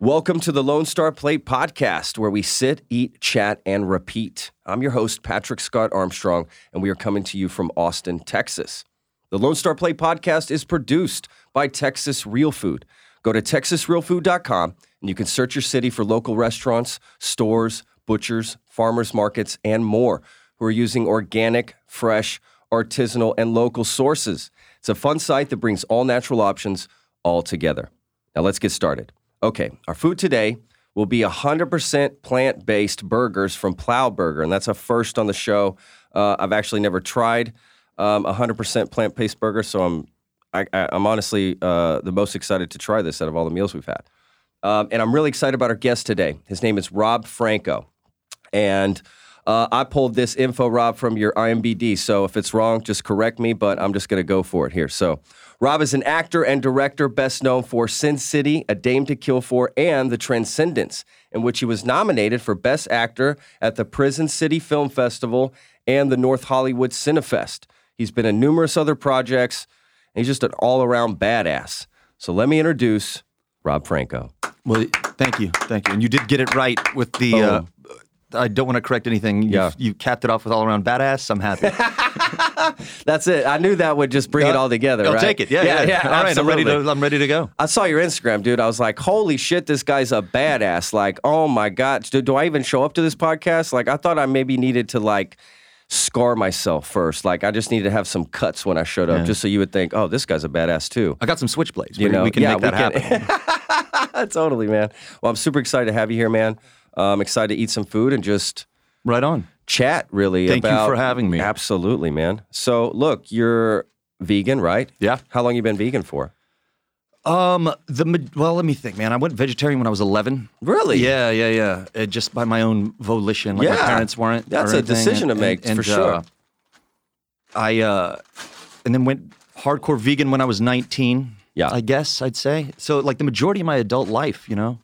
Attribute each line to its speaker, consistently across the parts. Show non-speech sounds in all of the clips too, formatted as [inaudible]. Speaker 1: Welcome to the Lone Star Plate podcast, where we sit, eat, chat, and repeat. I'm your host, Patrick Scott Armstrong, and we are coming to you from Austin, Texas. The Lone Star Plate podcast is produced by Texas Real Food. Go to texasrealfood.com and you can search your city for local restaurants, stores, butchers, farmers markets, and more who are using organic, fresh, artisanal, and local sources. It's a fun site that brings all natural options all together. Now let's get started. Okay, our food today will be 100% plant based burgers from Plow Burger, and that's a first on the show. Uh, I've actually never tried um, 100% plant based burger, so I'm I, I, I'm honestly uh, the most excited to try this out of all the meals we've had. Um, and I'm really excited about our guest today. His name is Rob Franco. And uh, I pulled this info, Rob, from your IMBD. So if it's wrong, just correct me, but I'm just going to go for it here. So Rob is an actor and director best known for Sin City, A Dame to Kill For, and The Transcendence, in which he was nominated for Best Actor at the Prison City Film Festival and the North Hollywood Cinefest. He's been in numerous other projects, and he's just an all around badass. So let me introduce Rob Franco.
Speaker 2: Well, thank you, thank you, and you did get it right with the. Uh, I don't want to correct anything. You've,
Speaker 1: Yeah.
Speaker 2: you capped it off with all around badass. I'm [laughs] happy.
Speaker 1: That's it. I knew that would just bring it all together.
Speaker 2: I'll
Speaker 1: right?
Speaker 2: take it. Yeah, yeah. all right, I'm ready
Speaker 1: absolutely.
Speaker 2: to. I'm ready to go.
Speaker 1: I saw your Instagram, dude. I was like, holy shit, this guy's a badass. Like, oh my God. Do, do I even show up to this podcast? Like, I thought I maybe needed to like scar myself first. Like, I just needed to have some cuts when I showed up, just so you would think, oh, this guy's a badass too.
Speaker 2: I got some switchblades.
Speaker 1: You
Speaker 2: we,
Speaker 1: know,
Speaker 2: we can
Speaker 1: yeah,
Speaker 2: make that
Speaker 1: we
Speaker 2: happen.
Speaker 1: can- [laughs] totally, man. Well, I'm super excited to have you here, man. Uh, I'm excited to eat some food and just
Speaker 2: [laughs] right on.
Speaker 1: chat really
Speaker 2: Thank you
Speaker 1: about
Speaker 2: for having me.
Speaker 1: Absolutely, man. So, look, you're vegan, right?
Speaker 2: Yeah.
Speaker 1: How long you been vegan for?
Speaker 2: Um. The ma- well, let me think, man. I went vegetarian when I was 11.
Speaker 1: Really?
Speaker 2: Yeah, yeah, yeah. Uh, just by my own volition. Like
Speaker 1: Yeah.
Speaker 2: my parents weren't. or
Speaker 1: That's a
Speaker 2: anything,
Speaker 1: decision to
Speaker 2: and-
Speaker 1: make,
Speaker 2: and-
Speaker 1: for
Speaker 2: and,
Speaker 1: sure.
Speaker 2: uh, I uh, and then went hardcore vegan when I was 19.
Speaker 1: Yeah.
Speaker 2: I guess I'd say so. Like the majority of my adult life, you know.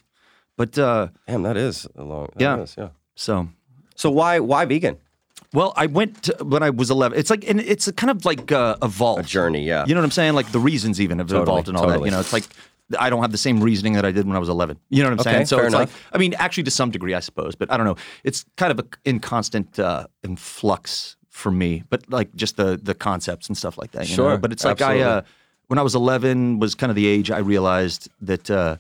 Speaker 2: But uh,
Speaker 1: Damn, that is a long. that
Speaker 2: Yeah.
Speaker 1: is, yeah.
Speaker 2: so
Speaker 1: So why why vegan?
Speaker 2: well, I went to, when I was 11. It's like and it's kind of like uh, evolved
Speaker 1: Journey, yeah.
Speaker 2: You know what I'm saying? Like the reasons even have evolved and all that.
Speaker 1: totally.
Speaker 2: You know, it's like I don't have the same reasoning that I did when I was 11. You know what I'm
Speaker 1: Okay,
Speaker 2: saying? So
Speaker 1: fair
Speaker 2: it's like,
Speaker 1: enough.
Speaker 2: I mean, actually to some degree, I suppose, but I don't know. It's kind of a, in constant uh, in flux for me, but like just the the concepts and stuff like that. You
Speaker 1: Sure,
Speaker 2: Know? But it's like I, uh,
Speaker 1: absolutely.
Speaker 2: when I was 11, was kind of the age I realized that. Uh,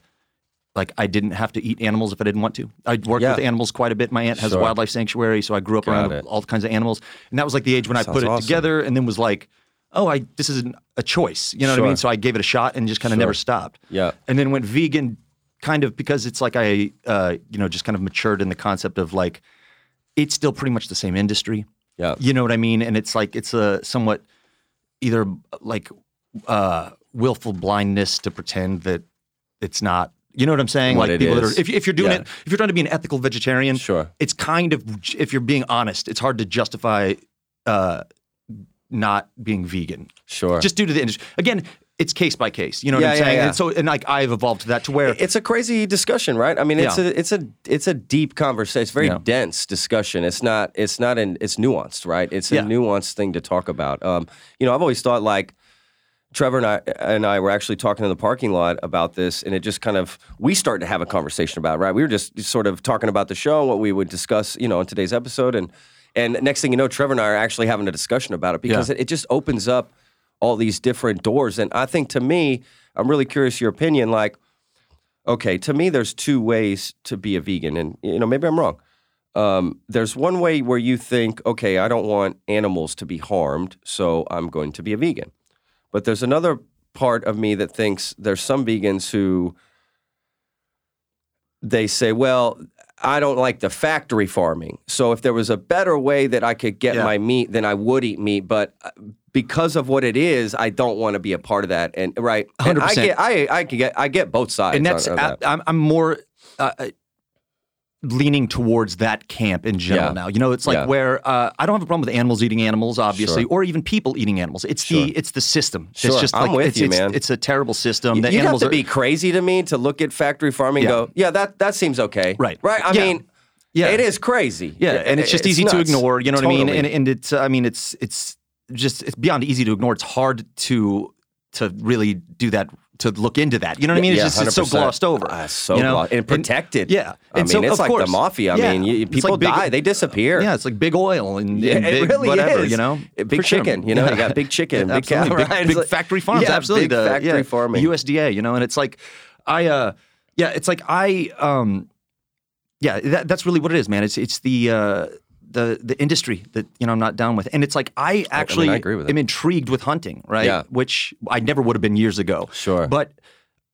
Speaker 2: like I didn't have to eat animals if I didn't want to. I worked
Speaker 1: Yeah.
Speaker 2: with animals quite a bit. My aunt has
Speaker 1: Sure.
Speaker 2: a wildlife sanctuary, so I grew up
Speaker 1: Got
Speaker 2: around
Speaker 1: it.
Speaker 2: all kinds of animals, and that was like the age when I
Speaker 1: Sounds
Speaker 2: put it
Speaker 1: awesome.
Speaker 2: together, and then was like, oh, I this is an, a choice. You know what
Speaker 1: Sure.
Speaker 2: I mean? So I gave it a shot and just kind of never stopped.
Speaker 1: Yeah.
Speaker 2: and then went vegan, kind of because it's like I, uh, you know, just kind of matured in the concept of like, it's still pretty much the same industry.
Speaker 1: Yeah.
Speaker 2: You know what I mean? And it's like it's a somewhat either like uh willful blindness to pretend that it's not. You know what I'm saying?
Speaker 1: What
Speaker 2: like
Speaker 1: it
Speaker 2: people
Speaker 1: is.
Speaker 2: that are if, if you're doing
Speaker 1: Yeah.
Speaker 2: it if you're trying to be an ethical vegetarian,
Speaker 1: Sure.
Speaker 2: it's kind of if you're being honest, it's hard to justify uh not being vegan.
Speaker 1: Sure.
Speaker 2: Just due to the industry. Again, it's case by case. You know what
Speaker 1: Yeah,
Speaker 2: I'm
Speaker 1: yeah,
Speaker 2: saying?
Speaker 1: yeah.
Speaker 2: And so and like I've evolved to that to where
Speaker 1: it's a crazy discussion, right? I mean, it's
Speaker 2: Yeah.
Speaker 1: a it's a it's a deep conversation. It's a very
Speaker 2: Yeah.
Speaker 1: dense discussion. It's not it's not an it's nuanced, right? It's a
Speaker 2: Yeah.
Speaker 1: nuanced thing to talk about. Um, you know, I've always thought like Trevor and I and I were actually talking in the parking lot about this, and it just kind of we started to have a conversation about it, right. We were just sort of talking about the show, what we would discuss, you know, in today's episode, and and next thing you know, Trevor and I are actually having a discussion about it because
Speaker 2: Yeah.
Speaker 1: it, it just opens up all these different doors. And I think to me, I'm really curious your opinion. Like, okay, to me, there's two ways to be a vegan, and you know, maybe I'm wrong. Um, there's one way where you think, okay, I don't want animals to be harmed, so I'm going to be a vegan. But there's another part of me that thinks there's some vegans who they say, well, I don't like the factory farming. So if there was a better way that I could get
Speaker 2: Yeah.
Speaker 1: my meat, then I would eat meat. But uh, because of what it is, I don't want to be a part of that. And right, and I
Speaker 2: 100%.
Speaker 1: get, I, I can get, I get both sides.
Speaker 2: and that's
Speaker 1: on- on that.
Speaker 2: I, I'm, I'm more uh, uh, leaning towards that camp in general
Speaker 1: Yeah.
Speaker 2: now. You know, it's like
Speaker 1: Yeah.
Speaker 2: where uh, I don't have a problem with animals eating animals, obviously,
Speaker 1: Sure.
Speaker 2: or even people eating animals. It's
Speaker 1: Sure.
Speaker 2: the it's the system.
Speaker 1: Sure.
Speaker 2: It's just
Speaker 1: I'm
Speaker 2: like,
Speaker 1: with
Speaker 2: it's,
Speaker 1: you,
Speaker 2: it's,
Speaker 1: man.
Speaker 2: It's a terrible system. The
Speaker 1: You'd
Speaker 2: animals
Speaker 1: have to
Speaker 2: are,
Speaker 1: be crazy to me to look at factory farming
Speaker 2: Yeah.
Speaker 1: and go, yeah, that that seems okay.
Speaker 2: Right.
Speaker 1: Right. I
Speaker 2: Yeah.
Speaker 1: mean,
Speaker 2: Yeah.
Speaker 1: it is crazy.
Speaker 2: Yeah, and it's just easy to
Speaker 1: nuts.
Speaker 2: ignore. You know what I mean?
Speaker 1: Totally.
Speaker 2: And and it's I mean it's it's just it's beyond easy to ignore. It's hard to to really do that to look into that. You know what I mean? It's
Speaker 1: Yeah,
Speaker 2: just it's so
Speaker 1: 100%.
Speaker 2: glossed over.
Speaker 1: Ah, so
Speaker 2: you know?
Speaker 1: glossed- and protected.
Speaker 2: yeah.
Speaker 1: I mean,
Speaker 2: And so,
Speaker 1: it's
Speaker 2: of
Speaker 1: like
Speaker 2: course.
Speaker 1: the mafia. I
Speaker 2: Yeah.
Speaker 1: mean, you,
Speaker 2: It's
Speaker 1: people
Speaker 2: like big-
Speaker 1: die, they disappear.
Speaker 2: Yeah, it's like big oil and,
Speaker 1: Yeah, [laughs]
Speaker 2: and
Speaker 1: it
Speaker 2: big
Speaker 1: really
Speaker 2: whatever,
Speaker 1: is.
Speaker 2: you know?
Speaker 1: It- big
Speaker 2: For sure.
Speaker 1: chicken, you know, you got big
Speaker 2: [laughs]
Speaker 1: chicken, big cow,
Speaker 2: Absolutely.
Speaker 1: right? It's
Speaker 2: Big, big
Speaker 1: like-
Speaker 2: factory farms,
Speaker 1: Yeah,
Speaker 2: absolutely.
Speaker 1: big
Speaker 2: The-
Speaker 1: factory
Speaker 2: yeah,
Speaker 1: farming.
Speaker 2: USDA, you know, and it's like, I, uh, yeah, it's like I, um, yeah, that, that's really what it is, man. It's it's the uh, the the industry that you know I'm not down with, and it's like I actually
Speaker 1: I agree with that.
Speaker 2: am intrigued with hunting, right?
Speaker 1: Yeah.
Speaker 2: Which I never would have been years ago.
Speaker 1: Sure.
Speaker 2: but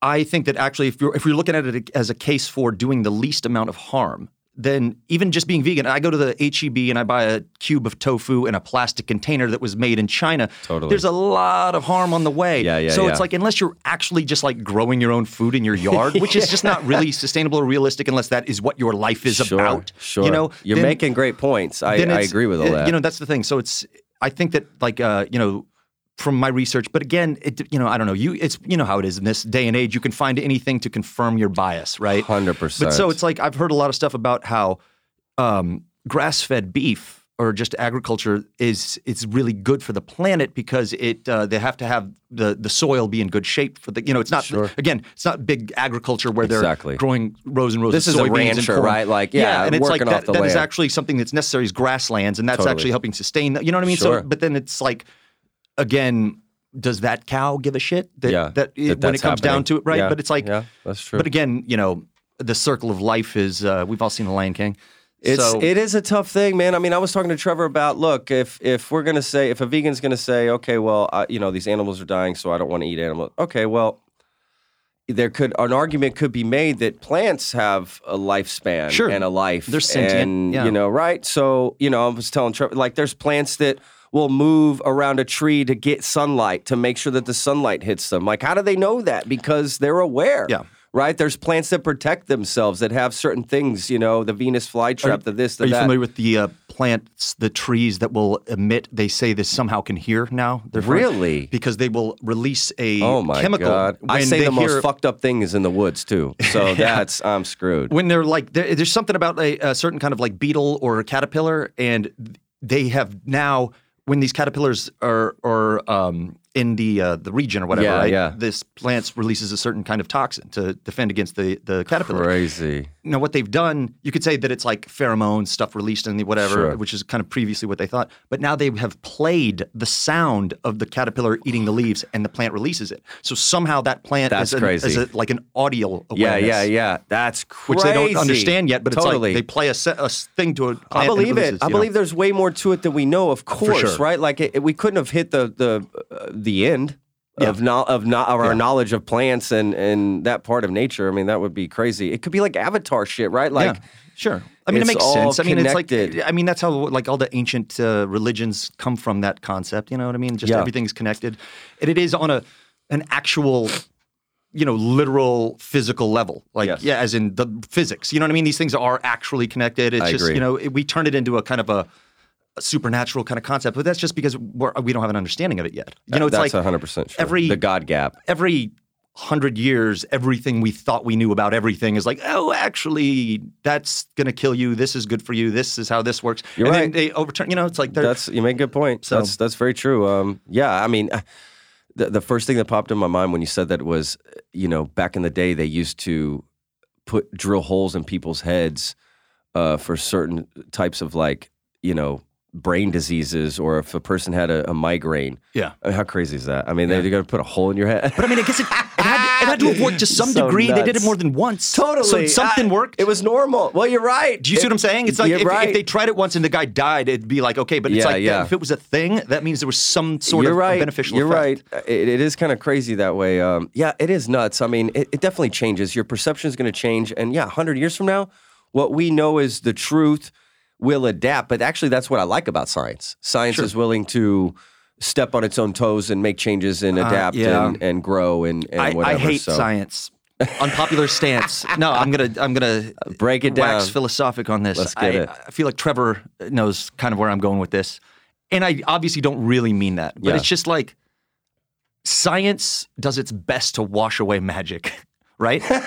Speaker 2: I think that actually, if you're if you're looking at it as a case for doing the least amount of harm. Then even just being vegan, I go to the HEB and I buy a cube of tofu in a plastic container that was made in China.
Speaker 1: Totally.
Speaker 2: there's a lot of harm on the way.
Speaker 1: Yeah, yeah,
Speaker 2: So
Speaker 1: yeah.
Speaker 2: it's like unless you're actually just like growing your own food in your yard, which
Speaker 1: [laughs]
Speaker 2: is just not really sustainable or realistic, unless that is what your life is
Speaker 1: sure,
Speaker 2: about.
Speaker 1: Sure.
Speaker 2: You know,
Speaker 1: you're
Speaker 2: then-
Speaker 1: making great points. I,
Speaker 2: then
Speaker 1: I
Speaker 2: it's-
Speaker 1: agree with all
Speaker 2: uh,
Speaker 1: that.
Speaker 2: You know, that's the thing. So it's I think that like uh, you know from my research, but again, it you know I don't know you it's you know how it is in this day and age. You can find anything to confirm your bias, right?
Speaker 1: 100%.
Speaker 2: But so it's like I've heard a lot of stuff about how um, grass-fed beef or just agriculture is it's really good for the planet because it uh, they have to have the the soil be in good shape for the you know it's not
Speaker 1: Sure.
Speaker 2: again it's not big agriculture where
Speaker 1: Exactly.
Speaker 2: they're growing rows and rows
Speaker 1: This
Speaker 2: of
Speaker 1: is a
Speaker 2: soybeans and
Speaker 1: rancher,
Speaker 2: corn.
Speaker 1: right? Like, yeah,
Speaker 2: and it's like
Speaker 1: working off
Speaker 2: that,
Speaker 1: the
Speaker 2: that is
Speaker 1: land.
Speaker 2: actually something that's necessary is grasslands and that's
Speaker 1: Totally.
Speaker 2: actually helping sustain that you know what I mean
Speaker 1: Sure.
Speaker 2: so but then it's like again does that cow give a shit that
Speaker 1: yeah,
Speaker 2: that, it- when
Speaker 1: that's
Speaker 2: it comes
Speaker 1: happening.
Speaker 2: down to it right
Speaker 1: Yeah,
Speaker 2: but it's like
Speaker 1: yeah, that's true.
Speaker 2: but again, you know, the circle of life is uh, we've all seen The Lion King.
Speaker 1: It's
Speaker 2: so
Speaker 1: it is a tough thing, man. I mean, I was talking to Trevor about look, if if we're gonna say if a vegan's gonna say, okay, well, I, you know, these animals are dying, so I don't want to eat animals. Okay, well, there could an argument could be made that plants have a lifespan
Speaker 2: Sure.
Speaker 1: and a life.
Speaker 2: They're sentient,
Speaker 1: and,
Speaker 2: yeah.
Speaker 1: you know, right? So you know, I was telling Trevor like there's plants that will move around a tree to get sunlight to make sure that the sunlight hits them. Like, how do they know that? Because they're aware.
Speaker 2: Yeah.
Speaker 1: Right, there's plants that protect themselves that have certain things, you know, the Venus flytrap, the this, the
Speaker 2: are you
Speaker 1: that.
Speaker 2: familiar with the uh, plants, the trees that will emit? They say this somehow can hear now. They're from-
Speaker 1: Really?
Speaker 2: because they will release a
Speaker 1: Oh my
Speaker 2: chemical.
Speaker 1: god! I
Speaker 2: when
Speaker 1: say
Speaker 2: they
Speaker 1: the most
Speaker 2: hear-
Speaker 1: fucked up thing is in the woods
Speaker 2: [laughs]
Speaker 1: too. So that's I'm screwed.
Speaker 2: when they're like there, there's something about a, a certain kind of like beetle or a caterpillar and they have now when these caterpillars are are um, in the uh, the region or whatever
Speaker 1: Yeah,
Speaker 2: right
Speaker 1: yeah.
Speaker 2: this plant releases a certain kind of toxin to defend against the the caterpillar
Speaker 1: Crazy.
Speaker 2: now what they've done you could say that it's like pheromones stuff released in the whatever
Speaker 1: Sure.
Speaker 2: which is kind of previously what they thought but now they have played the sound of the caterpillar eating the leaves and the plant releases it so somehow that plant
Speaker 1: That's
Speaker 2: is, an-
Speaker 1: crazy.
Speaker 2: is a, like an audio
Speaker 1: Yeah,
Speaker 2: awareness
Speaker 1: yeah, yeah. That's crazy.
Speaker 2: which they don't understand yet. But
Speaker 1: totally.
Speaker 2: it's like they play a, se- a s- thing to a plant.
Speaker 1: I
Speaker 2: and
Speaker 1: believe
Speaker 2: releases,
Speaker 1: it. I
Speaker 2: you know?
Speaker 1: believe there's way more to it than we know. Of course,
Speaker 2: sure.
Speaker 1: right? Like it, it- we couldn't have hit the the uh, the end of no, of, no, of our knowledge of plants and and that part of nature. I mean, that would be crazy. It could be like Avatar shit, right? Like
Speaker 2: yeah. sure. I mean, it
Speaker 1: it's
Speaker 2: makes
Speaker 1: all
Speaker 2: sense. I mean, it's
Speaker 1: connected.
Speaker 2: like I mean that's how like all the ancient uh, religions come from that concept. You know what I mean? Just
Speaker 1: Yeah.
Speaker 2: everything's connected, and it is on a an actual. You know, literal physical level, like
Speaker 1: Yes.
Speaker 2: yeah, as in the physics. You know what I mean? These things are actually connected. It's
Speaker 1: I
Speaker 2: just
Speaker 1: agree.
Speaker 2: you know it, we turn it into a kind of a, a supernatural kind of concept, but that's just because we're, we don't have an understanding of it yet. You know, it's
Speaker 1: that's
Speaker 2: like
Speaker 1: 100 percent sure.
Speaker 2: every-
Speaker 1: the God gap.
Speaker 2: every hundred years, everything we thought we knew about everything is like, oh, actually, that's gonna kill you. This is good for you. This is how this works.
Speaker 1: You're
Speaker 2: and
Speaker 1: right.
Speaker 2: then they overturn. You know, it's like they're
Speaker 1: That's you make a good point. That's that's very true. Um, yeah, I mean, uh, the the first thing that popped in my mind when you said that was, uh, you know, back in the day they used to put drill holes in people's heads uh, for certain types of like, you know, brain diseases, or if a person had a, a migraine.
Speaker 2: yeah.
Speaker 1: I mean, how crazy is that? I mean, they're going to put a hole in your head. [laughs]
Speaker 2: But I mean, I guess it, it, had, it had to have worked to some
Speaker 1: So
Speaker 2: degree. They did it
Speaker 1: nuts.
Speaker 2: more than once. So
Speaker 1: Totally.
Speaker 2: something
Speaker 1: I-
Speaker 2: worked.
Speaker 1: It was normal. Well, you're right.
Speaker 2: Do you see what I'm saying? It's like
Speaker 1: you're
Speaker 2: if, if
Speaker 1: right.
Speaker 2: they tried it once and the guy died, it'd be like okay. But it's
Speaker 1: Yeah,
Speaker 2: like that-
Speaker 1: yeah.
Speaker 2: if it was a thing, that means there was some sort
Speaker 1: you're
Speaker 2: of
Speaker 1: right.
Speaker 2: beneficial.
Speaker 1: You're
Speaker 2: effect.
Speaker 1: right. Uh, It, it is kind of crazy that way. Um, yeah, it is nuts. I mean, it, it definitely changes. Your perception is going to change, and yeah, hundred years from now, what we know is the truth will adapt. But actually, that's what I like about science. Science is willing to step on its own toes and make changes and adapt
Speaker 2: Uh, yeah.
Speaker 1: and, and grow and, and
Speaker 2: I,
Speaker 1: whatever.
Speaker 2: I hate
Speaker 1: so. [laughs]
Speaker 2: science. Unpopular stance. No, I'm gonna I'm gonna
Speaker 1: Uh, Break it down.
Speaker 2: Wax philosophic on this.
Speaker 1: Let's get
Speaker 2: I,
Speaker 1: it.
Speaker 2: I feel like Trevor knows kind of where I'm going with this, and I obviously don't really mean that, but
Speaker 1: Yeah.
Speaker 2: it's just like [laughs] science does its best to wash away magic, right?
Speaker 1: right.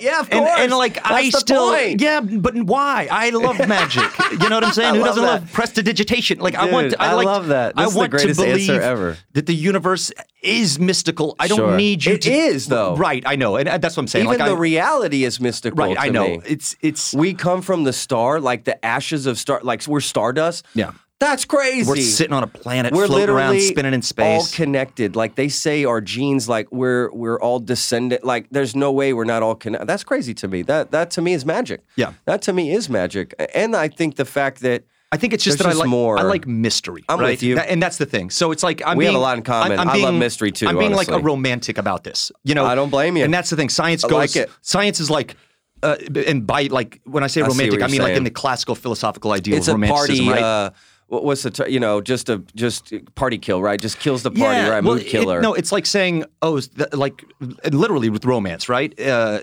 Speaker 1: Yeah, of
Speaker 2: and,
Speaker 1: course.
Speaker 2: and like
Speaker 1: That's
Speaker 2: I
Speaker 1: the
Speaker 2: still
Speaker 1: point.
Speaker 2: yeah, but why? I love magic. you know what I'm
Speaker 1: [laughs]
Speaker 2: saying?
Speaker 1: I
Speaker 2: Who
Speaker 1: love
Speaker 2: doesn't
Speaker 1: that.
Speaker 2: love prestidigitation? Like I
Speaker 3: Dude,
Speaker 2: want. To, I,
Speaker 3: I
Speaker 2: like,
Speaker 3: love that. This
Speaker 2: I
Speaker 3: is the
Speaker 2: want
Speaker 3: greatest
Speaker 2: to
Speaker 3: answer
Speaker 2: believe
Speaker 3: ever.
Speaker 2: that the universe is mystical. I don't
Speaker 3: Sure.
Speaker 2: need you.
Speaker 1: It
Speaker 2: to,
Speaker 1: is, though.
Speaker 2: Right. I know, and uh, that's what I'm saying.
Speaker 1: Even
Speaker 2: like
Speaker 1: the
Speaker 2: I,
Speaker 1: reality is mystical.
Speaker 2: right. I
Speaker 1: to
Speaker 2: know.
Speaker 1: me.
Speaker 2: It's it's
Speaker 1: We come from the star, like the ashes of star, like we're stardust.
Speaker 2: Yeah.
Speaker 1: That's crazy.
Speaker 2: we're sitting on a planet,
Speaker 1: We're
Speaker 2: floating
Speaker 1: literally
Speaker 2: around, spinning in
Speaker 1: all
Speaker 2: space.
Speaker 1: connected. Like they say, our genes, like we're we're all descendant. Like there's no way we're not all connected. That's crazy to me. That that to me is magic.
Speaker 2: Yeah.
Speaker 1: that to me is magic. And I think the fact that
Speaker 2: I think it's just
Speaker 1: There's
Speaker 2: that
Speaker 1: just
Speaker 2: I like
Speaker 1: more.
Speaker 2: I like mystery.
Speaker 1: I'm with
Speaker 2: right?
Speaker 1: you.
Speaker 2: That- and that's the thing. So it's like I'm
Speaker 1: We have
Speaker 2: being,
Speaker 1: a lot in common.
Speaker 2: I'm, I'm
Speaker 1: I love
Speaker 2: being-
Speaker 1: mystery too,
Speaker 2: I'm being like a
Speaker 1: honestly.
Speaker 2: romantic about this. You know,
Speaker 1: I don't blame you.
Speaker 2: And that's the thing. Science
Speaker 1: I
Speaker 2: goes.
Speaker 1: like it.
Speaker 2: Science is like. Uh, b- and by like when I say
Speaker 1: see what
Speaker 2: romantic, I
Speaker 1: you're
Speaker 2: mean like
Speaker 1: saying.
Speaker 2: in the classical philosophical ideal
Speaker 1: it's
Speaker 2: of
Speaker 1: a
Speaker 2: romanticism,
Speaker 1: party.
Speaker 2: right?
Speaker 1: Uh, what- what's the ter- you know just a just party kill right? Just kills the party right?
Speaker 2: well,
Speaker 1: Mood
Speaker 2: it-
Speaker 1: killer.
Speaker 2: no, it's like saying, oh, is the- like literally with romance, right? Uh,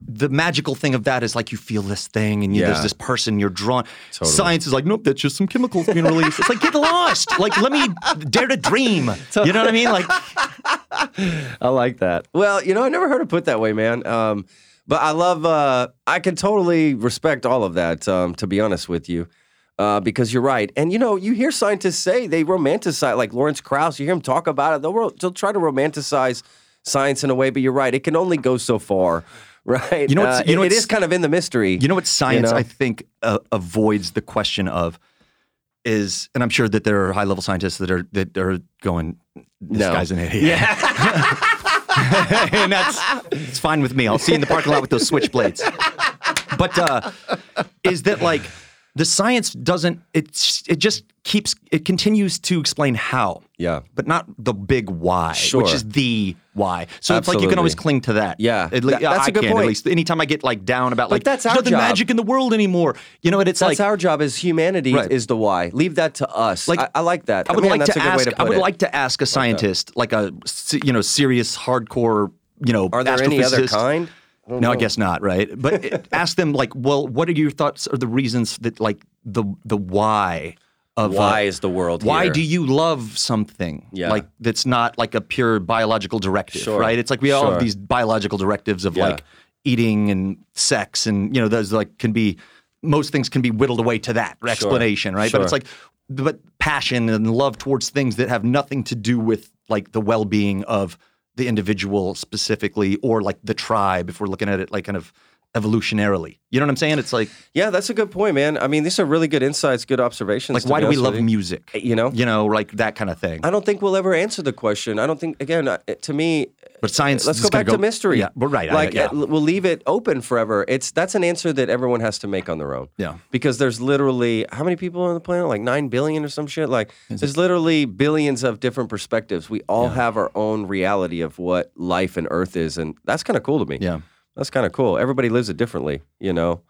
Speaker 2: the magical thing of that is like you feel this thing and you,
Speaker 1: Yeah.
Speaker 2: there's this person you're drawn. Science is like, nope, that's just some chemicals being released. it's like, get lost. Like, let me dare to
Speaker 1: [laughs]
Speaker 2: dream. You know what I mean? Like,
Speaker 3: I like that.
Speaker 1: Well, you know, I never heard it put that way, man. Um, but I love, uh, I can totally respect all of that, um, to be honest with you, uh, because you're right. And, you know, you hear scientists say they romanticize, like Lawrence Krauss, you hear him talk about it. They'll, ro- they'll try to romanticize science in a way, but you're right. It can only go so far, [laughs] right?
Speaker 2: You know what's-
Speaker 1: Uh,
Speaker 2: you know
Speaker 1: it- it
Speaker 2: what's-
Speaker 1: is kind of in the mystery.
Speaker 2: You know what science
Speaker 1: know?
Speaker 2: I think uh, avoids the question of is, and I'm sure that there are high level scientists that are that are going, this
Speaker 1: No.
Speaker 2: guy's an idiot. Yeah. and [laughs] that's it's fine with me. I'll see you in the parking lot with those switchblades. But uh, is that like the science doesn't? It's it just keeps it continues to explain how.
Speaker 1: Yeah.
Speaker 2: But not the big why,
Speaker 1: Sure.
Speaker 2: which is the why. So it's like you
Speaker 1: Absolutely.
Speaker 2: can always cling to that.
Speaker 1: Yeah.
Speaker 2: At le-
Speaker 1: That- that's
Speaker 2: I
Speaker 1: a good
Speaker 2: can, At
Speaker 1: point.
Speaker 2: least anytime I get like down about like
Speaker 1: that's
Speaker 2: there's
Speaker 1: our
Speaker 2: nothing
Speaker 1: job.
Speaker 2: magic in the world anymore. You know, and it's
Speaker 1: That's
Speaker 2: like
Speaker 1: our job as humanity
Speaker 2: Right.
Speaker 1: is the why. Leave that to us. Like, I, I like that.
Speaker 2: I would
Speaker 1: Man,
Speaker 2: like
Speaker 1: that's
Speaker 2: to
Speaker 1: a good way
Speaker 2: ask.
Speaker 1: to put
Speaker 2: I would
Speaker 1: it.
Speaker 2: like to ask a scientist, like a se- you know serious hardcore you know
Speaker 1: Are there any other
Speaker 2: astrophysicist.
Speaker 1: kind?
Speaker 2: No, I guess not, right? But it-
Speaker 1: [laughs]
Speaker 2: ask them like, well, what are your thoughts or the reasons that like the the why of uh,
Speaker 1: Why is the world
Speaker 2: why
Speaker 1: here?
Speaker 2: do you love something
Speaker 1: Yeah.
Speaker 2: like that's not like a pure biological directive,
Speaker 1: Sure.
Speaker 2: right? It's like we all
Speaker 1: Sure.
Speaker 2: have these biological directives of
Speaker 1: Yeah.
Speaker 2: like eating and sex, and you know those like can be most things can be whittled away to that explanation, right? But it's
Speaker 1: Sure.
Speaker 2: like but passion and love towards things that have nothing to do with like the well-being of the individual specifically or like the tribe if we're looking at it like kind of evolutionarily you know what i'm saying it's like
Speaker 1: Yeah, that's a good point, man. I mean, these are really good insights, good observations.
Speaker 2: like
Speaker 1: to
Speaker 2: why
Speaker 1: be
Speaker 2: do we
Speaker 1: honest
Speaker 2: love
Speaker 1: with you.
Speaker 2: music
Speaker 1: You know?
Speaker 2: you know like that kind of thing
Speaker 1: I don't think we'll ever answer the question. I don't think, again, I- to me,
Speaker 2: But science.
Speaker 1: let's
Speaker 2: is
Speaker 1: go
Speaker 2: gonna
Speaker 1: back to mystery.
Speaker 2: Yeah, we're right. I-
Speaker 1: Like,
Speaker 2: yeah.
Speaker 1: uh, we'll leave it open forever. It's That's an answer that everyone has to make on their own.
Speaker 2: Yeah.
Speaker 1: Because there's literally, how many people on the planet? Like 9 billion or some shit? Like, there's literally billions of different perspectives. We all have our own reality of what life and Earth is. And that's kind of cool to me.
Speaker 2: yeah,
Speaker 1: That's kind of cool. Everybody lives it differently, you know?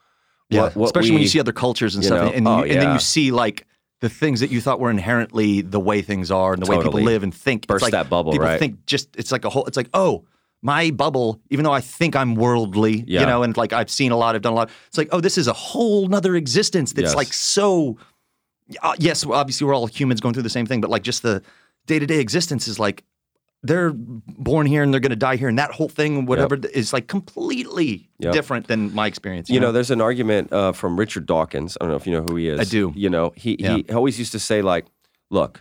Speaker 2: yeah.
Speaker 1: What- what
Speaker 2: Especially when
Speaker 1: we-
Speaker 2: you see other cultures and
Speaker 1: you
Speaker 2: stuff,
Speaker 1: know,
Speaker 2: and, you,
Speaker 1: oh,
Speaker 2: and then
Speaker 1: yeah.
Speaker 2: you see like the things that you thought were inherently the way things are and the way people
Speaker 1: Totally.
Speaker 2: live and think.
Speaker 1: Burst
Speaker 2: it's like
Speaker 1: that bubble,
Speaker 2: people
Speaker 1: right?
Speaker 2: Think just it's like a whole. It's like oh. My bubble, even though I think I'm worldly,
Speaker 1: Yeah.
Speaker 2: you know, and like I've seen a lot, I've done a lot. It's like, oh, this is a whole nother existence that's
Speaker 1: Yes.
Speaker 2: like so. Uh, yes, well, obviously we're all humans going through the same thing, but like just the day to day existence is like they're born here and they're going to die here, and that whole thing, whatever, is like completely
Speaker 1: Yep.
Speaker 2: different than my experience. [laughs]
Speaker 1: You know, there's an argument uh, from Richard Dawkins. I don't know if you know who he is.
Speaker 2: I do.
Speaker 1: You know, he he always used to say like, "Look,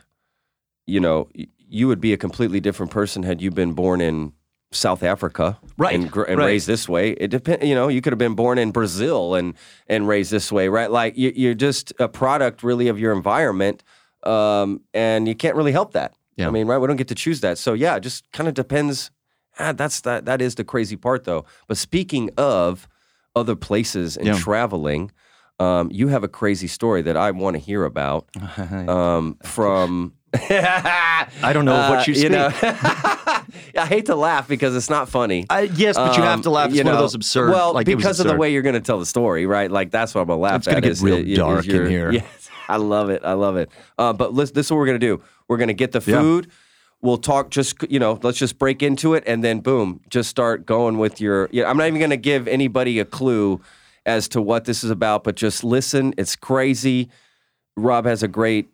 Speaker 1: you know, y- you would be a completely different person had you been born in South Africa,
Speaker 2: Right,
Speaker 1: and, gr- and
Speaker 2: right.
Speaker 1: raised this way. It depend. You know, you could have been born in Brazil and and raised this way, right? Like you, you're just a product, really, of your environment, um, and you can't really help that.
Speaker 2: Yeah.
Speaker 1: I mean, right? We don't get to choose that. So yeah, it just kind of depends. Ah, that's that. That is the crazy part, though. But speaking of other places and
Speaker 2: Yeah.
Speaker 1: traveling, um, you have a crazy story that I want to hear
Speaker 2: [sighs]
Speaker 1: about [sighs]
Speaker 2: [laughs]
Speaker 1: um, from. I
Speaker 2: don't know of what you
Speaker 1: You know, [laughs] I hate to laugh because it's not funny.
Speaker 2: I, yes, but you have
Speaker 1: Um,
Speaker 2: to laugh. It's
Speaker 1: you
Speaker 2: one of
Speaker 1: know,
Speaker 2: those absurd.
Speaker 1: Well,
Speaker 2: like, it was
Speaker 1: because of the
Speaker 2: absurd.
Speaker 1: way you're going to tell the story, right? Like that's what I'm going to laugh
Speaker 2: It's gonna
Speaker 1: at
Speaker 2: get
Speaker 1: is-
Speaker 2: real
Speaker 1: is- is
Speaker 2: dark in
Speaker 1: your- [laughs]
Speaker 2: here.
Speaker 1: Yes, I love it. I love it. Uh, but listen, this is what we're going to do. We're going to get the
Speaker 2: Yeah.
Speaker 1: food. We'll talk. Just you know, let's just break into it, and then boom, just start going with your. Yeah, I'm not even going to give anybody a clue as to what this is about, but just listen. It's crazy. Rob has a great,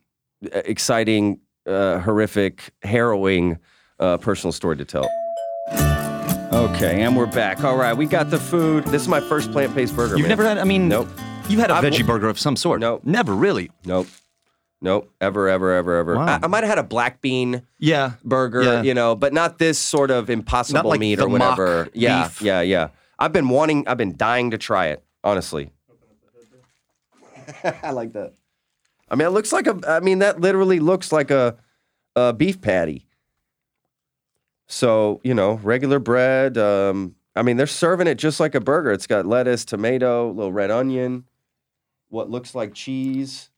Speaker 1: uh, exciting, uh, horrific, harrowing uh, personal story to tell. Okay, and we're back. All right, we got the food. This is my first plant-based burger.
Speaker 2: You've
Speaker 1: man.
Speaker 2: never had, I mean,
Speaker 1: Nope.
Speaker 2: you've had a
Speaker 1: I've-
Speaker 2: veggie burger of some sort.
Speaker 1: Nope.
Speaker 2: Never really.
Speaker 1: Nope. Nope. Ever, ever, ever, ever.
Speaker 2: Wow.
Speaker 1: I, I might have had a black bean
Speaker 2: Yeah.
Speaker 1: burger,
Speaker 2: Yeah.
Speaker 1: you know, but not this sort of impossible
Speaker 2: like
Speaker 1: meat
Speaker 2: the
Speaker 1: or whatever.
Speaker 2: mock
Speaker 1: yeah,
Speaker 2: beef.
Speaker 1: yeah, yeah. I've been wanting, I've been dying to try it,
Speaker 2: [laughs]
Speaker 1: honestly.
Speaker 3: I like that.
Speaker 1: I mean, it looks like a, I mean, that literally looks like a, a beef patty. So, you know, regular bread. Um, I mean, they're serving it just like a burger. It's got lettuce, tomato, little red onion, what looks like cheese,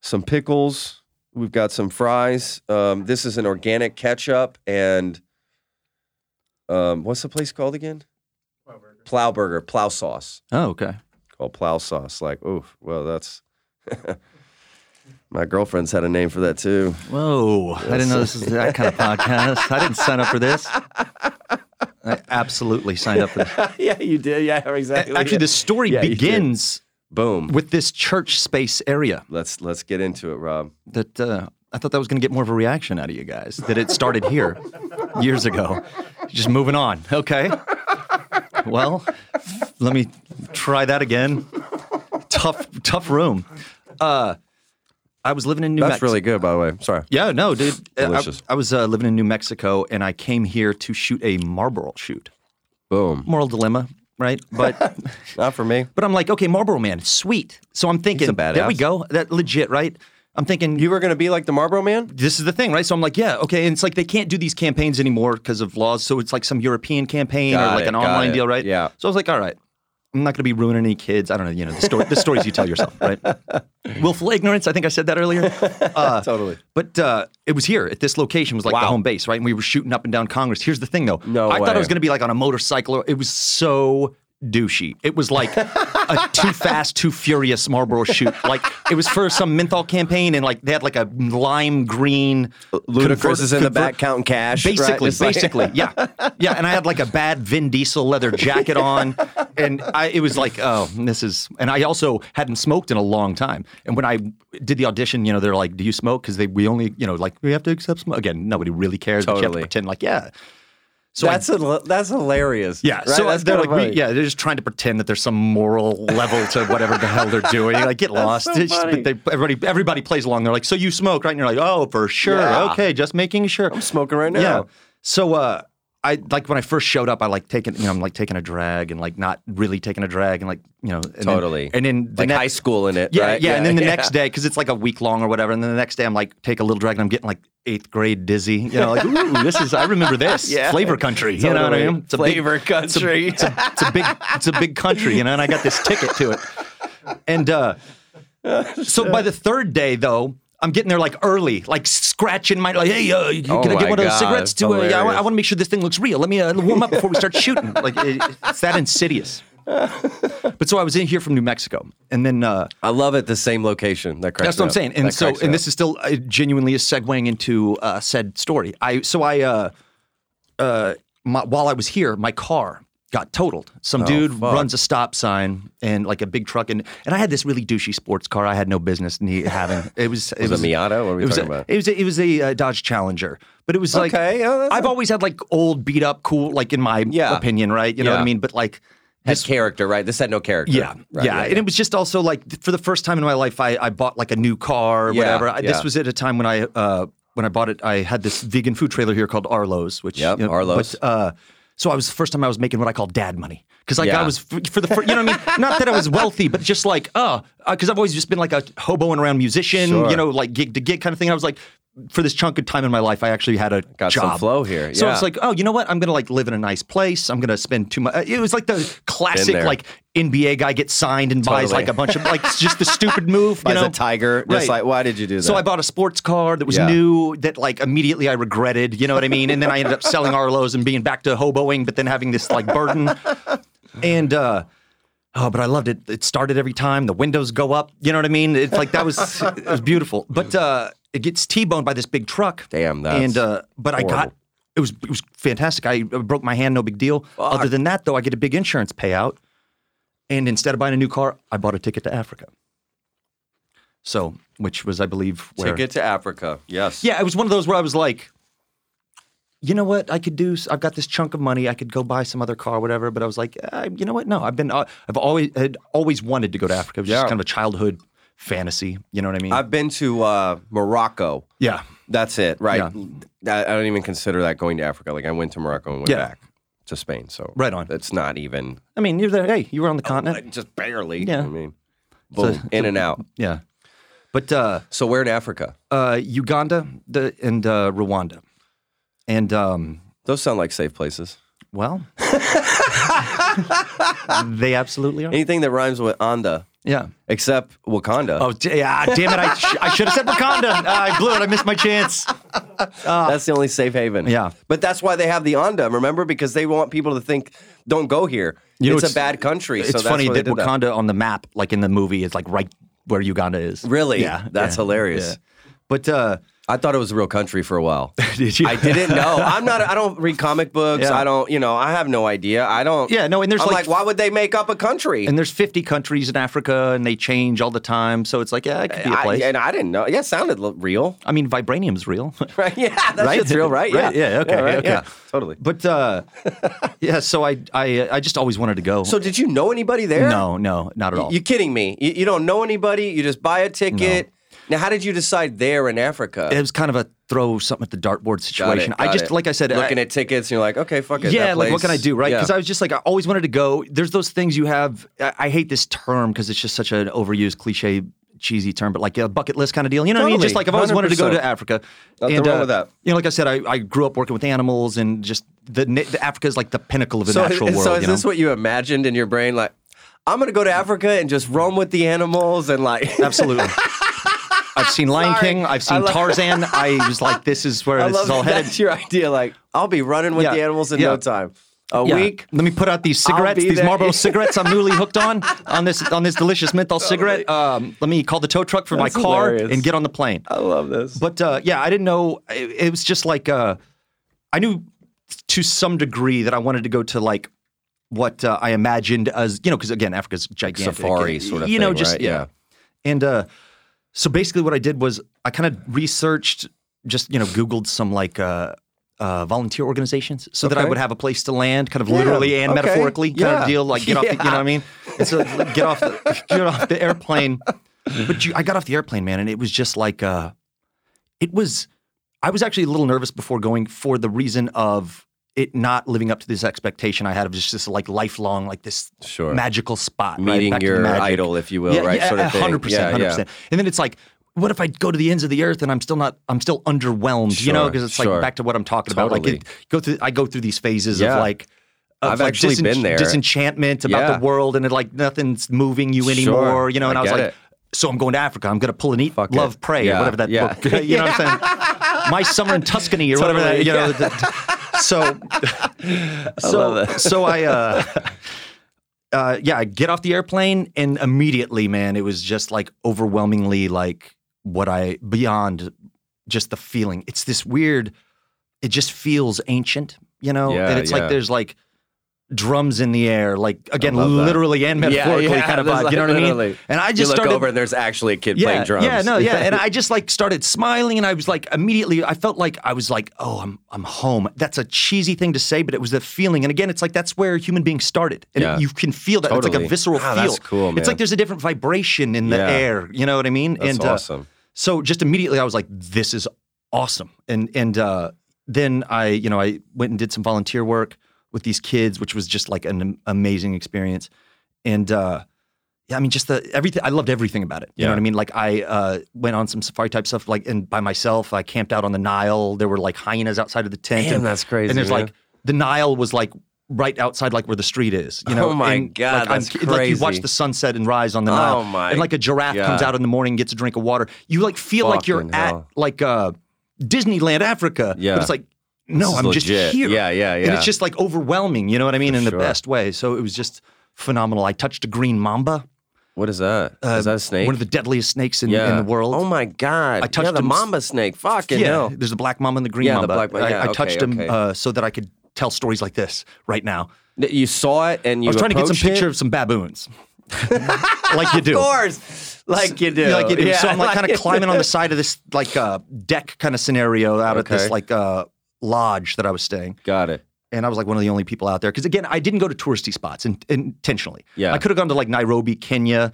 Speaker 1: some pickles. We've got some fries. Um, this is an organic ketchup and um, what's the place called again? Plow burger, plow sauce
Speaker 2: Oh, okay.
Speaker 1: called plow sauce. Like, oof, well, that's [laughs] my girlfriend's had a name for that too.
Speaker 2: Whoa. I didn't know this was that kind of podcast. I didn't sign up for this. I absolutely signed up
Speaker 1: [laughs]
Speaker 2: for this.
Speaker 1: [laughs] yeah, you did. Yeah, exactly.
Speaker 2: Actually, the story
Speaker 1: Yeah, you did.
Speaker 2: begins
Speaker 1: boom.
Speaker 2: with this church space area
Speaker 1: Let's let's get into it, Rob.
Speaker 2: that uh, I thought that was going to get more of a reaction out of you guys, that it started here years ago. Just moving on. Okay. Well, let me try that again. Tough, tough room. Uh, I was living in New
Speaker 1: That's
Speaker 2: Mexico.
Speaker 1: really good, by the way. Sorry.
Speaker 2: Yeah, no, dude. Uh, I- I,
Speaker 1: Delicious.
Speaker 2: I was uh, living in New Mexico, and I came here to shoot a Marlboro shoot.
Speaker 1: Boom.
Speaker 2: Moral dilemma, right?
Speaker 1: [laughs]
Speaker 2: But
Speaker 1: Not for me.
Speaker 2: but I'm like, okay, Marlboro Man, sweet. So I'm thinking,
Speaker 1: a badass.
Speaker 2: there we go. That legit, right? I'm thinking,
Speaker 1: You were gonna be like the Marlboro Man?
Speaker 2: this is the thing, right? So I'm like, yeah, okay. And it's like they can't do these campaigns anymore because of laws. So it's like some European campaign
Speaker 1: Got
Speaker 2: or like
Speaker 1: it,
Speaker 2: an
Speaker 1: got
Speaker 2: online
Speaker 1: it.
Speaker 2: deal, right?
Speaker 1: Yeah.
Speaker 2: So I was like, all right, I'm not going to be ruining any kids. I don't know, you know, the, story, the stories you tell yourself,
Speaker 1: [laughs]
Speaker 2: right? Willful ignorance. I think I said that earlier. Uh,
Speaker 1: Totally.
Speaker 2: But uh, it was here at this location was like the
Speaker 1: Wow.
Speaker 2: home base, right? And we were shooting up and down Congress. Here's the thing, though.
Speaker 1: No
Speaker 2: I
Speaker 1: way.
Speaker 2: thought it was going to be like on a motorcycle. Or, it was so douchey. It was like a
Speaker 1: [laughs]
Speaker 2: too fast, too furious Marlboro shoot. Like it was for some menthol campaign, and like they had like a lime green.
Speaker 1: Ludacris
Speaker 2: convert-
Speaker 1: is in the
Speaker 2: convert-
Speaker 1: back counting cash. right?
Speaker 2: Basically,
Speaker 1: It's like-
Speaker 2: basically, yeah, yeah. And I had like a bad Vin Diesel leather jacket on, and I it was like, oh, this is. And I also hadn't smoked in a long time. And when I did the audition, you know, they're like, "Do you smoke?" Because they we only, you know, like we have to accept smoke. Again, nobody really cares. But you have to
Speaker 1: Totally.
Speaker 2: pretend like, yeah. So I-
Speaker 1: that's a, that's hilarious.
Speaker 2: yeah,
Speaker 1: Right?
Speaker 2: so
Speaker 1: that's
Speaker 2: they're
Speaker 1: kinda
Speaker 2: like, we,
Speaker 1: funny.
Speaker 2: yeah, they're just trying to pretend that there's some moral level to whatever the hell they're doing.
Speaker 1: [laughs]
Speaker 2: Like, get lost.
Speaker 1: so
Speaker 2: It's just-
Speaker 1: funny.
Speaker 2: but they, everybody, everybody plays along. They're like, so you smoke, right? And you're like, oh, for sure,
Speaker 1: Yeah.
Speaker 2: okay, just making sure.
Speaker 1: I'm smoking right now.
Speaker 2: Yeah. So uh I like when I first showed up, I like taking you know, I'm like taking a drag and like not really taking a drag and like, you know, and then-
Speaker 1: Totally.
Speaker 2: and then the
Speaker 1: Like
Speaker 2: next
Speaker 1: high school in it.
Speaker 2: yeah,
Speaker 1: right?
Speaker 2: yeah, and then the
Speaker 1: yeah.
Speaker 2: next day, because it's like a week long or whatever, and then the next day I'm like take a little drag and I'm getting like eighth grade dizzy. You know, like, ooh, this is I remember
Speaker 1: [laughs]
Speaker 2: this.
Speaker 1: Yeah.
Speaker 2: Flavor country. You know what I
Speaker 1: Totally.
Speaker 2: mean? It's a big-
Speaker 1: Flavor country.
Speaker 2: it's a, it's a big it's a big country, you know, and I got this ticket to it.
Speaker 1: [laughs]
Speaker 2: And uh so by the third day though, I'm getting there like early, like scratching my like, hey, uh, can
Speaker 1: Oh
Speaker 2: I
Speaker 1: my
Speaker 2: get one of
Speaker 1: God,
Speaker 2: those cigarettes too? Uh, yeah, I,
Speaker 1: hilarious.
Speaker 2: want to make sure this thing looks real. Let me uh, warm up before we start shooting. Like it, it's
Speaker 1: [laughs]
Speaker 2: that insidious. But so I was in here from New Mexico, and then uh,
Speaker 1: I love it. The same location. That cracks
Speaker 2: that's
Speaker 1: me
Speaker 2: what I'm
Speaker 1: up.
Speaker 2: saying. And
Speaker 1: That
Speaker 2: so,
Speaker 1: cracks me
Speaker 2: and
Speaker 1: up.
Speaker 2: this is still uh, genuinely is segueing into uh, said story. I so I uh, uh, my, while I was here, my car got totaled.
Speaker 1: Oh,
Speaker 2: Some dude runs a stop sign and like a big truck, and and I had this really douchey sports car. I had no business need, having. It was it
Speaker 1: Was it
Speaker 2: was
Speaker 1: Miata? What are we
Speaker 2: it was
Speaker 1: talking
Speaker 2: a,
Speaker 1: about?
Speaker 2: It was a, it was a uh, Dodge Challenger, but it was like
Speaker 1: Okay, oh, that's
Speaker 2: I've
Speaker 1: a-
Speaker 2: always had like old beat up cool like in my
Speaker 1: Yeah.
Speaker 2: opinion, right? You know what
Speaker 1: Yeah.
Speaker 2: I mean? But like
Speaker 1: had character, right? This had no character.
Speaker 2: yeah,
Speaker 1: Right,
Speaker 2: yeah. And it was just also like th- for the first time in my life, I, I bought like a new car or
Speaker 1: Yeah,
Speaker 2: whatever. I,
Speaker 1: yeah.
Speaker 2: This was at a time when I uh, when I bought it, I had this vegan food trailer here called Arlo's, which
Speaker 1: Yep, Arlo's.
Speaker 2: But, uh, so I was the first time I was making what I call dad money because like
Speaker 1: Yeah.
Speaker 2: I was f- for the first, you know what I mean? [laughs] Not that I was wealthy, but just like oh, because I've always just been like a hoboing around musician,
Speaker 1: Sure.
Speaker 2: you know, like gig to gig kind of thing. And I was like. For this chunk of time in my life, I actually had a
Speaker 1: Got some
Speaker 2: job.
Speaker 1: flow here,
Speaker 2: So I was
Speaker 1: yeah.
Speaker 2: like, oh, you know what? I'm gonna like live in a nice place. I'm gonna spend too much. It was like the classic
Speaker 1: there.
Speaker 2: like NBA guy gets signed and buys
Speaker 1: Totally.
Speaker 2: like a bunch of like just the stupid move.
Speaker 1: [laughs]
Speaker 2: You
Speaker 1: Buys
Speaker 2: know?
Speaker 1: a tiger. Just
Speaker 2: Right.
Speaker 1: like, why did you do that?
Speaker 2: So I bought a sports car that was
Speaker 1: Yeah.
Speaker 2: new that like immediately I regretted, you know what I mean? And then I ended up selling Arlo's and being back to hoboing, but then having this like burden. And uh oh, but I loved it. It started every time. The windows go up, you know what I mean? It's like that was it was beautiful. But uh it gets T-boned by this big truck.
Speaker 1: Damn, that's
Speaker 2: And uh but I got
Speaker 1: horrible.
Speaker 2: it was it was fantastic. I broke my hand, no big deal. Other than that though, I get a big insurance payout. And instead of buying a new car, I bought a ticket to Africa. So, which was, I believe, where
Speaker 1: ticket to Africa. Yes.
Speaker 2: yeah, it was one of those where I was like, you know what I could do? s- I've got this chunk of money. I could go buy some other car, whatever. But I was like, uh, you know what? No, I've been, uh, I've always, had always wanted to go to Africa. It was
Speaker 1: Yeah.
Speaker 2: just kind of a childhood fantasy. You know what I mean?
Speaker 1: I've been to uh, Morocco.
Speaker 2: yeah.
Speaker 1: That's it, right?
Speaker 2: Yeah.
Speaker 1: I, I don't even consider that going to Africa. Like I went to Morocco and went
Speaker 2: Yeah.
Speaker 1: back to Spain. So
Speaker 2: Right on.
Speaker 1: It's not even
Speaker 2: I mean, you're there. Hey, you were
Speaker 1: Oh,
Speaker 2: on the continent.
Speaker 1: just barely.
Speaker 2: Yeah.
Speaker 1: I mean, boom,
Speaker 2: [laughs]
Speaker 1: in and out.
Speaker 2: Yeah. But uh,
Speaker 1: So we're in Africa.
Speaker 2: uh, Uganda the, and uh, Rwanda. And um,
Speaker 1: Those sound like safe places.
Speaker 2: well, they absolutely are.
Speaker 1: Anything that rhymes with Anda,
Speaker 2: Yeah.
Speaker 1: except Wakanda.
Speaker 2: Oh, d- yeah, damn it. I, sh- I should have said Wakanda. Uh, I blew it. I missed my chance.
Speaker 1: that's the only safe haven.
Speaker 2: Yeah.
Speaker 1: But that's why they have the Anda, remember? Because they want people to think, don't go here.
Speaker 2: know,
Speaker 1: it's,
Speaker 2: it's-
Speaker 1: a bad country. so
Speaker 2: It's
Speaker 1: that's
Speaker 2: funny
Speaker 1: why they
Speaker 2: that
Speaker 1: did
Speaker 2: Wakanda on the map, like in the movie, is like right where Uganda is.
Speaker 1: Really?
Speaker 2: Yeah.
Speaker 1: That's
Speaker 2: yeah,
Speaker 1: hilarious.
Speaker 2: yeah. But uh,
Speaker 1: I thought it was a real country for a
Speaker 2: [laughs]
Speaker 1: while.
Speaker 2: did you?
Speaker 1: I didn't know. I'm not. I don't read comic books.
Speaker 2: Yeah.
Speaker 1: I don't. You know. I have no idea. I don't.
Speaker 2: Yeah, no, and there's
Speaker 1: I'm
Speaker 2: like-
Speaker 1: like, why would they make up a country?
Speaker 2: And there's 50 countries in Africa, and they change all the time. So it's like, yeah, it could be a
Speaker 1: I,
Speaker 2: place. I,
Speaker 1: and I didn't know. Yeah, it sounded lo- real. [laughs]
Speaker 2: mean, vibranium's real, [laughs]
Speaker 1: Right? Yeah, that
Speaker 2: Right?
Speaker 1: shit's real, right?
Speaker 2: Right, yeah, okay,
Speaker 1: right,
Speaker 2: okay.
Speaker 1: yeah, totally.
Speaker 2: but uh, yeah. So I, I, I just always wanted to go.
Speaker 1: So, did you know anybody there?
Speaker 2: no, no, not at all.
Speaker 1: You kidding me? You, you don't know anybody. You just buy a ticket. Now, how did you decide there in Africa?
Speaker 2: it was kind of a throw something at the dartboard
Speaker 1: Got it,
Speaker 2: situation. I
Speaker 1: got
Speaker 2: just,
Speaker 1: it.
Speaker 2: like I said,
Speaker 1: looking
Speaker 2: I,
Speaker 1: at tickets, and you're like, okay, fuck it.
Speaker 2: yeah,
Speaker 1: that
Speaker 2: like what
Speaker 1: place-
Speaker 2: can I do, right?
Speaker 1: Yeah.
Speaker 2: Because I was just like, I always wanted to go. There's those things you have. I, I hate this term because it's just such an overused, cliche, cheesy term, but like a bucket list kind of deal. You know what I mean?
Speaker 1: Totally,
Speaker 2: Just like I've always wanted to go
Speaker 1: 100%.
Speaker 2: to Africa.
Speaker 1: Nothing
Speaker 2: and, uh,
Speaker 1: wrong with that.
Speaker 2: You know, like I said, I, I grew up working with animals and just the, na- the Africa is like the pinnacle of
Speaker 1: [laughs]
Speaker 2: the
Speaker 1: so,
Speaker 2: natural
Speaker 1: is-
Speaker 2: world.
Speaker 1: so is
Speaker 2: you know?
Speaker 1: this what you imagined in your brain? Like, I'm gonna go to Africa and just roam with the animals and like.
Speaker 2: Absolutely.
Speaker 1: [laughs]
Speaker 2: I've seen Lion
Speaker 1: Sorry.
Speaker 2: King. I've seen
Speaker 1: I love-
Speaker 2: Tarzan. I was like, this is where
Speaker 1: I
Speaker 2: this
Speaker 1: love
Speaker 2: is all
Speaker 1: that
Speaker 2: headed.
Speaker 1: [laughs] that's your idea. Like, I'll be running with
Speaker 2: Yeah,
Speaker 1: the animals in
Speaker 2: yeah.
Speaker 1: no time. A
Speaker 2: Yeah.
Speaker 1: week.
Speaker 2: Let me put out these cigarettes,
Speaker 1: be
Speaker 2: these
Speaker 1: there. [laughs]
Speaker 2: Marlboro cigarettes I'm newly hooked on on this on this delicious menthol cigarette. Um, let me call the tow truck for
Speaker 1: Oh, That's
Speaker 2: my car
Speaker 1: hilarious.
Speaker 2: and get on the plane.
Speaker 1: I love this.
Speaker 2: But uh, yeah, I didn't know. It, it was just like uh, I knew to some degree that I wanted to go to like what uh, I imagined as you know because again Africa's gigantic
Speaker 1: safari sort of
Speaker 2: you know
Speaker 1: thing,
Speaker 2: just
Speaker 1: right?
Speaker 2: yeah.
Speaker 1: Yeah.
Speaker 2: and uh, so basically what I did was I kind of researched just you know Googled some like. Uh, uh, volunteer organizations, so that I
Speaker 1: Okay.
Speaker 2: would have a place to land, kind of literally and
Speaker 1: okay,
Speaker 2: metaphorically, kind
Speaker 1: yeah.
Speaker 2: of deal. Like get off, the, you know
Speaker 1: Yeah.
Speaker 2: what
Speaker 1: [laughs]
Speaker 2: I mean? And so like, get off, the, get off the airplane. But you, I got off the airplane, man, and it was just like uh, it was I was actually a little nervous before going for the reason of it not living up to this expectation I had of just this like lifelong like this
Speaker 1: Sure.
Speaker 2: magical spot right?
Speaker 1: Meeting
Speaker 2: Back to the
Speaker 1: your
Speaker 2: magic.
Speaker 1: idol, if you will, right?
Speaker 2: Yeah,
Speaker 1: sort of thing.
Speaker 2: 100%,
Speaker 1: Yeah,
Speaker 2: 100%.
Speaker 1: yeah.
Speaker 2: And then it's like what if I go to the ends of the earth and I'm still not I'm still underwhelmed, you know,
Speaker 1: Sure,
Speaker 2: because it's
Speaker 1: sure.
Speaker 2: like back to what I'm talking about like
Speaker 1: Totally.
Speaker 2: it, go through I go through these phases
Speaker 1: Yeah.
Speaker 2: of like of,
Speaker 1: I've
Speaker 2: like,
Speaker 1: actually
Speaker 2: disen-
Speaker 1: been there.
Speaker 2: disenchantment about
Speaker 1: Yeah.
Speaker 2: the world and it like nothing's moving you anymore, you know, and
Speaker 1: I
Speaker 2: I, was
Speaker 1: get
Speaker 2: like
Speaker 1: it.
Speaker 2: so I'm going to Africa. I'm going to pull an eat,
Speaker 1: Fuck it.
Speaker 2: love, pray,
Speaker 1: Yeah,
Speaker 2: or whatever that
Speaker 1: yeah.
Speaker 2: book. [laughs] You know what I'm saying? My summer in Tuscany, or whatever that.
Speaker 1: [laughs] Totally,
Speaker 2: You know, the-
Speaker 1: [laughs]
Speaker 2: so [laughs] so so I. Uh, Uh, yeah, I get off the airplane and immediately, man, it was just like overwhelmingly like what I beyond just the feeling. It's this weird. It just feels ancient, you know.
Speaker 1: Yeah,
Speaker 2: and it's
Speaker 1: yeah.
Speaker 2: like there's like drums in the air, like again,
Speaker 1: love that.
Speaker 2: literally and metaphorically,
Speaker 1: yeah,
Speaker 2: kind
Speaker 1: [laughs]
Speaker 2: of.
Speaker 1: there's
Speaker 2: vibe, you know
Speaker 1: like
Speaker 2: what I mean?
Speaker 1: literally-
Speaker 2: And I
Speaker 1: you
Speaker 2: just
Speaker 1: look
Speaker 2: started
Speaker 1: over and there's actually a kid playing
Speaker 2: yeah,
Speaker 1: drums.
Speaker 2: Yeah,
Speaker 1: [laughs]
Speaker 2: no, yeah. and I just like started smiling and I was like immediately I felt like I was like, oh, I'm I'm home. That's a cheesy thing to say, but it was the feeling. And again, it's like that's where human beings started. And
Speaker 1: Yeah.
Speaker 2: you can feel that. It's like
Speaker 1: Totally.
Speaker 2: a visceral
Speaker 1: Wow,
Speaker 2: feel.
Speaker 1: that's cool, man.
Speaker 2: It's like there's a different vibration in the
Speaker 1: Yeah.
Speaker 2: air. You know what I mean?
Speaker 1: That's
Speaker 2: and uh,
Speaker 1: awesome.
Speaker 2: so just immediately I was like, this is awesome. And and uh, then I, you know, I went and did some volunteer work with these kids, which was just like an am- amazing experience. And uh, yeah, I mean, just the everything. I loved everything about it. You know
Speaker 1: Yeah.
Speaker 2: what I mean? Like I uh, went on some safari type stuff, like and by myself. I camped out on the Nile. There were like hyenas outside of the tent.
Speaker 1: Damn,
Speaker 2: and,
Speaker 1: that's crazy,
Speaker 2: And there's
Speaker 1: man.
Speaker 2: like the Nile was like right outside, like where the street is. You know?
Speaker 1: Oh my
Speaker 2: And,
Speaker 1: God,
Speaker 2: like, I'm
Speaker 1: that's
Speaker 2: ki- Like you watch
Speaker 1: crazy.
Speaker 2: the sunset and rise on the Nile.
Speaker 1: Oh my
Speaker 2: And like a giraffe comes
Speaker 1: God.
Speaker 2: out in the morning, gets a drink of water. You like feel like you're
Speaker 1: Fucking
Speaker 2: at
Speaker 1: hell.
Speaker 2: like uh, Disneyland Africa.
Speaker 1: Yeah.
Speaker 2: But it's like, no,
Speaker 1: This is
Speaker 2: I'm
Speaker 1: legit.
Speaker 2: just here.
Speaker 1: Yeah, yeah, yeah.
Speaker 2: And it's just like overwhelming. You know what I mean? in
Speaker 1: sure.
Speaker 2: the best way. So it was just phenomenal. I touched a green mamba.
Speaker 1: what is that? Is that a snake?
Speaker 2: uh, One of the deadliest snakes in,
Speaker 1: yeah.
Speaker 2: in the world.
Speaker 1: Oh my god!
Speaker 2: I touched
Speaker 1: yeah, the
Speaker 2: him-
Speaker 1: mamba snake. Fucking
Speaker 2: yeah,
Speaker 1: hell!
Speaker 2: there's the black mamba and the green
Speaker 1: Yeah, the
Speaker 2: mamba.
Speaker 1: black-
Speaker 2: I,
Speaker 1: yeah,
Speaker 2: I
Speaker 1: okay,
Speaker 2: touched him
Speaker 1: okay.
Speaker 2: uh, so that I could tell stories like this right now.
Speaker 1: That You saw it and you
Speaker 2: I was trying to get some
Speaker 1: approached it?
Speaker 2: picture of some [laughs] baboons, like you do.
Speaker 1: Of course, like you do.
Speaker 2: Yeah, like it-
Speaker 1: Yeah, [laughs]
Speaker 2: so I'm like, kind
Speaker 1: you
Speaker 2: of climbing on
Speaker 1: do.
Speaker 2: the side of this like uh, deck kind of scenario out at
Speaker 1: Okay.
Speaker 2: this like uh, lodge that I was staying.
Speaker 1: Got it.
Speaker 2: And I was like one of the only people out there. Because again, I didn't go to touristy spots in, intentionally.
Speaker 1: Yeah.
Speaker 2: I could have gone to like Nairobi, Kenya,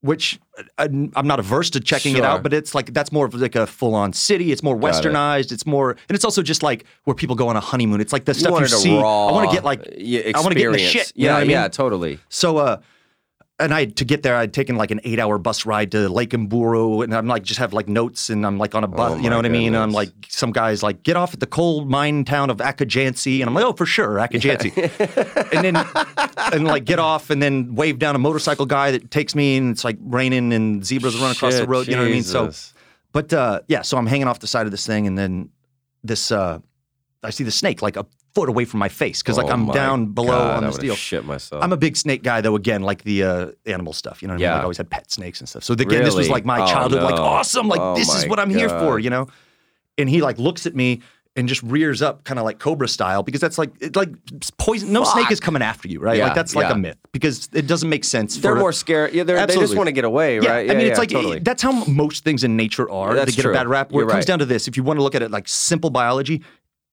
Speaker 2: which I, I'm not averse to checking it
Speaker 1: Sure.
Speaker 2: out, but it's like that's more of like a full on city. It's more
Speaker 1: Got it.
Speaker 2: westernized. It's more, and it's also just like where people go on a honeymoon. It's like the
Speaker 1: you
Speaker 2: stuff you
Speaker 1: wanted
Speaker 2: see.
Speaker 1: a raw.
Speaker 2: I want to get like,
Speaker 1: yeah, experience.
Speaker 2: I want to get in the shit. You
Speaker 1: yeah,
Speaker 2: know what I mean?
Speaker 1: yeah, totally.
Speaker 2: So, uh, and I to get there, I'd taken like an eight-hour bus ride to Lake Mburu, and I'm like just have like notes, and I'm like on a bus,
Speaker 1: Oh,
Speaker 2: you
Speaker 1: my
Speaker 2: know what I mean? And I'm
Speaker 1: goodness.
Speaker 2: like, some guys like get off at the coal mine town of Akajansi, and I'm like, oh, for sure, Akajansi,
Speaker 1: [laughs]
Speaker 2: and then and like get off, and then wave down a motorcycle guy that takes me, and it's like raining and zebras run across the
Speaker 1: Shit,
Speaker 2: road, you know what I mean? So,
Speaker 1: Jesus.
Speaker 2: but uh, yeah, so I'm hanging off the side of this thing, and then this uh, I see the snake like a foot away from my face because like
Speaker 1: Oh
Speaker 2: I'm
Speaker 1: my
Speaker 2: down below
Speaker 1: God, I
Speaker 2: on the
Speaker 1: would've
Speaker 2: steel.
Speaker 1: Shit myself.
Speaker 2: I'm a big snake guy, though. Again, like the uh, animal stuff, you know. What I mean?
Speaker 1: Yeah.
Speaker 2: Like, I always had pet snakes and stuff. So again, this was
Speaker 1: Really?
Speaker 2: like my
Speaker 1: Oh,
Speaker 2: childhood. Like
Speaker 1: no.
Speaker 2: awesome. Like
Speaker 1: Oh,
Speaker 2: this is
Speaker 1: my
Speaker 2: what I'm here
Speaker 1: God.
Speaker 2: for, you know. And he like looks at me and just rears up, kind of like cobra style, because that's like it, like poison. No snake is coming after you, right?
Speaker 1: Yeah,
Speaker 2: like that's like
Speaker 1: yeah.
Speaker 2: a myth because it doesn't make sense.
Speaker 1: they're
Speaker 2: for,
Speaker 1: more scared. Yeah, they're, they just
Speaker 2: Absolutely.
Speaker 1: want to get away,
Speaker 2: yeah,
Speaker 1: right?
Speaker 2: I mean, it's
Speaker 1: yeah,
Speaker 2: like
Speaker 1: totally.
Speaker 2: that's how most things in nature are.
Speaker 1: That's
Speaker 2: they get
Speaker 1: true.
Speaker 2: a bad rap. Where
Speaker 1: You're
Speaker 2: it comes
Speaker 1: right.
Speaker 2: down to this: if you want to look at it like simple biology,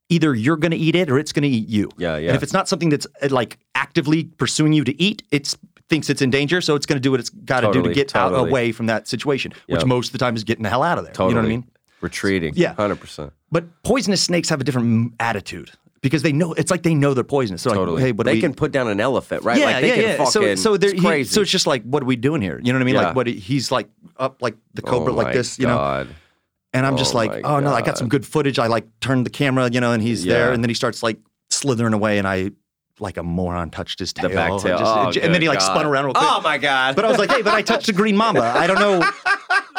Speaker 2: either you're going to eat it or it's going to eat you.
Speaker 1: Yeah, yeah.
Speaker 2: And if it's not something that's uh, like actively pursuing you to eat, it's thinks it's in danger, so it's going to do what it's got to do
Speaker 1: Totally,
Speaker 2: to get out
Speaker 1: totally.
Speaker 2: away from that situation, which
Speaker 1: Yeah.
Speaker 2: most of the time is getting the hell out of there.
Speaker 1: totally.
Speaker 2: You know what I mean?
Speaker 1: Retreating.
Speaker 2: Yeah.
Speaker 1: hundred percent.
Speaker 2: But poisonous snakes have a different attitude because they know it's like they know they're poisonous. They're
Speaker 1: Totally.
Speaker 2: like, hey, what do
Speaker 1: they
Speaker 2: we,
Speaker 1: can put down an elephant, right?
Speaker 2: yeah,
Speaker 1: like they
Speaker 2: yeah,
Speaker 1: can
Speaker 2: yeah.
Speaker 1: Fucking,
Speaker 2: so, so there,
Speaker 1: it's
Speaker 2: he-
Speaker 1: crazy.
Speaker 2: so it's just like, what are we doing here? You know what I mean?
Speaker 1: Yeah.
Speaker 2: Like, what he- he's like up like the cobra,
Speaker 1: oh
Speaker 2: like
Speaker 1: my
Speaker 2: this, you know.
Speaker 1: God.
Speaker 2: And I'm just
Speaker 1: Oh
Speaker 2: like,
Speaker 1: my
Speaker 2: oh no, I got some good footage. I like turned the camera, you know, and he's there,
Speaker 1: Yeah.
Speaker 2: and then he starts like slithering away, and I, like a moron, touched his tail,
Speaker 1: the back
Speaker 2: and
Speaker 1: tail.
Speaker 2: just-
Speaker 1: oh,
Speaker 2: and, then
Speaker 1: good
Speaker 2: he like spun
Speaker 1: God.
Speaker 2: around real quick.
Speaker 1: Oh my god!
Speaker 2: But I was like, hey, but I touched a green mamba. I don't know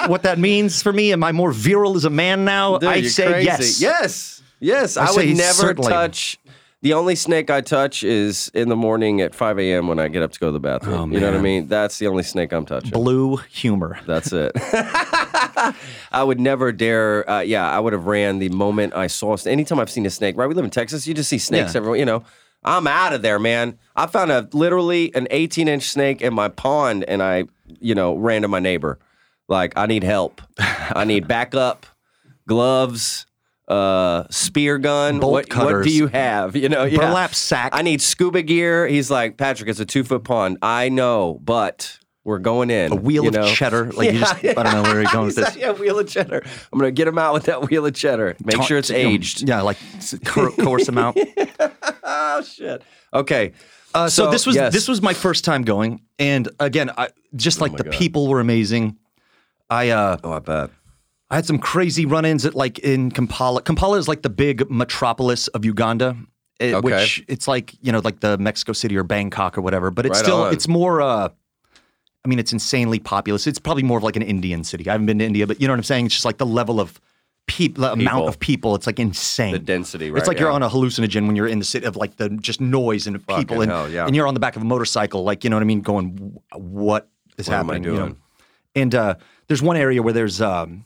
Speaker 2: what that means for me. Am I more virile as a man now?
Speaker 1: Dude,
Speaker 2: I
Speaker 1: you're
Speaker 2: say
Speaker 1: crazy.
Speaker 2: yes.
Speaker 1: Yes. Yes. I,
Speaker 2: I say
Speaker 1: would never
Speaker 2: certainly.
Speaker 1: touch. The only snake I touch is in the morning at 5 a.m. when I get up to go to the bathroom.
Speaker 2: Oh,
Speaker 1: you know what I mean? That's the only snake I'm touching.
Speaker 2: Blue humor.
Speaker 1: That's it. [laughs] I would never dare. Uh, yeah, I would have ran the moment I saw. Anytime I've seen a snake, right? We live in Texas. You just see snakes
Speaker 2: Yeah.
Speaker 1: everywhere. You know, I'm out of there, man. I found a literally an 18 inch snake in my pond, and I, you know, ran to my neighbor. Like, I need help. I need backup, gloves, uh, spear gun.
Speaker 2: Bolt
Speaker 1: what, what do
Speaker 2: cutters.
Speaker 1: you have? You know, yeah.
Speaker 2: Burlap sack.
Speaker 1: I need scuba gear. He's like, Patrick, it's a two foot pond. I know, but we're going in.
Speaker 2: a wheel
Speaker 1: you
Speaker 2: of
Speaker 1: know?
Speaker 2: cheddar. Like you just, I don't know where you're going with
Speaker 1: He's
Speaker 2: this.
Speaker 1: like, yeah, wheel of cheddar. I'm gonna get him out with that wheel of cheddar. Make sure it's
Speaker 2: You know,
Speaker 1: aged.
Speaker 2: Yeah, like cor- coarse amount.
Speaker 1: Oh shit. Okay.
Speaker 2: Uh, [laughs] so,
Speaker 1: So,
Speaker 2: this was
Speaker 1: yes.
Speaker 2: this was my first time going, and again, I, just like the people were amazing. I uh,
Speaker 1: Oh, I bet.
Speaker 2: I had some crazy run-ins at like in Kampala. Kampala is like the big metropolis of Uganda, eh,
Speaker 1: Okay.
Speaker 2: which it's like you know like the Mexico City or Bangkok or whatever. But it's
Speaker 1: Right
Speaker 2: still
Speaker 1: on.
Speaker 2: it's more. Uh, I mean, it's insanely populous. It's probably more of like an Indian city. I haven't been to India, but you know what I'm saying. It's just like the level of peop- the amount
Speaker 1: People.
Speaker 2: of people. It's like insane.
Speaker 1: The density, right?
Speaker 2: It's like you're
Speaker 1: yeah.
Speaker 2: on a hallucinogen when you're in the city of like the just noise and people and,
Speaker 1: hell, yeah.
Speaker 2: and you're on the back of a motorcycle, like you know what I mean, going what is
Speaker 1: What am I
Speaker 2: happening? you know?
Speaker 1: doing?
Speaker 2: And uh, there's one area where there's um,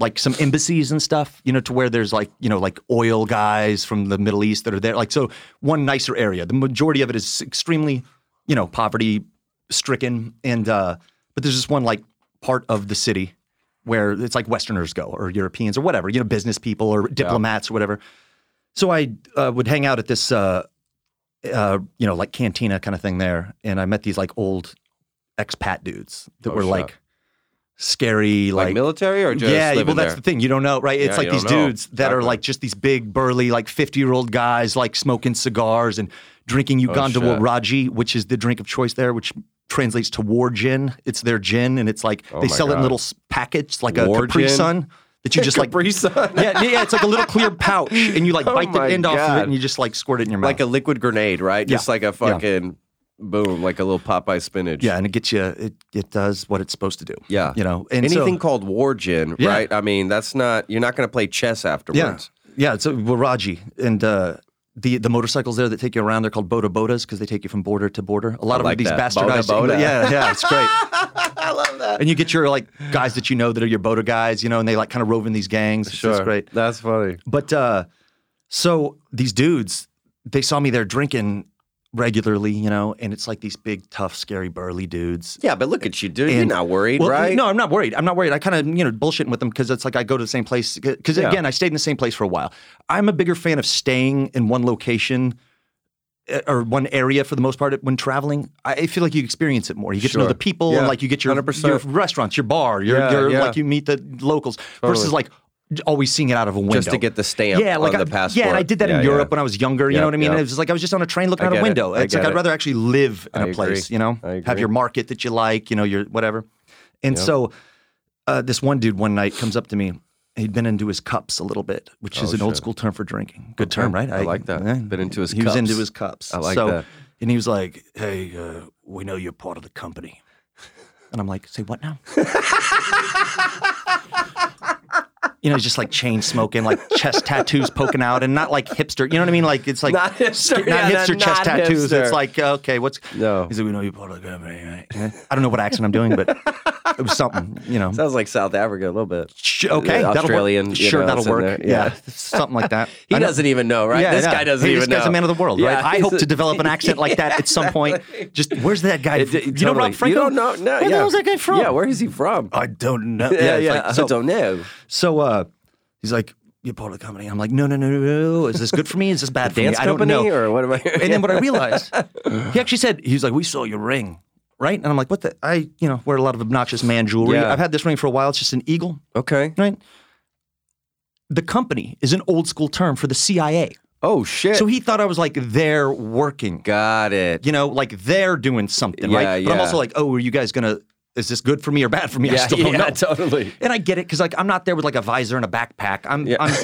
Speaker 2: like some embassies and stuff, you know, to where there's like you know like oil guys from the Middle East that are there. Like so, one nicer area. The majority of it is extremely, you know, poverty stricken, and uh, but there's this one like part of the city where it's like Westerners go or Europeans or whatever, you know, business people or diplomats or whatever. So I uh, would hang out at this, uh, uh, you know, like cantina kind of thing there, and I met these like old expat dudes that
Speaker 1: Oh,
Speaker 2: were
Speaker 1: shit.
Speaker 2: like scary,
Speaker 1: like,
Speaker 2: like.
Speaker 1: military or just
Speaker 2: yeah,
Speaker 1: living
Speaker 2: well, that's
Speaker 1: there?
Speaker 2: the thing. You don't know, right? It's
Speaker 1: Yeah,
Speaker 2: like
Speaker 1: you
Speaker 2: these
Speaker 1: don't know.
Speaker 2: dudes that are
Speaker 1: Exactly.
Speaker 2: like just these big, burly, like 50 year old guys, like smoking cigars and drinking Uganda
Speaker 1: Oh, shit.
Speaker 2: Waraji, which is the drink of choice there, which translates to war gin. It's their gin, and it's like
Speaker 1: Oh
Speaker 2: they
Speaker 1: my
Speaker 2: sell it in
Speaker 1: God.
Speaker 2: little s- packets, like a
Speaker 1: War
Speaker 2: Capri
Speaker 1: gin?
Speaker 2: Sun
Speaker 1: [laughs]
Speaker 2: that you just like
Speaker 1: Capri Sun.
Speaker 2: yeah, yeah, it's like a little clear pouch, and you
Speaker 1: [laughs]
Speaker 2: like
Speaker 1: Oh
Speaker 2: bite the
Speaker 1: my
Speaker 2: end off of
Speaker 1: God.
Speaker 2: it, and you just like squirt it in your mouth.
Speaker 1: like a liquid grenade, right?
Speaker 2: Yeah.
Speaker 1: Just like a fucking boom, like a little Popeye spinach.
Speaker 2: yeah, and it gets you. It it does what it's supposed to do.
Speaker 1: Yeah.
Speaker 2: you know, and
Speaker 1: Anything
Speaker 2: So,
Speaker 1: called war gin,
Speaker 2: Yeah.
Speaker 1: right? I mean, that's not you're not gonna play chess
Speaker 2: yeah,
Speaker 1: afterwards.
Speaker 2: yeah. It's a Waraji, and uh, the the motorcycles there that take you around, they're called boda bodas because they take you from border to border. A lot of
Speaker 1: like
Speaker 2: these
Speaker 1: that.
Speaker 2: bastardized.
Speaker 1: Boda boda.
Speaker 2: Yeah, yeah, it's great.
Speaker 1: [laughs] I love that.
Speaker 2: and you get your like guys that you know that are your boda guys, you know, and they like kind of rove in these gangs. It's just great.
Speaker 1: That's funny.
Speaker 2: But uh, so these dudes, they saw me there drinking regularly, you know, and it's like these big, tough, scary, burly dudes.
Speaker 1: Yeah, but look at you, dude. You're
Speaker 2: And-
Speaker 1: not worried,
Speaker 2: Well,
Speaker 1: right?
Speaker 2: No, I'm not worried. I'm not worried. I kind of, you know, bullshitting with them because it's like I go to the same place. Because
Speaker 3: Yeah.
Speaker 2: again, I stayed in the same place for a while. I'm a bigger fan of staying in one location eh, or one area for the most part when traveling. I I feel like you experience it more. You get to
Speaker 1: Sure.
Speaker 2: know the people
Speaker 1: Yeah.
Speaker 2: and like you get your,
Speaker 1: 100%.
Speaker 2: your restaurants, your bar, your,
Speaker 1: Yeah,
Speaker 2: your
Speaker 1: yeah.
Speaker 2: like you meet the locals versus like always seeing it out of a window.
Speaker 1: Just to get the stamp
Speaker 2: yeah, like
Speaker 1: on
Speaker 2: I,
Speaker 1: the passport.
Speaker 2: Yeah, and I did that
Speaker 1: Yeah,
Speaker 2: in
Speaker 1: yeah.
Speaker 2: Europe when I was younger. You
Speaker 1: Yep,
Speaker 2: know what I mean?
Speaker 1: yep.
Speaker 2: It was like I was just on a train looking
Speaker 1: I
Speaker 2: out
Speaker 1: get
Speaker 2: a
Speaker 1: it,
Speaker 2: window.
Speaker 1: I
Speaker 2: It's like
Speaker 1: get it.
Speaker 2: I'd rather actually live in
Speaker 1: I
Speaker 2: a
Speaker 1: agree,
Speaker 2: place, you know,
Speaker 1: I agree.
Speaker 2: have your market that you like, you know, your whatever. And
Speaker 1: Yep.
Speaker 2: so uh, this one dude one night comes up to me. He'd been into his cups a little bit, which is
Speaker 1: Oh,
Speaker 2: an old
Speaker 1: shit.
Speaker 2: school term for drinking. Good term, right?
Speaker 1: I like that. Been into his
Speaker 2: he was into
Speaker 1: cups.
Speaker 2: his cups.
Speaker 1: I like
Speaker 2: so,
Speaker 1: that.
Speaker 2: And he was like, "Hey, uh, we know you're part of the company." And I'm like, "Say what now?" you know, he's just like chain smoking, like chest tattoos poking out, and not like hipster. You know what I mean? Like it's like
Speaker 1: Not hipster,
Speaker 2: not
Speaker 1: yeah,
Speaker 2: hipster
Speaker 1: not-
Speaker 2: chest
Speaker 1: not
Speaker 2: tattoos.
Speaker 1: hipster.
Speaker 2: It's like okay, what's
Speaker 1: No.
Speaker 2: He's like, we know you're part of the company, right? I don't know what accent I'm doing, but it was something. You know,
Speaker 1: Sounds like South Africa a little bit.
Speaker 2: Sh- okay, that'll work.
Speaker 1: Australian, you
Speaker 2: Sure,
Speaker 1: know, it's in
Speaker 2: that'll work.
Speaker 1: there, yeah.
Speaker 2: Yeah. something like that.
Speaker 1: [laughs] He
Speaker 2: I know-
Speaker 1: doesn't even know, right?
Speaker 2: Yeah,
Speaker 1: this
Speaker 2: yeah.
Speaker 1: guy doesn't
Speaker 2: hey,
Speaker 1: even
Speaker 2: this guy's
Speaker 1: know.
Speaker 2: a man of the world,
Speaker 1: Yeah,
Speaker 2: right? I
Speaker 1: he's
Speaker 2: hope
Speaker 1: a-
Speaker 2: to develop an accent like that at
Speaker 1: [laughs]
Speaker 2: some point. Just where's that guy?
Speaker 1: It- it-
Speaker 2: you know
Speaker 1: totally.
Speaker 2: Rob
Speaker 1: You
Speaker 2: Franco?
Speaker 1: don't know. No,
Speaker 2: where
Speaker 1: yeah.
Speaker 2: the hell's that guy from?
Speaker 1: Yeah, where is he from?
Speaker 2: I don't know. Yeah, yeah.
Speaker 1: it's like,
Speaker 2: so,
Speaker 1: I don't know.
Speaker 2: so uh, he's like, you're part of the company. I'm like, no, no, no, no. Is this good for me? Is
Speaker 1: [laughs]
Speaker 2: this bad for
Speaker 1: Dance
Speaker 2: me? I don't
Speaker 1: company
Speaker 2: know.
Speaker 1: or what am I?
Speaker 2: And then what I realized, he actually said, he was like, we saw your ring, right? And I'm like, what the? I, you know, wear a lot of obnoxious man jewelry.
Speaker 1: Yeah.
Speaker 2: I've had this ring for a while. It's just an eagle,
Speaker 1: [laughs] okay.
Speaker 2: right? The company is an old school term for the CIA.
Speaker 1: Oh shit.
Speaker 2: So he thought I was like there working,
Speaker 1: Got it.
Speaker 2: you know, like they're doing something,
Speaker 1: Yeah,
Speaker 2: right? But I'm
Speaker 1: yeah.
Speaker 2: also like, oh, are you guys gonna? Is this good for me or bad for me? I
Speaker 1: yeah,
Speaker 2: still don't
Speaker 1: yeah,
Speaker 2: know.
Speaker 1: totally.
Speaker 2: And I get it because like I'm not there with like a visor and a backpack. I'm
Speaker 1: Yeah.
Speaker 2: I'm,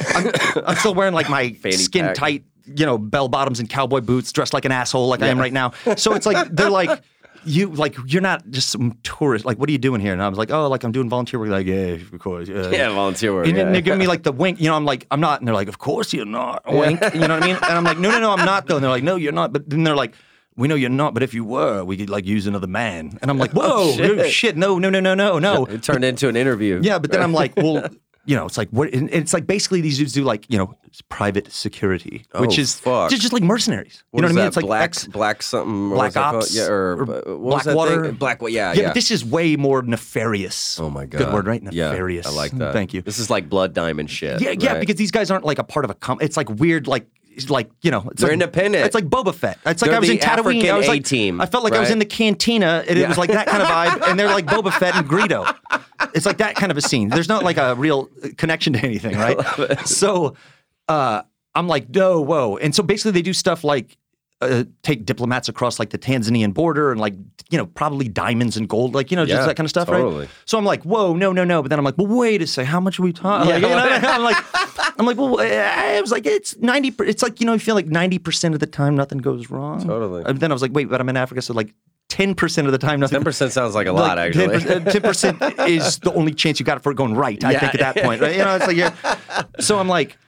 Speaker 2: I'm I'm still wearing like my
Speaker 1: [laughs] Fanny
Speaker 2: skin
Speaker 1: pack.
Speaker 2: tight, you know, bell bottoms and cowboy boots, dressed like an asshole like I am right now. So it's like they're like. You like you're not just some tourist. Like, what are you doing here? And I was like, oh, like I'm doing volunteer work. Like, yeah, of course. Yeah,
Speaker 1: Yeah, volunteer work.
Speaker 2: and
Speaker 1: yeah.
Speaker 2: then
Speaker 1: [laughs]
Speaker 2: they give me like the wink. You know, I'm like, I'm not. And they're like, of course you're not. Wink. You know what I mean? And I'm like, no, no, no, I'm not though. And they're like, no, you're not. But then they're like, we know you're not. But if you were, we could like use another man. And
Speaker 1: [laughs]
Speaker 2: I'm like, whoa,
Speaker 1: Oh, shit.
Speaker 2: shit. shit, no, no, no, no, no, no.
Speaker 1: It turned into an interview.
Speaker 2: Yeah, but then I'm
Speaker 1: [laughs]
Speaker 2: like, well, you know, it's like what? and It's like basically these dudes do like you know private security, which
Speaker 1: Oh,
Speaker 2: is
Speaker 1: fuck.
Speaker 2: just just like mercenaries.
Speaker 1: What
Speaker 2: you
Speaker 1: is
Speaker 2: know what I mean?
Speaker 1: that?
Speaker 2: It's like
Speaker 1: black,
Speaker 2: ex-
Speaker 1: black something. what was
Speaker 2: Black
Speaker 1: that called?
Speaker 2: Ops
Speaker 1: Yeah, or,
Speaker 2: or
Speaker 1: uh, what was that
Speaker 2: Blackwater.
Speaker 1: thing? Black. Yeah,
Speaker 2: yeah,
Speaker 1: yeah.
Speaker 2: but this is way more nefarious.
Speaker 1: oh my god.
Speaker 2: good word, right?
Speaker 1: Yeah,
Speaker 2: Nefarious. Mm,
Speaker 1: I like that.
Speaker 2: Thank you.
Speaker 1: This is like blood diamond shit.
Speaker 2: Yeah, yeah,
Speaker 1: right?
Speaker 2: because these guys aren't like a part of a com It's like weird, like it's like you know, it's
Speaker 1: They're
Speaker 2: like,
Speaker 1: independent.
Speaker 2: It's like Boba Fett. It's like
Speaker 1: They're
Speaker 2: I was
Speaker 1: the
Speaker 2: in Tatooine.
Speaker 1: African
Speaker 2: I was like,
Speaker 1: A-team,
Speaker 2: I felt like I was
Speaker 1: right?
Speaker 2: in the cantina, and it was like that kind
Speaker 1: [laughs]
Speaker 2: of vibe. And they're like Boba Fett and Greedo. It's like that kind of a scene. There's not like a real connection to
Speaker 1: [laughs]
Speaker 2: anything, right? So uh, I'm like, no, whoa. And so basically, they do stuff like. Uh, take diplomats across like the Tanzanian border and like you know probably diamonds and gold like you know just
Speaker 1: Yeah,
Speaker 2: that kind of stuff
Speaker 1: totally.
Speaker 2: right so I'm like whoa no no no but then I'm like well wait a second how much are we talking like,
Speaker 1: Yeah.
Speaker 2: you know, [laughs] I'm like, I'm like, well, I was like, it's ninety. per- It's like you know, you feel like ninety percent of the time nothing goes wrong.
Speaker 1: Totally.
Speaker 2: And then I was like, wait, but I'm in Africa, so like ten percent of the time nothing.
Speaker 1: Ten percent sounds like a lot, actually.
Speaker 2: Ten percent is the only chance you got for it going right. I
Speaker 1: Yeah.
Speaker 2: think at that point, right? You know, it's like you're. So I'm like,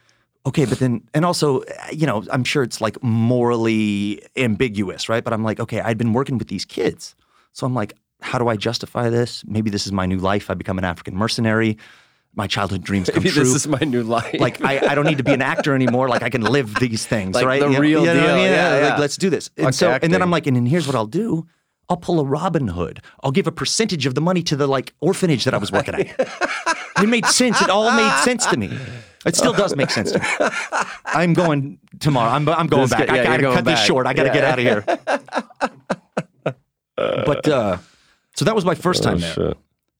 Speaker 2: okay, but then, and also, you know, I'm sure it's like morally ambiguous, right? But I'm like, okay, I'd been working with these kids, so I'm like, how do I justify this? Maybe this is my new life. I become an African mercenary. My childhood dreams come
Speaker 1: Maybe
Speaker 2: true
Speaker 1: this is my new life.
Speaker 2: [laughs] like I, I don't need to be an actor anymore. Like I can live these things,
Speaker 1: Like
Speaker 2: right?
Speaker 1: the
Speaker 2: You know-
Speaker 1: real
Speaker 2: you know what I
Speaker 1: deal.
Speaker 2: mean?
Speaker 1: Yeah, yeah.
Speaker 2: Like, let's do this. And
Speaker 1: Fuck
Speaker 2: so, and
Speaker 1: acting.
Speaker 2: then I'm like, and, then here's what I'll do. I'll pull a Robin Hood. I'll give a percentage of the money to the like orphanage that I was working at. it made sense. It all made sense to me. It still does make sense to me. I'm going tomorrow. I'm, I'm going
Speaker 1: This
Speaker 2: back.
Speaker 1: guy- yeah,
Speaker 2: I
Speaker 1: you're
Speaker 2: gotta
Speaker 1: going
Speaker 2: cut this
Speaker 1: back.
Speaker 2: short. I gotta
Speaker 1: Yeah.
Speaker 2: get out of here. but uh, so that was my first time there, and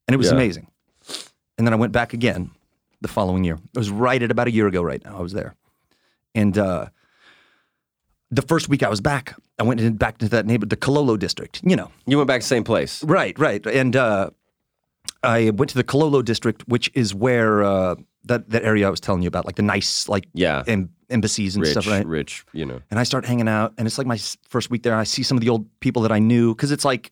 Speaker 2: it was
Speaker 1: Oh, Yeah.
Speaker 2: amazing. And then I went back again the following year. It was right at about a year ago. Right now, I was there, and uh, the first week I was back, I went in back to that neighbor, the Kololo district. You know,
Speaker 1: You went back same place.
Speaker 2: Right, right. And uh, I went to the Kololo district, which is where uh, that that area I was telling you about, like the nice, like
Speaker 1: Yeah.
Speaker 2: em- embassies and
Speaker 1: Rich,
Speaker 2: stuff, right?
Speaker 1: rich, you know.
Speaker 2: And I start hanging out, and it's like my s- first week there. I see some of the old people that I knew because it's like.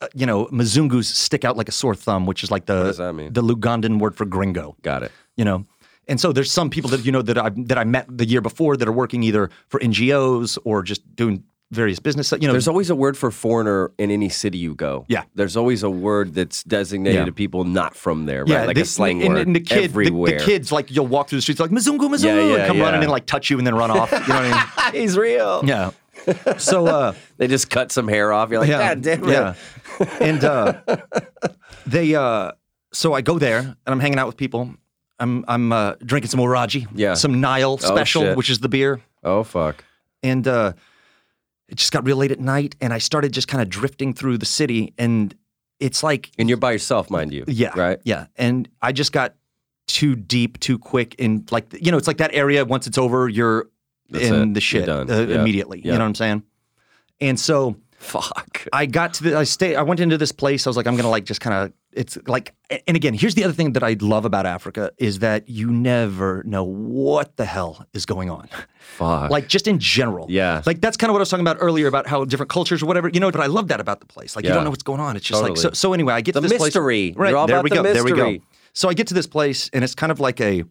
Speaker 2: uh, You know, Mzungus stick out like a sore thumb, which is like the
Speaker 1: does that mean?
Speaker 2: the Lugandan word for gringo
Speaker 1: Got it.
Speaker 2: you know. And so there's some people that you know that I that I met the year before that are working either for NGOs or just doing various business. You know,
Speaker 1: Um, There's always a word for foreigner in any city you go.
Speaker 2: Yeah.
Speaker 1: There's always a word that's designated
Speaker 2: Yeah.
Speaker 1: to people not from there, right? like
Speaker 2: they-
Speaker 1: a slang
Speaker 2: and,
Speaker 1: word
Speaker 2: and the kid, the-
Speaker 1: everywhere.
Speaker 2: The, kids, like you'll walk through the streets like Mzungu, Mzungu,
Speaker 1: Yeah, yeah,
Speaker 2: and come
Speaker 1: yeah. [laughs]
Speaker 2: running and like touch you and then run off. You know what I
Speaker 1: [laughs]
Speaker 2: mean?
Speaker 1: He's real.
Speaker 2: Yeah. So, uh,
Speaker 1: They just cut some hair off. You're like,
Speaker 2: yeah,
Speaker 1: God damn it.
Speaker 2: yeah. and uh, they, uh, so I go there and I'm hanging out with people. I'm I'm uh, drinking some Oraji,
Speaker 1: Yeah. Oh,
Speaker 2: some Nile special,
Speaker 1: shit.
Speaker 2: which is the beer,
Speaker 1: Oh fuck.
Speaker 2: and uh, it just got real late at night. And I started just kind of drifting through the city, and it's like
Speaker 1: And you're by yourself, mind you.
Speaker 2: Yeah.
Speaker 1: Right?
Speaker 2: Yeah. And I just got too deep, too quick in like you know, it's like that area once it's over, you're
Speaker 1: That's
Speaker 2: in
Speaker 1: it.
Speaker 2: the shit
Speaker 1: You're done.
Speaker 2: uh,
Speaker 1: Yeah.
Speaker 2: immediately.
Speaker 1: Yeah.
Speaker 2: You know what I'm saying? And so
Speaker 1: Fuck.
Speaker 2: I got to the I stay I went into this place. I was like, I'm gonna like just kind of it's like and again, here's the other thing that I love about Africa is that you never know what the hell is going
Speaker 1: [laughs]
Speaker 2: on.
Speaker 1: Fuck.
Speaker 2: Like just in general.
Speaker 1: Yeah.
Speaker 2: Like that's kind of what I was talking about earlier about how different cultures or whatever, you know, but I love that about the place. Like you
Speaker 1: Yeah.
Speaker 2: don't know what's going on. It's just like so
Speaker 1: Totally.
Speaker 2: so anyway, I get
Speaker 1: The
Speaker 2: to this
Speaker 1: mystery.
Speaker 2: place. Right.
Speaker 1: You're all
Speaker 2: there
Speaker 1: about
Speaker 2: we
Speaker 1: the
Speaker 2: go. There we
Speaker 1: mystery.
Speaker 2: go. So I get to this place and it's kind of like a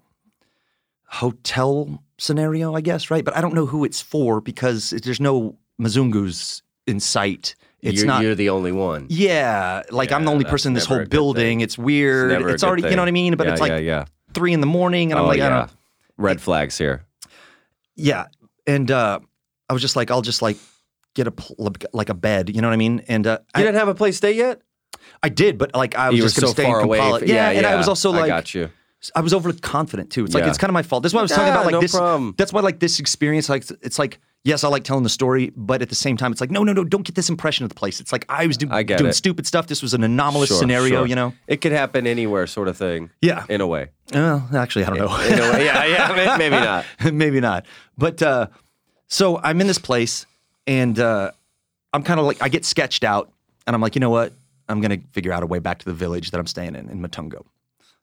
Speaker 2: hotel scenario, I guess, right? But I don't know who it's for because it- there's no Mzungus in sight. It's
Speaker 1: you're,
Speaker 2: not
Speaker 1: you're the only one.
Speaker 2: yeah, like I'm the
Speaker 1: Yeah,
Speaker 2: only
Speaker 1: that's
Speaker 2: person in this
Speaker 1: never a
Speaker 2: whole
Speaker 1: good thing.
Speaker 2: building. It's weird. It's,
Speaker 1: never a good
Speaker 2: already, you
Speaker 1: thing.
Speaker 2: know what I mean? But
Speaker 1: yeah,
Speaker 2: it's like
Speaker 1: yeah, yeah.
Speaker 2: three in the morning, and I'm
Speaker 1: Oh,
Speaker 2: like, I
Speaker 1: yeah.
Speaker 2: don't,
Speaker 1: Red flags here.
Speaker 2: yeah. And uh, I was just like, I'll just like get a pl- like a bed, you know what I mean? And uh,
Speaker 1: You
Speaker 2: I,
Speaker 1: didn't have a place to stay yet?
Speaker 2: I did, but like I was
Speaker 1: you
Speaker 2: just
Speaker 1: were
Speaker 2: gonna
Speaker 1: so
Speaker 2: stay
Speaker 1: far
Speaker 2: in
Speaker 1: away.
Speaker 2: Kampala.
Speaker 1: from-
Speaker 2: yeah, and I was also
Speaker 1: I
Speaker 2: like,
Speaker 1: got you.
Speaker 2: I was overly confident too. It's like
Speaker 1: Yeah.
Speaker 2: it's kind of my fault. That's why I was talking
Speaker 1: Yeah,
Speaker 2: about like
Speaker 1: no
Speaker 2: this.
Speaker 1: problem.
Speaker 2: That's why like this experience, like it's like yes, I like telling the story, but at the same time, it's like no, no, no, don't get this impression of the place. It's like I was do-
Speaker 1: I get
Speaker 2: doing
Speaker 1: it.
Speaker 2: stupid stuff. This was an anomalous
Speaker 1: Sure,
Speaker 2: scenario,
Speaker 1: sure.
Speaker 2: you know?
Speaker 1: It could happen anywhere, sort of thing.
Speaker 2: Yeah.
Speaker 1: In a
Speaker 2: [laughs]
Speaker 1: way.
Speaker 2: Well, actually, I don't
Speaker 1: In [laughs]
Speaker 2: know.
Speaker 1: a way. Yeah, yeah, may-
Speaker 2: [laughs]
Speaker 1: maybe not.
Speaker 2: Maybe not. But uh, so I'm in this place, and uh, I'm kind of like I get sketched out, and I'm like, you know what? I'm gonna figure out a way back to the village that I'm staying in in Matungo.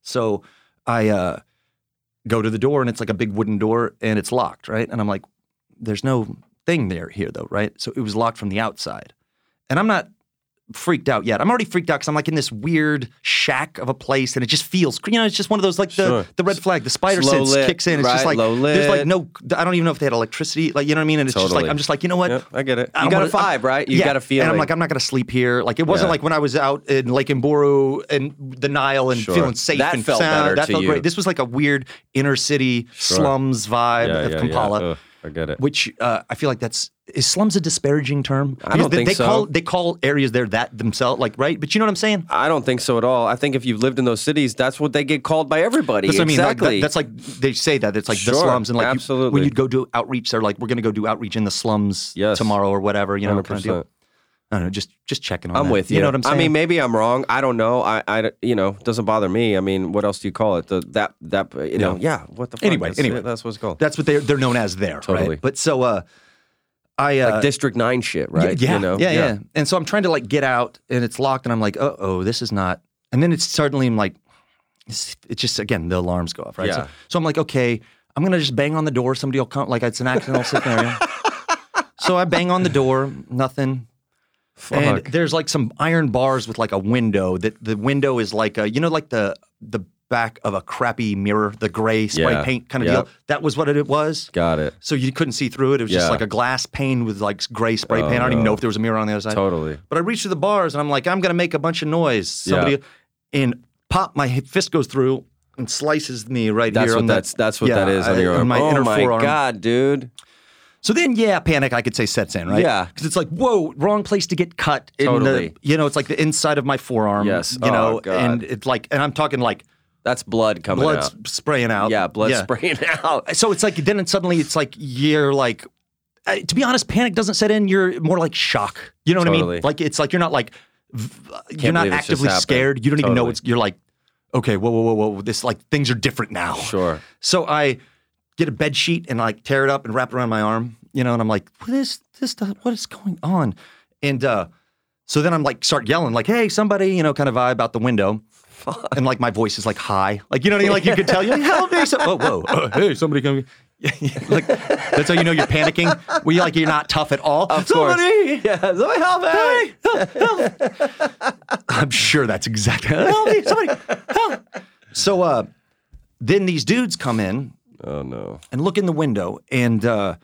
Speaker 2: So I uh, go to the door, and it's like a big wooden door, and it's locked, right? And I'm like, there's no thing there here though, right? So it was locked from the outside, and I'm not freaked out yet. I'm already freaked out because I'm like in this weird shack of a place, and it just feels, you know, it's just one of those like the
Speaker 1: Sure.
Speaker 2: the red flag, the spider
Speaker 1: It's low
Speaker 2: sense
Speaker 1: lit,
Speaker 2: kicks in. It's just
Speaker 1: right?
Speaker 2: like
Speaker 1: Low
Speaker 2: there's
Speaker 1: lit.
Speaker 2: like no, I don't even know if they had electricity, like you know what I mean. And it's just
Speaker 1: Totally.
Speaker 2: like I'm just like, you know what?
Speaker 1: Yep, I get it.
Speaker 2: I
Speaker 1: You
Speaker 2: don't
Speaker 1: got a
Speaker 2: wanna- I'm-
Speaker 1: vibe, right? You
Speaker 2: yeah.
Speaker 1: got a feeling.
Speaker 2: And I'm like, I'm not gonna sleep here. Like it wasn't
Speaker 1: Yeah.
Speaker 2: like when I was out in Lake Mburu and the Nile and
Speaker 1: Sure.
Speaker 2: feeling safe
Speaker 1: That
Speaker 2: and
Speaker 1: felt
Speaker 2: sound.
Speaker 1: better
Speaker 2: That
Speaker 1: to
Speaker 2: felt
Speaker 1: you.
Speaker 2: great. This was like a weird inner city slums vibe
Speaker 1: yeah,
Speaker 2: of
Speaker 1: yeah,
Speaker 2: Kampala
Speaker 1: Yeah. Ugh, I get it.
Speaker 2: which uh, I feel like that's is slums a disparaging term?
Speaker 1: I don't
Speaker 2: Because they,
Speaker 1: think
Speaker 2: they
Speaker 1: so.
Speaker 2: Call, they call areas there that themselves, like right. But you know what I'm saying?
Speaker 1: I don't think so at all. I think if you've lived in those cities, that's what they get called by everybody.
Speaker 2: That's what I mean. Like,
Speaker 1: exactly.
Speaker 2: that- that's like they say that it's like the
Speaker 1: Sure,
Speaker 2: slums, and like you-
Speaker 1: absolutely.
Speaker 2: when you'd go do outreach, they're like, we're going to go do outreach in the slums
Speaker 1: Yes.
Speaker 2: tomorrow or whatever. You know, kind of
Speaker 1: 100%.
Speaker 2: deal. I don't know. Just just checking on.
Speaker 1: I'm
Speaker 2: that.
Speaker 1: with you.
Speaker 2: You know what I'm saying?
Speaker 1: I mean, maybe I'm wrong. I don't know. I, I you know, doesn't bother me. I mean, what else do you call it? The, that, that, you know, yeah. What the fuck?
Speaker 2: Anyway,
Speaker 1: that's,
Speaker 2: anyway.
Speaker 1: that's what it's called.
Speaker 2: that's what they're they're known as there.
Speaker 1: Totally.
Speaker 2: Right? But so uh, I uh,
Speaker 1: District Nine shit,
Speaker 2: Yeah,
Speaker 1: right?
Speaker 2: Yeah,
Speaker 1: you know?
Speaker 2: yeah, yeah, And so I'm trying to like get out, and it's locked, and I'm like, uh oh, this is not. And then it's suddenly I'm like, it's, it's just again the alarms go off, right?
Speaker 1: Yeah.
Speaker 2: So, so I'm like, okay, I'm gonna just bang on the door. Somebody will come. Like it's an
Speaker 1: [laughs]
Speaker 2: accidental scenario. So I bang on the door, nothing.
Speaker 1: Fuck.
Speaker 2: And there's like some iron bars with like a window that the window is like a you know like the the back of a crappy mirror, the gray spray
Speaker 1: Yeah.
Speaker 2: paint kind of
Speaker 1: Yep.
Speaker 2: deal. That was what it was.
Speaker 1: Got it.
Speaker 2: So you couldn't see through it. It was
Speaker 1: Yeah.
Speaker 2: just like a glass pane with like gray spray
Speaker 1: Oh,
Speaker 2: paint. I don't even
Speaker 1: no.
Speaker 2: know if there was a mirror on the other side.
Speaker 1: Totally.
Speaker 2: But I reach through the bars and I'm like, I'm gonna make a bunch of noise. Somebody and pop my h- fist goes through and slices me right
Speaker 1: That's
Speaker 2: here.
Speaker 1: what
Speaker 2: on the-
Speaker 1: that's that's what that
Speaker 2: Yeah,
Speaker 1: is on
Speaker 2: I-
Speaker 1: your arm.
Speaker 2: my
Speaker 1: oh
Speaker 2: inner
Speaker 1: my
Speaker 2: forearm.
Speaker 1: god, dude.
Speaker 2: So then, yeah, panic I could say sets in, right?
Speaker 1: Yeah.
Speaker 2: because it's like, whoa, wrong place to get cut. In
Speaker 1: Totally.
Speaker 2: The, you know, it's like the inside of my forearm.
Speaker 1: Yes.
Speaker 2: You
Speaker 1: Oh,
Speaker 2: know,
Speaker 1: God.
Speaker 2: and it's like, and I'm talking like
Speaker 1: That's blood coming
Speaker 2: blood
Speaker 1: out.
Speaker 2: sp- spraying out.
Speaker 1: yeah, blood spraying [laughs] out.
Speaker 2: so it's like then it suddenly it's like you're like uh, to be honest panic doesn't set in you're more like shock you know what i
Speaker 1: Totally.
Speaker 2: mean like it's like you're not like v- uh, you're not
Speaker 1: believe this just
Speaker 2: actively
Speaker 1: happened.
Speaker 2: scared you don't even know
Speaker 1: Totally.
Speaker 2: it's you're like okay whoa whoa whoa whoa this like things are different now
Speaker 1: Sure.
Speaker 2: so i get a bed sheet and like tear it up and wrap it around my arm you know and i'm like what is this what is going on and uh so then i'm like start yelling like hey somebody you know kind of vibe out the window and like my voice is like high, like you know what I mean. Like you could tell, you're like, help me! So, whoa, whoa, Uh, hey, somebody [laughs] come! like that's how you know you're panicking. We like you're not tough at all.
Speaker 1: course.
Speaker 2: somebody,
Speaker 1: Yeah, somebody help me.
Speaker 2: I'm sure that's exactly. Help me! Somebody, help! So, uh, then these dudes come in
Speaker 1: Oh no.
Speaker 2: and look in the window, and uh,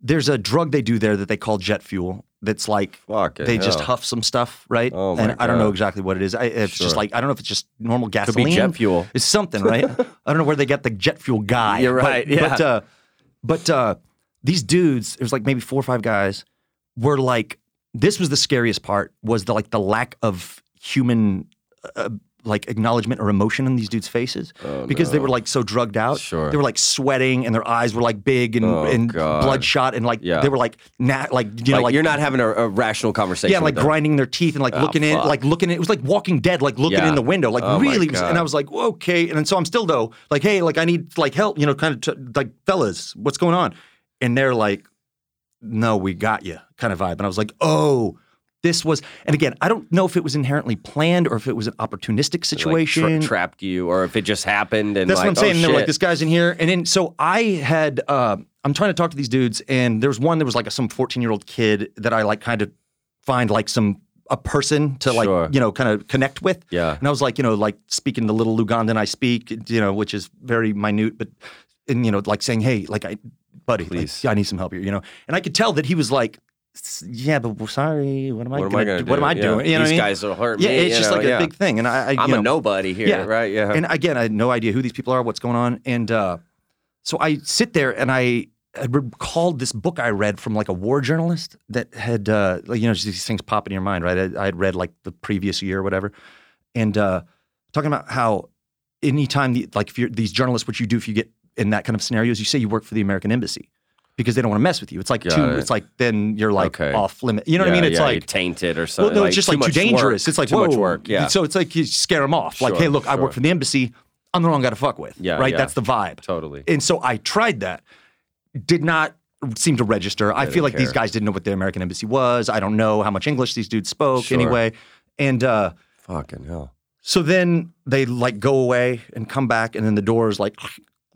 Speaker 2: there's a drug they do there that they call jet fuel. That's like
Speaker 1: Fucking
Speaker 2: they just
Speaker 1: hell.
Speaker 2: huff some stuff, right?
Speaker 1: Oh, my
Speaker 2: and I don't know
Speaker 1: God.
Speaker 2: exactly what it is. I, it's
Speaker 1: Sure.
Speaker 2: just like I don't know if it's just normal
Speaker 1: be
Speaker 2: gasoline.
Speaker 1: jet fuel.
Speaker 2: It's
Speaker 1: [laughs]
Speaker 2: something, right? I don't know where they got the jet fuel guy.
Speaker 1: You're right,
Speaker 2: But,
Speaker 1: yeah.
Speaker 2: But, uh, but uh, these dudes, there's like maybe four or five guys, were like this was the scariest part was the like the lack of human uh, like acknowledgement or emotion in these dudes' faces
Speaker 1: Oh,
Speaker 2: because they were like so drugged out.
Speaker 1: Sure.
Speaker 2: They were like sweating and their eyes were like big and,
Speaker 1: Oh,
Speaker 2: and
Speaker 1: God.
Speaker 2: bloodshot and like
Speaker 1: Yeah.
Speaker 2: they were like nat like you know
Speaker 1: Like,
Speaker 2: like
Speaker 1: you're not having a, a rational conversation.
Speaker 2: yeah, and, like
Speaker 1: with them.
Speaker 2: grinding their teeth and like looking in,
Speaker 1: fuck.
Speaker 2: like looking in. It was like Walking Dead, like looking
Speaker 1: Yeah.
Speaker 2: in the window, like
Speaker 1: Oh, my
Speaker 2: really.
Speaker 1: God.
Speaker 2: And I was like, "Whoa, okay. And then, so I'm still though, like, hey, like I need like help, you know, kind of t- like fellas, what's going on? And they're like, no, we got you, kind of vibe. And I was like, oh, this was. And again, I don't know if it was inherently planned or if it was an opportunistic
Speaker 1: Like, tra-
Speaker 2: situation.
Speaker 1: trapped you, or if it just happened. And
Speaker 2: That's
Speaker 1: like,
Speaker 2: what I'm saying.
Speaker 1: Oh,
Speaker 2: and they're like,
Speaker 1: shit.
Speaker 2: this guy's in here. And then so I had uh, I'm trying to talk to these dudes, and there was one that was like a, some 14 year old kid that I like kind of find like some a person to like
Speaker 1: Sure.
Speaker 2: you know kind of connect with.
Speaker 1: Yeah.
Speaker 2: And I was like, you know, like speaking the little Lugandan I speak, you know, which is very minute, but and you know, like saying, hey, like I, buddy, like,
Speaker 1: Please.
Speaker 2: I need some help here, you know. And I could tell that he was like, "S- yeah, but we're sorry, what am I?
Speaker 1: What am
Speaker 2: gonna
Speaker 1: I going to
Speaker 2: do? uh, What am I doing? You
Speaker 1: These
Speaker 2: know what I mean?
Speaker 1: guys will hurt
Speaker 2: yeah,
Speaker 1: me.
Speaker 2: it's
Speaker 1: you
Speaker 2: just
Speaker 1: know,
Speaker 2: like a
Speaker 1: yeah.
Speaker 2: big thing, and I, I you
Speaker 1: I'm
Speaker 2: know,
Speaker 1: a nobody here,
Speaker 2: Yeah.
Speaker 1: right? Yeah.
Speaker 2: and again, I had no idea who these people are, what's going on. And uh, so I sit there and I, I recalled this book I read from like a war journalist that had, uh, like, you know, just these things pop in your mind, right? I, I had read like the previous year or whatever. And uh, talking about how anytime, the, like, if you're these journalists, which you do if you get in that kind of scenarios, you say you work for the American embassy. Because they don't want to mess with you. It's like
Speaker 1: Got
Speaker 2: too.
Speaker 1: it.
Speaker 2: It's like then you're like
Speaker 1: Okay.
Speaker 2: off limit. You know what I
Speaker 1: Yeah,
Speaker 2: mean? It's
Speaker 1: yeah,
Speaker 2: like
Speaker 1: you're tainted or something.
Speaker 2: well, no, it's just like too
Speaker 1: much
Speaker 2: dangerous.
Speaker 1: work,
Speaker 2: It's like
Speaker 1: too
Speaker 2: whoa.
Speaker 1: much work. Yeah.
Speaker 2: So it's like you scare them off. Like,
Speaker 1: Sure,
Speaker 2: hey, look, I
Speaker 1: sure.
Speaker 2: work for the embassy. I'm the wrong guy to fuck with.
Speaker 1: Yeah,
Speaker 2: right.
Speaker 1: yeah.
Speaker 2: That's the vibe.
Speaker 1: totally.
Speaker 2: And so I tried that. Did not seem to register. I feel
Speaker 1: don't
Speaker 2: like these
Speaker 1: care.
Speaker 2: guys didn't know what the American embassy was. I don't know how much English these dudes spoke
Speaker 1: Sure.
Speaker 2: anyway. And uh,
Speaker 1: Fucking hell.
Speaker 2: so then they like go away and come back, and then the door is like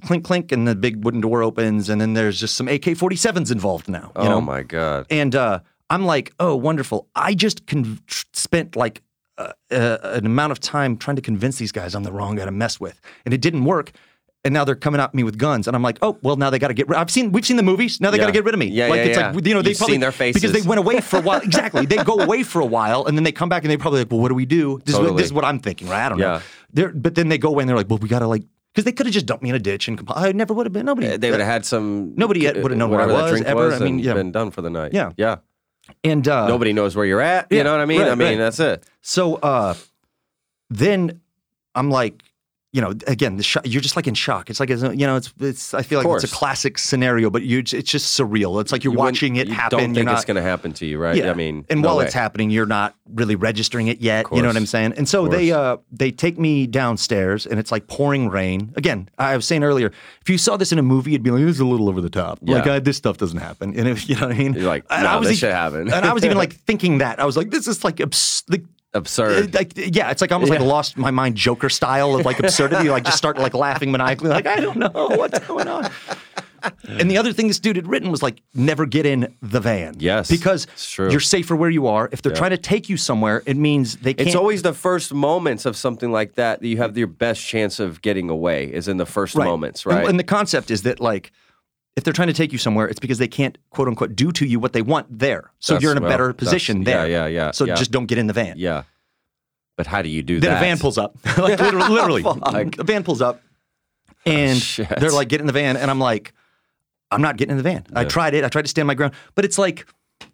Speaker 2: clink clink, and the big wooden door opens, and then there's just some AK-47s involved now.
Speaker 1: Oh
Speaker 2: you know?
Speaker 1: my god.
Speaker 2: And uh, I'm like, oh, wonderful. I just con- tr- spent like uh, uh, an amount of time trying to convince these guys I'm the wrong guy to mess with, and it didn't work. And now they're coming at me with guns, and I'm like, oh, well, now they got to get. Rid- I've seen, we've seen the movies. Now they got
Speaker 1: Yeah.
Speaker 2: to get rid of me.
Speaker 1: Yeah,
Speaker 2: like
Speaker 1: yeah,
Speaker 2: it's
Speaker 1: yeah.
Speaker 2: like you know they
Speaker 1: You've
Speaker 2: probably
Speaker 1: seen their
Speaker 2: because they
Speaker 1: faces.
Speaker 2: went away for
Speaker 1: [laughs]
Speaker 2: a while. exactly, they go away for a while, and then they come back and they probably like, well, what do we do? This, is, what,
Speaker 1: Totally.
Speaker 2: this is what I'm thinking, right? I don't
Speaker 1: Yeah.
Speaker 2: know. They're, but then they go away and they're like, well, we got to like because they could have just dumped me in a ditch and compl- I never would have been nobody.
Speaker 1: Eh, They would have had some. uh,
Speaker 2: Nobody yet would've known where I
Speaker 1: whatever that
Speaker 2: was
Speaker 1: drink
Speaker 2: ever.
Speaker 1: was
Speaker 2: I mean,
Speaker 1: and
Speaker 2: yeah.
Speaker 1: been done for the night.
Speaker 2: Yeah.
Speaker 1: Yeah.
Speaker 2: and uh,
Speaker 1: Nobody knows where you're at. You
Speaker 2: yeah,
Speaker 1: know what I mean?
Speaker 2: right,
Speaker 1: I mean,
Speaker 2: right.
Speaker 1: that's it.
Speaker 2: So uh, then I'm like, you know, again, the sho- you're just like in shock. It's like, it's, you know, it's, it's. I feel
Speaker 1: Of
Speaker 2: like it's
Speaker 1: course.
Speaker 2: a classic scenario, but you, it's just surreal. It's like you're
Speaker 1: You wouldn't-
Speaker 2: watching it
Speaker 1: you
Speaker 2: happen.
Speaker 1: Don't
Speaker 2: you're
Speaker 1: think
Speaker 2: not,
Speaker 1: it's going to happen to you, right?
Speaker 2: yeah.
Speaker 1: I mean,
Speaker 2: and
Speaker 1: no
Speaker 2: while
Speaker 1: way.
Speaker 2: it's happening, you're not really registering it yet. You know
Speaker 1: course.
Speaker 2: what I'm saying? And so they uh, they take me downstairs, and it's like pouring rain. Again, I was saying earlier, if you saw this in a movie, it'd be like, "This is a little over the top. Like
Speaker 1: Yeah.
Speaker 2: I, this stuff doesn't happen." And if, you know what I mean?
Speaker 1: You're like,
Speaker 2: and
Speaker 1: "No, this
Speaker 2: e-
Speaker 1: shit happened."
Speaker 2: and I was even like thinking that I was like, "This is like abs- like
Speaker 1: [laughs] absurd.
Speaker 2: it- like yeah, it's like almost like lost my mind Joker style of like absurdity. like just start like laughing maniacally, like I don't know what's going on. And the other thing this dude had written was like, never get in the van.
Speaker 1: Yes,
Speaker 2: because
Speaker 1: it's true.
Speaker 2: you're safer where you are. If they're trying to take you somewhere, it means they can't.
Speaker 1: It's always the first moments of something like that that you have your best chance of getting away is in the first moments,
Speaker 2: And-
Speaker 1: right?
Speaker 2: And, the concept is that like. If they're trying to take you somewhere, it's because they can't "quote unquote" do to you what they want there. So
Speaker 1: That's-
Speaker 2: you're in a
Speaker 1: well,
Speaker 2: better
Speaker 1: that's-
Speaker 2: position
Speaker 1: yeah,
Speaker 2: there.
Speaker 1: yeah, yeah,
Speaker 2: So
Speaker 1: yeah.
Speaker 2: just don't get in the van.
Speaker 1: yeah. But how do you do
Speaker 2: Then
Speaker 1: that?
Speaker 2: a van pulls up.
Speaker 1: [laughs]
Speaker 2: [laughs] like literally, literally. a van pulls up, and
Speaker 1: Oh, shit.
Speaker 2: they're like, "Get in the van," and I'm like, "I'm not getting in the van." I tried it. I tried to stand my ground, but it's like,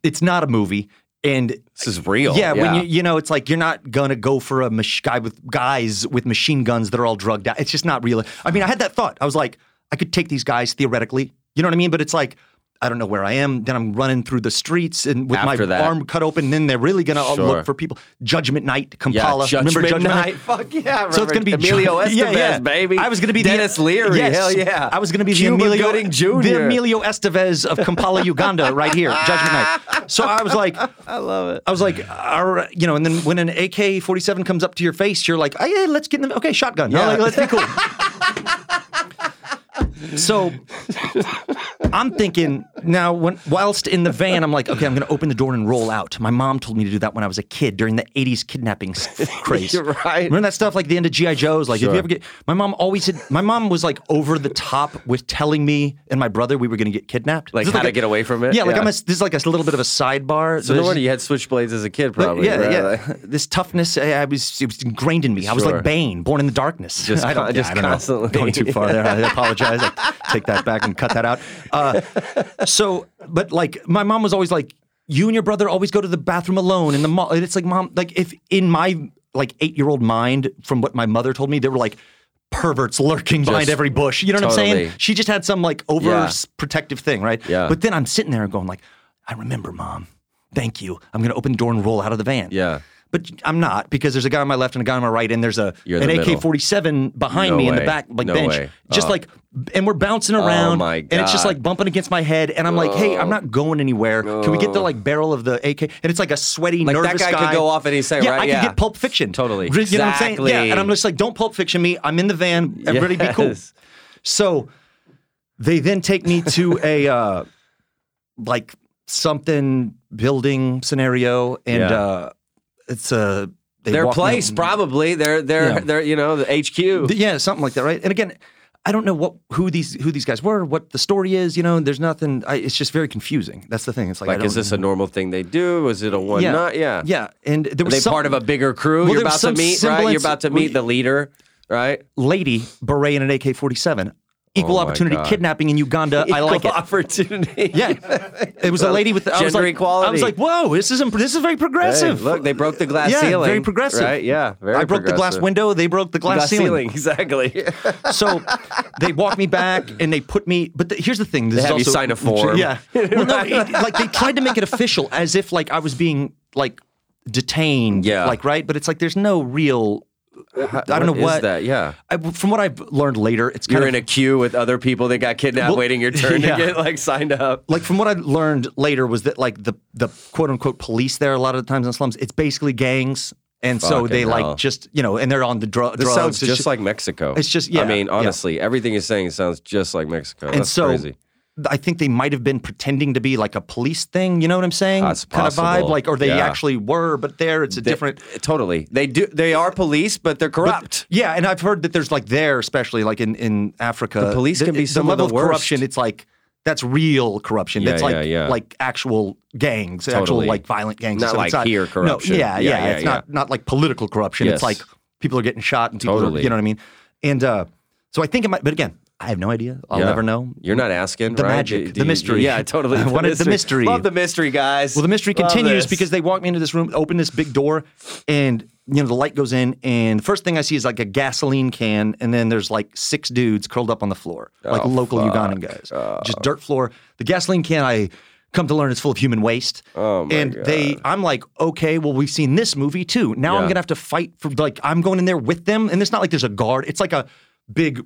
Speaker 2: it's not a movie, and
Speaker 1: This is real.
Speaker 2: yeah, when you you know, it's like you're not gonna go for a mach- guy with guys with machine guns that are all drugged out. It's just not real. I mean, I had that thought. I was like, I could take these guys theoretically. You know what I mean? But it's like. I don't know where I am. Then I'm running through the streets and with
Speaker 1: After
Speaker 2: my
Speaker 1: that.
Speaker 2: arm cut open. Then they're really gonna all
Speaker 1: Sure.
Speaker 2: look for people. Judgment Night,
Speaker 1: yeah,
Speaker 2: Kampala. Remember
Speaker 1: Judgment
Speaker 2: Judgment
Speaker 1: Night. [laughs] Fuck yeah.
Speaker 2: so it's
Speaker 1: Robert
Speaker 2: going to be
Speaker 1: Emilio
Speaker 2: Ju-
Speaker 1: Estevez,
Speaker 2: [laughs] yeah, yeah.
Speaker 1: baby.
Speaker 2: I was going to be the-
Speaker 1: Dennis Leary.
Speaker 2: Yes.
Speaker 1: Hell yeah.
Speaker 2: I was going to be
Speaker 1: Cuba
Speaker 2: the Emilio
Speaker 1: Gooding Jr.
Speaker 2: the Emilio Estevez of Kampala, Uganda, right here, Judgment Night. So I was like, I love it. I was like, all right, you know, and then when an AK forty seven comes up to your face, you're like, oh, yeah, let's get in the okay shotgun. Yeah.
Speaker 1: Yeah.
Speaker 2: let's
Speaker 1: [laughs]
Speaker 2: be cool. so I'm thinking now, when, whilst in the van, I'm like, okay, I'm going to open the door and roll out. My mom told me to do that when I was a kid during the 80s
Speaker 1: [laughs]
Speaker 2: kidnapping s- craze.
Speaker 1: You're right.
Speaker 2: Remember that stuff like the end of G.I. Joe's? Like, if
Speaker 1: Sure.
Speaker 2: you ever get, my mom always said, my mom was like over the top with telling me and my brother we were going to get kidnapped.
Speaker 1: Like
Speaker 2: This is
Speaker 1: how to get away from it?
Speaker 2: Yeah, like
Speaker 1: Yeah.
Speaker 2: I'm a, this is like a little bit of a sidebar.
Speaker 1: So no wonder you had switchblades as a kid, probably.
Speaker 2: yeah,
Speaker 1: right? [laughs] Like,
Speaker 2: yeah. This toughness, eh, I, I was, it was ingrained in me. I was
Speaker 1: Sure.
Speaker 2: like Bane, born in the darkness.
Speaker 1: [laughs] Just
Speaker 2: [laughs] I don't,
Speaker 1: con-
Speaker 2: yeah,
Speaker 1: just
Speaker 2: I don't
Speaker 1: constantly.
Speaker 2: know. Going too far
Speaker 1: [laughs]
Speaker 2: there. I apologize. I take that back and cut that out. Uh, so, but like, my mom was always like, you and your brother always go to the bathroom alone in the mall. And it's like, mom, like if in my like eight year old mind, from what my mother told me, they were like perverts lurking behind
Speaker 1: Just
Speaker 2: every bush. You know what I'm
Speaker 1: totally.
Speaker 2: saying? She just had some like over
Speaker 1: Yeah.
Speaker 2: protective thing, right?
Speaker 1: Yeah.
Speaker 2: But then I'm sitting there and going like, I remember, mom. Thank you. I'm gonna open the door and roll out of the van.
Speaker 1: Yeah.
Speaker 2: But I'm not because there's a guy on my left and a guy on my right, and there's a
Speaker 1: You're
Speaker 2: an
Speaker 1: the middle.
Speaker 2: AK-47 behind
Speaker 1: No
Speaker 2: me in the
Speaker 1: way.
Speaker 2: back like
Speaker 1: No
Speaker 2: bench,
Speaker 1: way.
Speaker 2: just
Speaker 1: Oh.
Speaker 2: like, and we're bouncing around,
Speaker 1: my
Speaker 2: and it's just
Speaker 1: God.
Speaker 2: like bumping against my head, and I'm like, hey, I'm not going anywhere. Can we get the like barrel of the AK? And it's like a sweaty,
Speaker 1: that
Speaker 2: nervous
Speaker 1: guy could go off any second,
Speaker 2: yeah,
Speaker 1: right?
Speaker 2: I
Speaker 1: Yeah.
Speaker 2: could get Pulp Fiction,
Speaker 1: Totally.
Speaker 2: You know what I'm saying?
Speaker 1: Exactly.
Speaker 2: Yeah, and I'm just like, don't Pulp Fiction me. I'm in the van. Everybody be cool.
Speaker 3: Yes.
Speaker 2: So they then take me to
Speaker 1: [laughs]
Speaker 2: a uh, like something building scenario, and
Speaker 1: Yeah.
Speaker 2: uh, it's a they
Speaker 1: Their
Speaker 2: walk me-
Speaker 1: place, probably. Their their
Speaker 2: Yeah.
Speaker 1: their you know the HQ.
Speaker 2: Th- yeah, something like that, right? And again, I don't know what who these who these guys were, what the story is. You know, and there's nothing. I, it's just very confusing. That's the thing. It's like, I
Speaker 1: Like, is
Speaker 2: don't-
Speaker 1: this a normal thing they do? Is it a one
Speaker 2: Yeah.
Speaker 1: night? Yeah.
Speaker 2: yeah, and
Speaker 1: Are
Speaker 2: there was
Speaker 1: they
Speaker 2: some
Speaker 1: part of a bigger crew?
Speaker 2: Well,
Speaker 1: You're
Speaker 2: there was
Speaker 1: about to
Speaker 2: some
Speaker 1: meet, right? You're
Speaker 2: semblance-
Speaker 1: about to
Speaker 2: well,
Speaker 1: meet the leader, right?
Speaker 2: lady beret and an AK-47, equal
Speaker 1: Oh my
Speaker 2: opportunity
Speaker 1: God.
Speaker 2: kidnapping in
Speaker 1: [laughs]
Speaker 2: Uganda. I like it.
Speaker 1: opportunity.
Speaker 2: Yeah, [laughs] it was a lady with I was
Speaker 1: Gender
Speaker 2: like, I
Speaker 1: equality.
Speaker 2: was like, whoa, this isn't this is very
Speaker 1: Hey,
Speaker 2: progressive.
Speaker 1: look, they broke the glass
Speaker 2: yeah,
Speaker 1: ceiling.
Speaker 2: very progressive.
Speaker 1: Right? Yeah. Very
Speaker 2: I broke the glass
Speaker 1: progressive.
Speaker 2: window. They broke the glass,
Speaker 1: Glass ceiling. [laughs]
Speaker 2: ceiling.
Speaker 1: Exactly. [laughs]
Speaker 2: So they walk me back and they put me. But the, here's the thing: this
Speaker 1: They
Speaker 2: is
Speaker 1: have you
Speaker 2: also,
Speaker 1: sign a form. [laughs]
Speaker 2: Yeah, well, no, it- like they tried to make it official, as if like I was being like detained.
Speaker 1: Yeah.
Speaker 2: like right. But it's like there's no real. [laughs] I don't know
Speaker 1: What is
Speaker 2: what.
Speaker 1: that? Yeah.
Speaker 2: I, from what I've learned later, it's kind
Speaker 1: You're in
Speaker 2: of
Speaker 1: a queue with other people that got kidnapped,
Speaker 2: Well,
Speaker 1: waiting your turn
Speaker 2: [laughs] yeah.
Speaker 1: to get like signed up.
Speaker 2: like from what I learned later was that like the the quote unquote police there a lot of the times in slums it's basically gangs and so
Speaker 1: Fucking
Speaker 2: they
Speaker 1: hell.
Speaker 2: like just you know and they're on the dru-
Speaker 1: This
Speaker 2: drugs
Speaker 1: sounds
Speaker 2: It's
Speaker 1: just like Mexico.
Speaker 2: it's just- yeah,
Speaker 1: I mean,
Speaker 2: yeah.
Speaker 1: honestly, everything you're saying sounds just like Mexico.
Speaker 2: and
Speaker 1: That's
Speaker 2: so
Speaker 1: crazy.
Speaker 2: I think they might have been pretending to be like a police thing you know what I'm saying
Speaker 1: That's
Speaker 2: kind of
Speaker 1: possible.
Speaker 2: vibe like or they
Speaker 1: Yeah.
Speaker 2: actually were but there it's a different
Speaker 1: Totally. They do. They are police, but they're corrupt.
Speaker 2: yeah and I've heard that there's like there especially like in in Africa the
Speaker 1: police can be some of
Speaker 2: level
Speaker 1: the
Speaker 2: of,
Speaker 1: worst.
Speaker 2: corruption it's like that's real corruption.
Speaker 1: Yeah,
Speaker 2: that's like
Speaker 1: yeah, yeah.
Speaker 2: like actual gangs, actual
Speaker 1: Totally.
Speaker 2: like violent gangs. and
Speaker 1: Not
Speaker 2: stuff.
Speaker 1: like
Speaker 2: It's not
Speaker 1: here corruption.
Speaker 2: No, yeah,
Speaker 1: Yeah,
Speaker 2: yeah,
Speaker 1: yeah,
Speaker 2: It's not not like political corruption.
Speaker 1: Yes.
Speaker 2: It's like people are getting shot and people
Speaker 1: Totally.
Speaker 2: are, you know what I mean? And uh, so I think it might, but again, I have no idea. I'll
Speaker 1: Yeah.
Speaker 2: never know.
Speaker 1: You're not asking.
Speaker 2: The
Speaker 1: right?
Speaker 2: magic,
Speaker 1: Do-
Speaker 2: the
Speaker 1: do you-
Speaker 2: mystery.
Speaker 1: Yeah, totally.
Speaker 2: [laughs] I wanted the mystery.
Speaker 1: Love the mystery, guys.
Speaker 2: Well, the mystery
Speaker 1: Love
Speaker 2: continues
Speaker 1: this.
Speaker 2: because they walk me into this room, open this big door, and you know the light goes in, and the first thing I see is like a gasoline can, and then there's like six dudes curled up on the floor,
Speaker 1: Oh,
Speaker 2: like local Ugandan guys, just dirt floor. The gasoline can I come to learn is full of human waste, oh
Speaker 1: my
Speaker 2: and they, I'm like, okay, well we've seen this movie too. Now
Speaker 1: Yeah.
Speaker 2: I'm gonna have to fight for like I'm going in there with them, and it's not like there's a guard. It's like a big,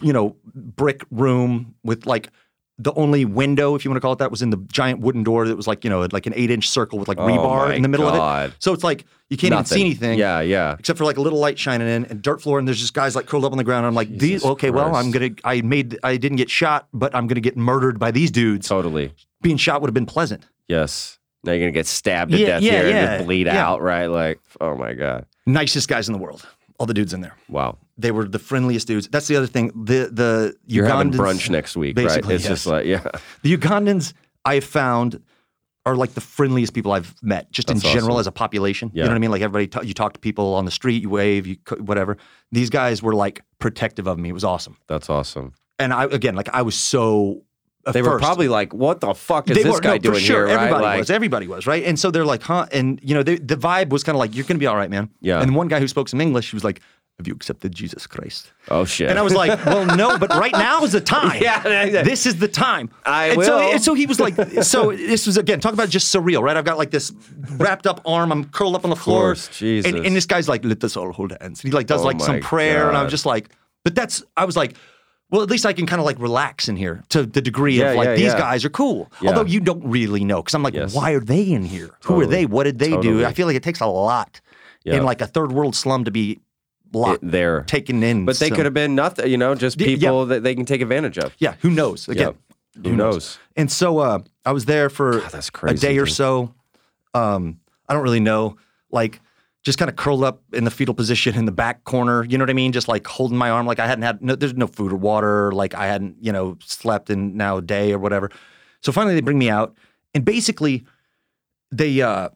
Speaker 2: you know, brick room with like the only window, if you want to call it that, was in the giant wooden door that was like you know like an eight inch circle with like rebar
Speaker 1: Oh my
Speaker 2: in the middle
Speaker 1: God.
Speaker 2: of it. So it's like you can't even see anything.
Speaker 1: Yeah, yeah.
Speaker 2: Except for like a little light shining in and dirt floor, and there's just guys like curled up on the ground. And I'm like, these, okay, well,
Speaker 1: Christ.
Speaker 2: I'm gonna, I made, I didn't get shot, but I'm gonna get murdered by these dudes.
Speaker 1: Totally.
Speaker 2: Being shot would have been pleasant.
Speaker 1: Yes. Now you're gonna get stabbed to
Speaker 2: Yeah,
Speaker 1: death
Speaker 2: yeah,
Speaker 1: here and
Speaker 2: yeah,
Speaker 1: just bleed
Speaker 2: yeah.
Speaker 1: out, right? Like, oh my god.
Speaker 2: Nicest guys in the world. All the dudes in there.
Speaker 1: Wow.
Speaker 2: They were the friendliest dudes. That's the other thing. The the
Speaker 1: You're having
Speaker 2: Ugandans-
Speaker 1: brunch next week, right?
Speaker 2: basically,
Speaker 1: It's just
Speaker 2: yes.
Speaker 1: like, yeah. [laughs]
Speaker 2: The Ugandans I have found are like the friendliest people I've met, just in general as a population. You
Speaker 1: Yeah.
Speaker 2: know what I mean? Like everybody, ta- you talk to people on the street, you wave, you co- whatever. These guys were like protective of me. It was awesome.
Speaker 1: That's awesome.
Speaker 2: And I again, like I was so. at
Speaker 1: They were
Speaker 2: first-
Speaker 1: probably like, "What the fuck is
Speaker 2: they
Speaker 1: this
Speaker 2: were,
Speaker 1: guy
Speaker 2: no,
Speaker 1: doing
Speaker 2: for sure.
Speaker 1: here?" Right?
Speaker 2: Everybody
Speaker 1: like,
Speaker 2: was. Everybody was right. And so they're like, huh? And you know, they, the vibe was kind of like, you're gonna be all right, man.
Speaker 1: Yeah.
Speaker 2: And one guy who spoke some English, he was like, "Have you accepted Jesus Christ?"
Speaker 1: oh shit.
Speaker 2: And I was like, well, no, but right now is the
Speaker 1: [laughs]
Speaker 2: time.
Speaker 1: Yeah, yeah, yeah.
Speaker 2: This is the time.
Speaker 1: I
Speaker 2: and So,
Speaker 1: will.
Speaker 2: and so he was like, so this was, again, talk about just surreal, right? I've got like this wrapped up arm. I'm curled up on the floor.
Speaker 1: course, Jesus.
Speaker 2: And, and this guy's like, let us all hold hands. And he like does
Speaker 1: Oh
Speaker 2: like
Speaker 1: my
Speaker 2: some prayer. And I'm
Speaker 1: God.
Speaker 2: just like, but that's, I was like, well, at least I can kind of like relax in here to the degree
Speaker 1: Yeah,
Speaker 2: of like
Speaker 1: yeah,
Speaker 2: these
Speaker 1: yeah.
Speaker 2: guys are cool. Although you don't really know because I'm like, why are they in here? Who are
Speaker 1: Totally.
Speaker 2: they? What did they
Speaker 1: Totally.
Speaker 2: do? I feel like it takes a lot
Speaker 1: Yeah.
Speaker 2: in like a third world slum to be locked
Speaker 1: there.
Speaker 2: taken in.
Speaker 1: but they
Speaker 2: so-
Speaker 1: could have been nothing, you know, just
Speaker 2: Yeah, yeah.
Speaker 1: people that they can take advantage of.
Speaker 2: Yeah, who knows?
Speaker 1: Yeah.
Speaker 2: Again,
Speaker 1: Who, knows?
Speaker 2: and so uh, I was there for
Speaker 1: that's
Speaker 2: a
Speaker 1: crazy,
Speaker 2: day or
Speaker 1: dude.
Speaker 2: so. Um, I don't really know, like just kind of curled up in the fetal position in the back corner. You know what I mean? Just like holding my arm, like I hadn't had no. There's no food or water. Like I hadn't, you know, slept in now a day or whatever. So finally, they bring me out, and basically, they. Uh,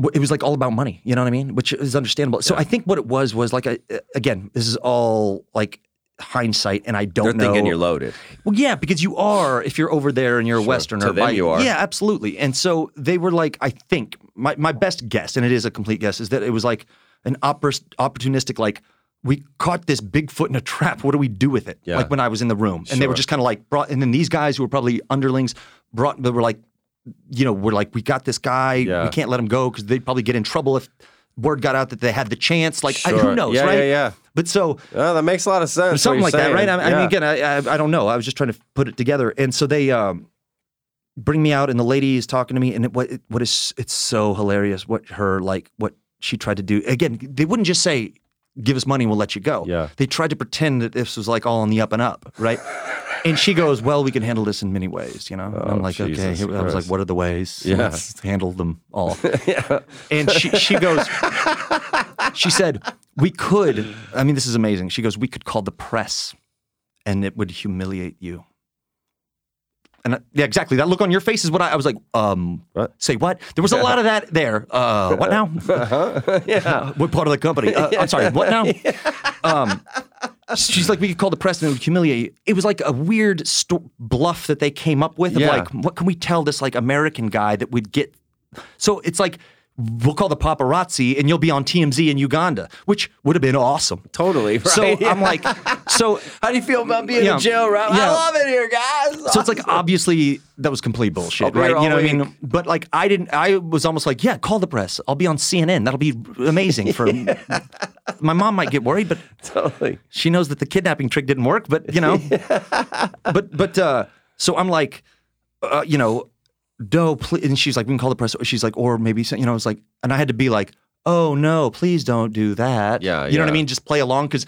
Speaker 2: w- it was like all about money, you know what I mean, which is understandable. So I think what it was was like, I, again, this is all like hindsight, and I don't
Speaker 1: They're
Speaker 2: know.
Speaker 1: thinking you're loaded.
Speaker 2: Well, yeah, because you are if you're over there and you're a Westerner.
Speaker 1: To them
Speaker 2: by-
Speaker 1: you are.
Speaker 2: Yeah, absolutely. And so they were like, I think my, my best guess, and it is a complete guess, is that it was like an oppor- opportunistic, like we caught this Bigfoot in a trap. What do we do with it?
Speaker 1: Yeah.
Speaker 2: Like when I was in the room, and they were
Speaker 1: Sure.
Speaker 2: just kind of like brought. And then these guys who were probably underlings brought. They were like, you know, we're like, we got this guy.
Speaker 1: Yeah.
Speaker 2: We can't let him go because they'd probably get in trouble if word got out that they had the chance. Like, I,
Speaker 1: Sure.
Speaker 2: who knows,
Speaker 1: Yeah,
Speaker 2: right?
Speaker 1: yeah, yeah.
Speaker 2: But so
Speaker 1: Oh, that makes a lot of sense. what
Speaker 2: something
Speaker 1: you're
Speaker 2: like
Speaker 1: saying.
Speaker 2: that, right? I, I
Speaker 1: Yeah.
Speaker 2: mean, again, I, I I don't know. I was just trying to put it together, and so they um, bring me out, and the lady is talking to me, and it, what it, what is it's so hilarious what her like what she tried to do. Again, they wouldn't just say, "Give us money, we'll let you go."
Speaker 1: Yeah.
Speaker 2: they tried to pretend that this was like all on the up and up, right? and she goes, "Well, we can handle this in many ways," you know. and
Speaker 1: Oh,
Speaker 2: I'm like, "Okay."
Speaker 1: Jesus
Speaker 2: here- I was like,
Speaker 1: Christ.
Speaker 2: "What are the ways?
Speaker 1: Yeah.
Speaker 2: Let's handle them [laughs] all." And she she goes. she said, We could, I mean, this is amazing. She goes, We could call the press and it would humiliate you. And I, yeah, exactly. That look on your face is what I, I was like, um,
Speaker 1: What?
Speaker 2: say what? There was a lot of that there. Uh, what [laughs] now?
Speaker 1: yeah.
Speaker 2: what part of the company? Uh, I'm sorry, what
Speaker 1: [laughs]
Speaker 2: now? Um, she's like, we could call the press and it would humiliate you. It was like a weird sto- bluff that they came up with. Of
Speaker 1: Yeah.
Speaker 2: like, what can we tell this like American guy that would get? So it's like, we'll call the paparazzi and you'll be on TMZ in Uganda, which would have been awesome.
Speaker 1: [laughs] Totally. [laughs] Right?
Speaker 2: So
Speaker 1: Yeah.
Speaker 2: I'm like, so
Speaker 1: [laughs] how do you feel about being
Speaker 2: Yeah.
Speaker 1: in jail, Rob? I
Speaker 2: Yeah.
Speaker 1: love it here, guys.
Speaker 2: so it's like obviously that was complete bullshit,
Speaker 1: I'll be
Speaker 2: right?
Speaker 1: here all
Speaker 2: You know what I
Speaker 1: week.
Speaker 2: mean? But like I didn't. I was almost like, yeah, call the press. I'll be on CNN. That'll be
Speaker 1: [laughs]
Speaker 2: amazing for. My mom might get worried, but
Speaker 1: [laughs] totally.
Speaker 2: she knows that the kidnapping trick didn't work,
Speaker 1: [laughs]
Speaker 2: but you know, but but uh, so I'm like, uh, you know, no, please. And she's like, we can call the press. She's like, or maybe so- you know, I was like, and I had to be like, oh no, please don't do that.
Speaker 1: Yeah,
Speaker 2: you know what
Speaker 1: yeah.
Speaker 2: I mean. Just play along because.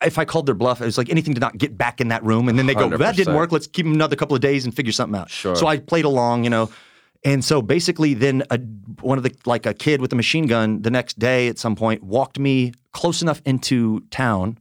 Speaker 2: If I called their bluff, it was like anything to not get back in that room, and then they go, "That didn't
Speaker 1: 100%.
Speaker 2: work. Let's keep them another couple of days and figure something out."
Speaker 1: Sure.
Speaker 2: So I played along, you know, and so basically, then a, one of the like a kid with a machine gun the next day at some point walked me close enough into town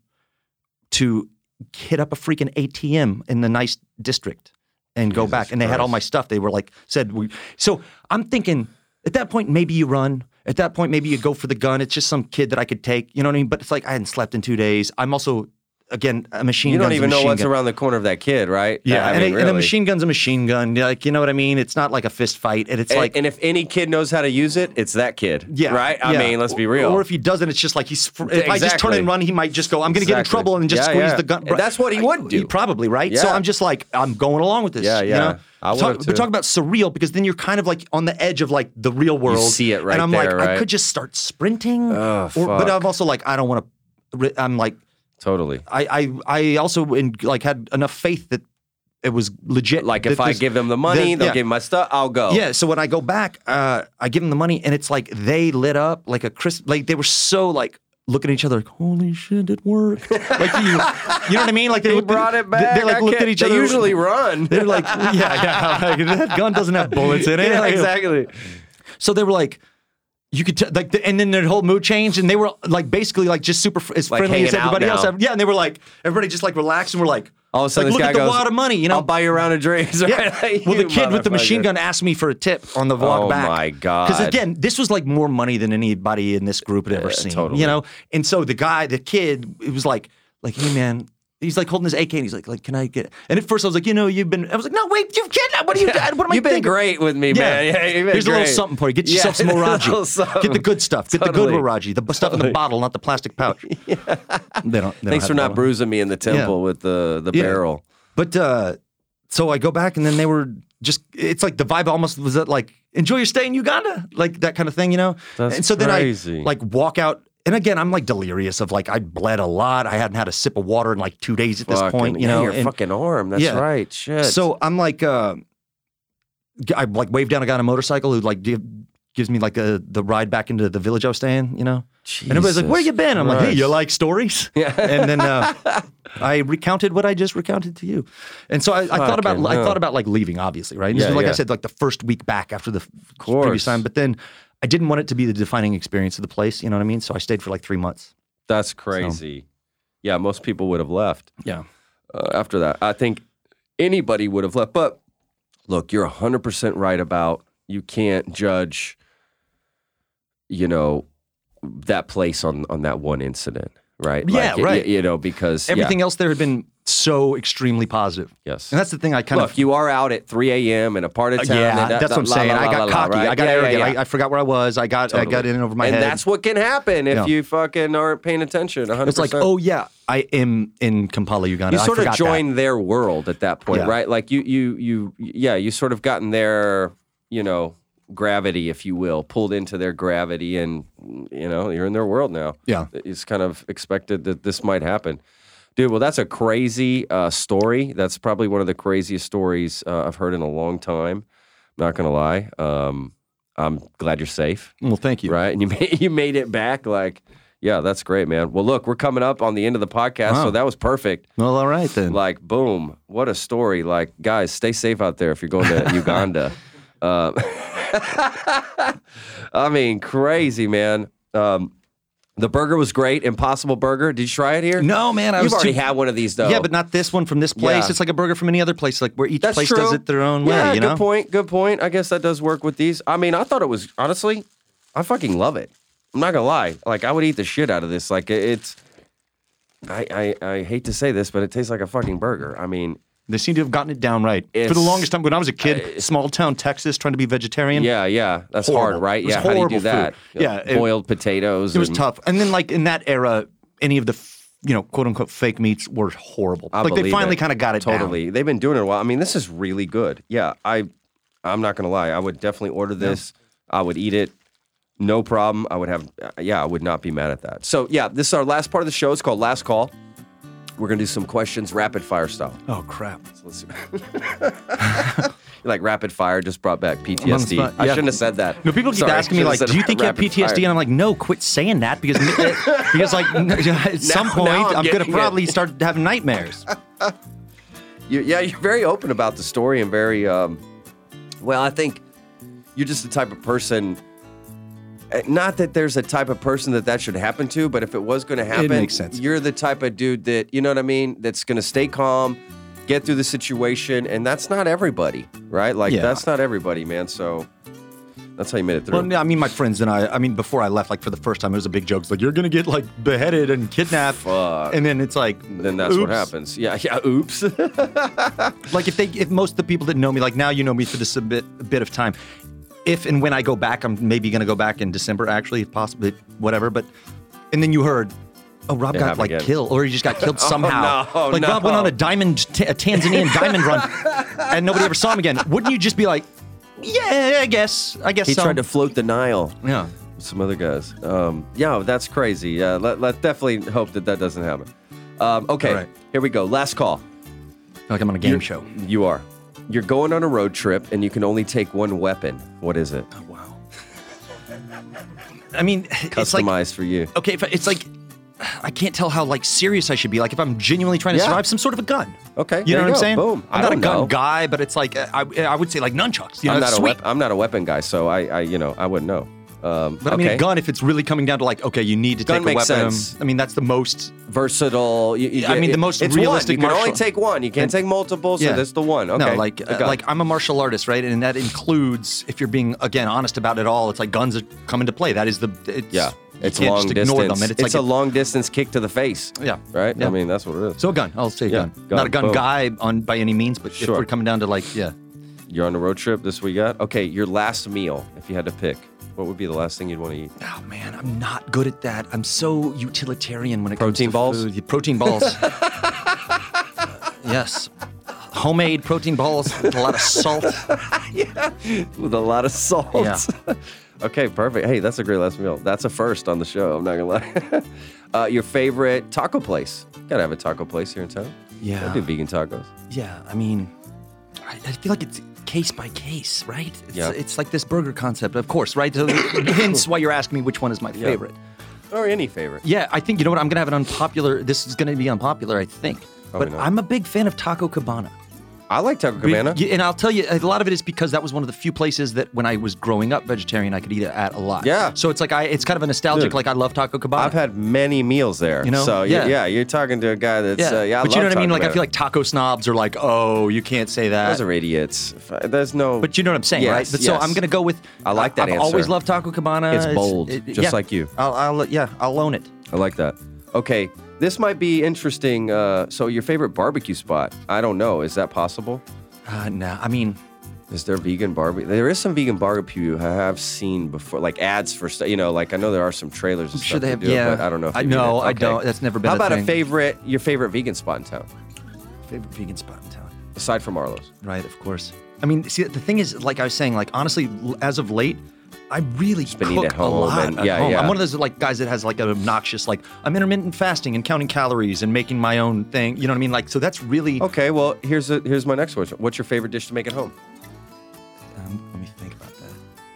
Speaker 2: to hit up a freaking ATM in the nice district and go back. And they had all my stuff. They were like, said, we, so I'm thinking at that point, maybe you run. At that point, maybe you go for the gun. It's just some kid that I could take. You know what I mean? But it's like I hadn't slept in two days. I'm also, again, a machine
Speaker 1: You don't
Speaker 2: gun's a
Speaker 1: even know
Speaker 2: machine
Speaker 1: what's
Speaker 2: gun.
Speaker 1: around the corner of that kid, right?
Speaker 2: Yeah,
Speaker 1: I
Speaker 2: and,
Speaker 1: mean,
Speaker 2: a,
Speaker 1: really.
Speaker 2: and a machine gun's a machine gun. Like, you know what I mean? It's not like a fist fight. And it's
Speaker 1: And,
Speaker 2: like,
Speaker 1: and if any kid knows how to use it, it's that kid.
Speaker 2: yeah,
Speaker 1: Right? I
Speaker 2: yeah.
Speaker 1: mean, let's be real.
Speaker 2: Or if he doesn't, it's just like he's. If I just turn
Speaker 1: Exactly.
Speaker 2: and run, he might just go. I'm going to get in
Speaker 1: Exactly.
Speaker 2: trouble and just
Speaker 1: Yeah,
Speaker 2: squeeze
Speaker 1: yeah.
Speaker 2: the gun.
Speaker 1: And that's what he would
Speaker 2: He
Speaker 1: do.
Speaker 2: probably right. So
Speaker 1: Yeah.
Speaker 2: I'm just like I'm going along with this.
Speaker 1: Yeah,
Speaker 2: you
Speaker 1: yeah.
Speaker 2: know?
Speaker 1: I would've
Speaker 2: talk,
Speaker 1: too.
Speaker 2: but talk about surreal because then you're kind of like on the edge of like the real world.
Speaker 1: see it right
Speaker 2: And I'm like,
Speaker 1: there, right?
Speaker 2: I could just start sprinting.
Speaker 1: Oh, fuck.
Speaker 2: But I'm also like, I don't want to. I'm like,
Speaker 1: totally.
Speaker 2: I I I also in, like had enough faith that it was legit.
Speaker 1: Like
Speaker 2: that
Speaker 1: if I
Speaker 2: this-
Speaker 1: give them the money,
Speaker 2: that-
Speaker 1: they'll
Speaker 2: yeah.
Speaker 1: give me my stuff. I'll go.
Speaker 2: Yeah. So when I go back, uh, I give them the money, and it's like they lit up like a Chris. Like they were so like looking at each other, like holy shit, it worked. like you, you know what I mean? Like they,
Speaker 1: He
Speaker 2: looked at-
Speaker 1: brought it back.
Speaker 2: They, they
Speaker 1: I
Speaker 2: like looked
Speaker 1: can't-
Speaker 2: at each
Speaker 1: they
Speaker 2: other. [laughs]
Speaker 1: usually run.
Speaker 2: They're like, yeah, yeah. Like, that gun doesn't have
Speaker 1: [laughs]
Speaker 2: bullets in it.
Speaker 1: Yeah,
Speaker 2: Like,
Speaker 1: exactly.
Speaker 2: So they were like. You could tell, like, the, and then their whole mood changed, and they were like basically like just super fr- as
Speaker 1: Like,
Speaker 2: friendly as
Speaker 1: hanging out
Speaker 2: everybody else.
Speaker 1: now.
Speaker 2: Yeah, and they were like everybody just like relaxed and were like,
Speaker 1: All of a sudden,
Speaker 2: like,
Speaker 1: this
Speaker 2: look
Speaker 1: guy
Speaker 2: at the
Speaker 1: goes,
Speaker 2: wad of money, you know.
Speaker 1: I'll buy you a round of [laughs] drinks.
Speaker 2: Yeah.
Speaker 1: Right?
Speaker 2: well, the
Speaker 1: You
Speaker 2: kid with the machine
Speaker 1: motherfucker.
Speaker 2: gun asked me for a tip on the vlog
Speaker 1: Oh
Speaker 2: back.
Speaker 1: my God.
Speaker 2: Because again, this was like more money than anybody in this group had ever seen.
Speaker 1: totally.
Speaker 2: You know, and so the guy, the kid, it was like, like, hey man. He's like holding his AK and he's like, like, can I get? And at first I was like, you know, you've been. I was like, no, wait, you've kidnapped.
Speaker 1: [laughs]
Speaker 2: What are you? What am I
Speaker 1: You've been
Speaker 2: thinking?
Speaker 1: great with me, man. Yeah, you've been
Speaker 2: Here's a little
Speaker 1: great.
Speaker 2: something for you. Get
Speaker 1: Yeah, [laughs]
Speaker 2: yourself some
Speaker 1: a little
Speaker 2: Oraji. Get
Speaker 1: something.
Speaker 2: the good stuff. Get the
Speaker 1: Totally.
Speaker 2: good Oraji. The b- stuff in the bottle, not the
Speaker 1: [laughs]
Speaker 2: plastic pouch. They don't. they don't
Speaker 1: Thanks for
Speaker 2: have that
Speaker 1: not
Speaker 2: one.
Speaker 1: bruising me in the temple with the, the
Speaker 2: Yeah.
Speaker 1: barrel.
Speaker 2: But uh, so I go back, and then they were just. It's like the vibe almost was that like enjoy your stay in Uganda, like that kind of thing, you know.
Speaker 1: That's
Speaker 2: and so
Speaker 1: crazy.
Speaker 2: then I like walk out, and again I'm like delirious of like I bled a lot. I hadn't had a sip of water in like two days at this
Speaker 1: Fucking-
Speaker 2: point, you
Speaker 1: yeah,
Speaker 2: know.
Speaker 1: your
Speaker 2: and
Speaker 1: fucking arm. That's
Speaker 2: Yeah.
Speaker 1: right. Shit.
Speaker 2: so I'm like, uh, I like waved down a guy on a motorcycle who like give, gives me like a the ride back into the village I was staying, you know. And everybody's like,
Speaker 1: Jesus
Speaker 2: "Where you been?" I'm like, "Hey,
Speaker 1: Christ.
Speaker 2: you
Speaker 1: [laughs]
Speaker 2: like stories?" Yeah. and then uh, [laughs] I recounted what I just recounted to you, and so I, I thought about
Speaker 1: Fucking
Speaker 2: I
Speaker 1: hell.
Speaker 2: thought about like leaving, obviously, right? This
Speaker 1: Yeah,
Speaker 2: is, like
Speaker 1: yeah.
Speaker 2: I said, like the first week back after the f-
Speaker 1: course.
Speaker 2: previous time, but then I didn't want it to be the defining experience of the place. You know what I mean? So I stayed for like three months.
Speaker 1: That's crazy. Yeah, most people would have left
Speaker 2: Yeah.
Speaker 1: uh, after that. I think anybody would have left. But look, you're 100% right about you can't judge, you know, that place on, on that one incident, right?
Speaker 2: Yeah,
Speaker 1: y-
Speaker 2: right.
Speaker 1: y- you know, because yeah.
Speaker 2: Everything else there had been so extremely positive.
Speaker 1: Yes.
Speaker 2: And that's the thing I kind
Speaker 1: Look,
Speaker 2: of. Uh,
Speaker 1: you are out at 3 a.m. in a part of town.
Speaker 2: yeah,
Speaker 1: and da-
Speaker 2: that's what I'm
Speaker 1: da- la-
Speaker 2: saying.
Speaker 1: la-
Speaker 2: I
Speaker 1: la-
Speaker 2: got
Speaker 1: la-
Speaker 2: cocky.
Speaker 1: right?
Speaker 2: I got
Speaker 1: Yeah, yeah,
Speaker 2: arrogant.
Speaker 1: yeah.
Speaker 2: I, I forgot where I was. I got I got
Speaker 1: Totally.
Speaker 2: in over my
Speaker 1: and
Speaker 2: head.
Speaker 1: that's what can happen if
Speaker 2: Yeah.
Speaker 1: you fucking aren't paying attention. 100%.
Speaker 2: it's like, oh yeah, I am in Kampala, Uganda.
Speaker 1: you
Speaker 2: I
Speaker 1: sort of
Speaker 2: forgot that.
Speaker 1: join their world at that point,
Speaker 2: Yeah.
Speaker 1: right? Like you, you, you, yeah, you sort of gotten their, you know, gravity, if you will, pulled into their gravity, and you know, you're in their world now.
Speaker 2: Yeah.
Speaker 1: it's kind of expected that this might happen. Dude, well, that's a crazy uh, story. That's probably one of the craziest stories uh, I've heard in a long time. Not gonna lie. Um, I'm glad you're safe.
Speaker 2: Well, thank you.
Speaker 1: Right. And you [laughs] made, you made it back. Like, yeah, that's great, man. Well, look, we're coming up on the end of the podcast. So
Speaker 2: Wow.
Speaker 1: that was perfect.
Speaker 2: Well, all right then.
Speaker 1: Like, boom. What a story. Like, guys, stay safe out there if you're going
Speaker 2: [laughs]
Speaker 1: to Uganda. Uh, [laughs] I mean, crazy, man. Um, the burger was great. Impossible Burger. Did you try it here?
Speaker 2: no, man, I
Speaker 1: You've
Speaker 2: was
Speaker 1: already
Speaker 2: too,
Speaker 1: had one of these, though.
Speaker 2: Yeah, but not this one from this place.
Speaker 1: Yeah.
Speaker 2: It's like a burger from any other place. Like where each
Speaker 1: That's
Speaker 2: place
Speaker 1: true.
Speaker 2: does it their own
Speaker 1: Yeah,
Speaker 2: way. You
Speaker 1: good
Speaker 2: know.
Speaker 1: point. Good point. I guess that does work with these. I mean, I thought it was honestly, I fucking love it. I'm not gonna lie. Like, I would eat the shit out of this. Like, it- it's. I, I I hate to say this, but it tastes like a fucking burger. I mean,
Speaker 2: They seem to have gotten it down right for the
Speaker 1: It's-
Speaker 2: longest time. When I was a kid, small town Texas, trying to be vegetarian.
Speaker 1: yeah, yeah, that's hard,
Speaker 2: Horrible.
Speaker 1: right?
Speaker 2: It was
Speaker 1: yeah, how do you
Speaker 2: horrible
Speaker 1: do that?
Speaker 2: food. Yeah, it-
Speaker 1: boiled potatoes.
Speaker 2: It was
Speaker 1: and-
Speaker 2: tough. And then like in that era, any of the f- you know quote unquote fake meats were horrible.
Speaker 1: I
Speaker 2: like they
Speaker 1: believe
Speaker 2: finally
Speaker 1: it.
Speaker 2: kind of got it down.
Speaker 1: totally. They've been doing it a while. I mean, this is really good. Yeah, I, I'm not gonna lie. I would definitely order this. I would eat it, no problem. I would have, yeah, I would not be mad at that. So yeah, this is our last part of the show. It's called Last Call. We're gonna do some questions, rapid fire style.
Speaker 2: Oh crap!
Speaker 1: So let's see. [laughs] like rapid fire just brought back
Speaker 2: on the
Speaker 1: PTSD.
Speaker 2: spot,
Speaker 1: I
Speaker 2: yeah.
Speaker 1: shouldn't have said that.
Speaker 2: No, people keep
Speaker 1: Sorry,
Speaker 2: asking me
Speaker 1: shouldn't
Speaker 2: like,
Speaker 1: have said [laughs]
Speaker 2: "Do you think you have
Speaker 1: rapid
Speaker 2: PTSD?"
Speaker 1: fire.
Speaker 2: And I'm like, "No, quit saying that because [laughs] because like at
Speaker 1: [laughs]
Speaker 2: some
Speaker 1: now
Speaker 2: point
Speaker 1: I'm
Speaker 2: I'm, gonna
Speaker 1: getting it.
Speaker 2: probably start having nightmares."
Speaker 1: you, yeah, you're very open about the story and very um, well. I think you're just the type of person. eh, Not that there's a type of person that that should happen to, but if it was going to happen,
Speaker 2: makes sense.
Speaker 1: you're the type of dude that you know what I mean. That's going to stay calm, get through the situation, and that's not everybody, right? Like
Speaker 2: Yeah.
Speaker 1: that's not everybody, man. So that's how you made it through.
Speaker 2: Well, no, I mean, my friends and I. I mean, before I left, like for the first time, it was a big joke. It's like you're gonna get like beheaded and kidnapped,
Speaker 1: Fuck.
Speaker 2: and then it's like,
Speaker 1: then that's what
Speaker 2: oops.
Speaker 1: happens. Yeah, yeah. Oops.
Speaker 2: Like if they, if most of the people that know me, like now you know me for this a bit, a bit of time. If and when I go back, I'm maybe gonna go back in December, actually, if possibly, whatever. But and then you heard. Oh, Rob got
Speaker 1: happened
Speaker 2: like
Speaker 1: again. Oh,
Speaker 2: killed, or he just got
Speaker 1: [laughs]
Speaker 2: killed somehow.
Speaker 1: no,
Speaker 2: like Rob went
Speaker 1: no.
Speaker 2: on a diamond, t- a Tanzanian diamond run, and nobody ever saw him again. Wouldn't you just be like, yeah, I guess, I guess
Speaker 1: he
Speaker 2: so.
Speaker 1: tried to float the Nile.
Speaker 2: yeah.
Speaker 1: some other guys. Um, yeah, that's crazy. Yeah, let, let definitely hope that that doesn't happen. Um, okay,
Speaker 2: All right.
Speaker 1: here we go. Last call.
Speaker 2: Like I'm on a game show.
Speaker 1: You are. You're going on a road trip and you can only take one weapon. What is it?
Speaker 2: Wow. I mean, it's
Speaker 1: Customized
Speaker 2: like Oh,
Speaker 1: for you.
Speaker 2: okay, if, it's like I can't tell how like serious I should be. Like if I'm genuinely trying to
Speaker 1: Yeah.
Speaker 2: survive, some sort of a gun.
Speaker 1: Okay,
Speaker 2: you
Speaker 1: there
Speaker 2: know
Speaker 1: you
Speaker 2: what I'm
Speaker 1: go.
Speaker 2: saying?
Speaker 1: Boom. I
Speaker 2: I'm not a
Speaker 1: don't
Speaker 2: gun
Speaker 1: know.
Speaker 2: guy, but it's like uh, I, I would say like nunchucks. You know,
Speaker 1: I'm not
Speaker 2: that's
Speaker 1: a
Speaker 2: sweet.
Speaker 1: weapon. I'm not a weapon guy, so I, I you know, I wouldn't know. Um,
Speaker 2: But I mean,
Speaker 1: okay.
Speaker 2: a gun. If it's really coming down to like, okay, you need to
Speaker 1: Gun
Speaker 2: take a
Speaker 1: makes
Speaker 2: weapon.
Speaker 1: sense.
Speaker 2: I mean, that's the most.
Speaker 1: versatile. you- you
Speaker 2: I
Speaker 1: get-
Speaker 2: mean, the most
Speaker 1: it's
Speaker 2: realistic
Speaker 1: One. You can only
Speaker 2: martial-
Speaker 1: take one. You can't take multiple. So
Speaker 2: Yeah.
Speaker 1: that's the one. Okay.
Speaker 2: No, like
Speaker 1: The
Speaker 2: uh,
Speaker 1: gun.
Speaker 2: like I'm a martial artist, right? And that includes if you're being again honest about it all. It's like guns are come into play. That is the it's,
Speaker 1: yeah,
Speaker 2: you
Speaker 1: it's
Speaker 2: can't
Speaker 1: long
Speaker 2: just
Speaker 1: distance.
Speaker 2: ignore them. And it's, like
Speaker 1: a long distance kick to the face.
Speaker 2: Yeah.
Speaker 1: Right.
Speaker 2: Yeah.
Speaker 1: I mean, that's what it is.
Speaker 2: So a gun. I'll say
Speaker 1: Yeah,
Speaker 2: gun.
Speaker 1: gun,
Speaker 2: Not a gun
Speaker 1: boom.
Speaker 2: guy on by any means, but
Speaker 1: Sure.
Speaker 2: if we're coming down to like, yeah.
Speaker 1: You're on a road trip. This we got. Okay, your last meal, if you had to pick, what would be the last thing you'd want to
Speaker 2: [laughs]
Speaker 1: eat?
Speaker 2: Oh man, I'm not good at that. I'm so utilitarian when it
Speaker 1: Protein
Speaker 2: comes to
Speaker 1: balls?
Speaker 2: food. Yeah, Protein [laughs] balls. yes. Homemade protein balls with a lot of salt.
Speaker 1: With a lot of salt.
Speaker 2: [laughs] Yeah.
Speaker 1: okay, perfect. Hey, that's a great last meal. That's a first on the show. I'm not gonna lie. [laughs] uh, your favorite taco place? Gotta have a taco place here in town.
Speaker 2: Yeah.
Speaker 1: I do vegan tacos.
Speaker 2: Yeah, I mean, I, I feel like it's case by case, right? It's,
Speaker 1: Yeah.
Speaker 2: it's like this burger concept, of course, right? So, [coughs] hence why you're asking me which one is my favorite.
Speaker 1: Or any favorite.
Speaker 2: Yeah, I think you know what. I'm gonna have an unpopular. This is gonna be unpopular, I think.
Speaker 1: Probably
Speaker 2: but
Speaker 1: not.
Speaker 2: I'm a big fan of Taco Cabana.
Speaker 1: I like Taco Cabana.
Speaker 2: Yeah, and I'll tell you, a lot of it is because that was one of the few places that when I was growing up vegetarian, I could eat it at a lot.
Speaker 1: Yeah.
Speaker 2: So it's like I, it's kind of a nostalgic.
Speaker 1: Dude,
Speaker 2: like I love Taco Cabana.
Speaker 1: I've had many meals there.
Speaker 2: You know?
Speaker 1: So y-
Speaker 2: Yeah.
Speaker 1: yeah, you're talking to a guy that's yeah. Uh, yeah I
Speaker 2: but you
Speaker 1: love
Speaker 2: know what I mean?
Speaker 1: Taco
Speaker 2: Like I
Speaker 1: Cabana.
Speaker 2: feel like taco snobs are like, oh, you can't say that.
Speaker 1: those are idiots. F- There's no.
Speaker 2: but you know what I'm saying,
Speaker 1: Yes,
Speaker 2: right? But so
Speaker 1: yes.
Speaker 2: I'm gonna go with.
Speaker 1: I like that
Speaker 2: I've always
Speaker 1: answer.
Speaker 2: loved Taco Cabana.
Speaker 1: It's bold, just
Speaker 2: yeah.
Speaker 1: like you.
Speaker 2: I'll, I'll yeah, I'll own it.
Speaker 1: I like that. Okay, this might be interesting. Uh, so, your favorite barbecue spot? I don't know. Is that possible?
Speaker 2: Uh, nah, I mean,
Speaker 1: Is there vegan barbecue? There is some vegan barbecue I have seen before, like ads for stuff. You know, like I know there are some trailers. And
Speaker 2: I'm sure
Speaker 1: stuff
Speaker 2: they
Speaker 1: that
Speaker 2: have.
Speaker 1: do it,
Speaker 2: yeah,
Speaker 1: but I don't know. If
Speaker 2: I
Speaker 1: they do that.
Speaker 2: know. I
Speaker 1: Okay.
Speaker 2: don't. That's never been.
Speaker 1: How about
Speaker 2: thing.
Speaker 1: a favorite? Your favorite vegan spot in town,
Speaker 2: favorite vegan spot in town?
Speaker 1: aside from Arlo's.
Speaker 2: Right, of course. I mean, see, the thing is, like I was saying, like honestly, l- as of late, I really
Speaker 1: been eating
Speaker 2: cook
Speaker 1: at home
Speaker 2: a lot.
Speaker 1: and-
Speaker 2: at
Speaker 1: yeah,
Speaker 2: home.
Speaker 1: yeah.
Speaker 2: I'm one of those like guys that has like an obnoxious, like I'm intermittent fasting and counting calories and making my own thing. You know what I mean? Like, so that's really.
Speaker 1: Okay, well here's a, here's my next question. What's your favorite dish to make at home?
Speaker 2: Um, let me think about that.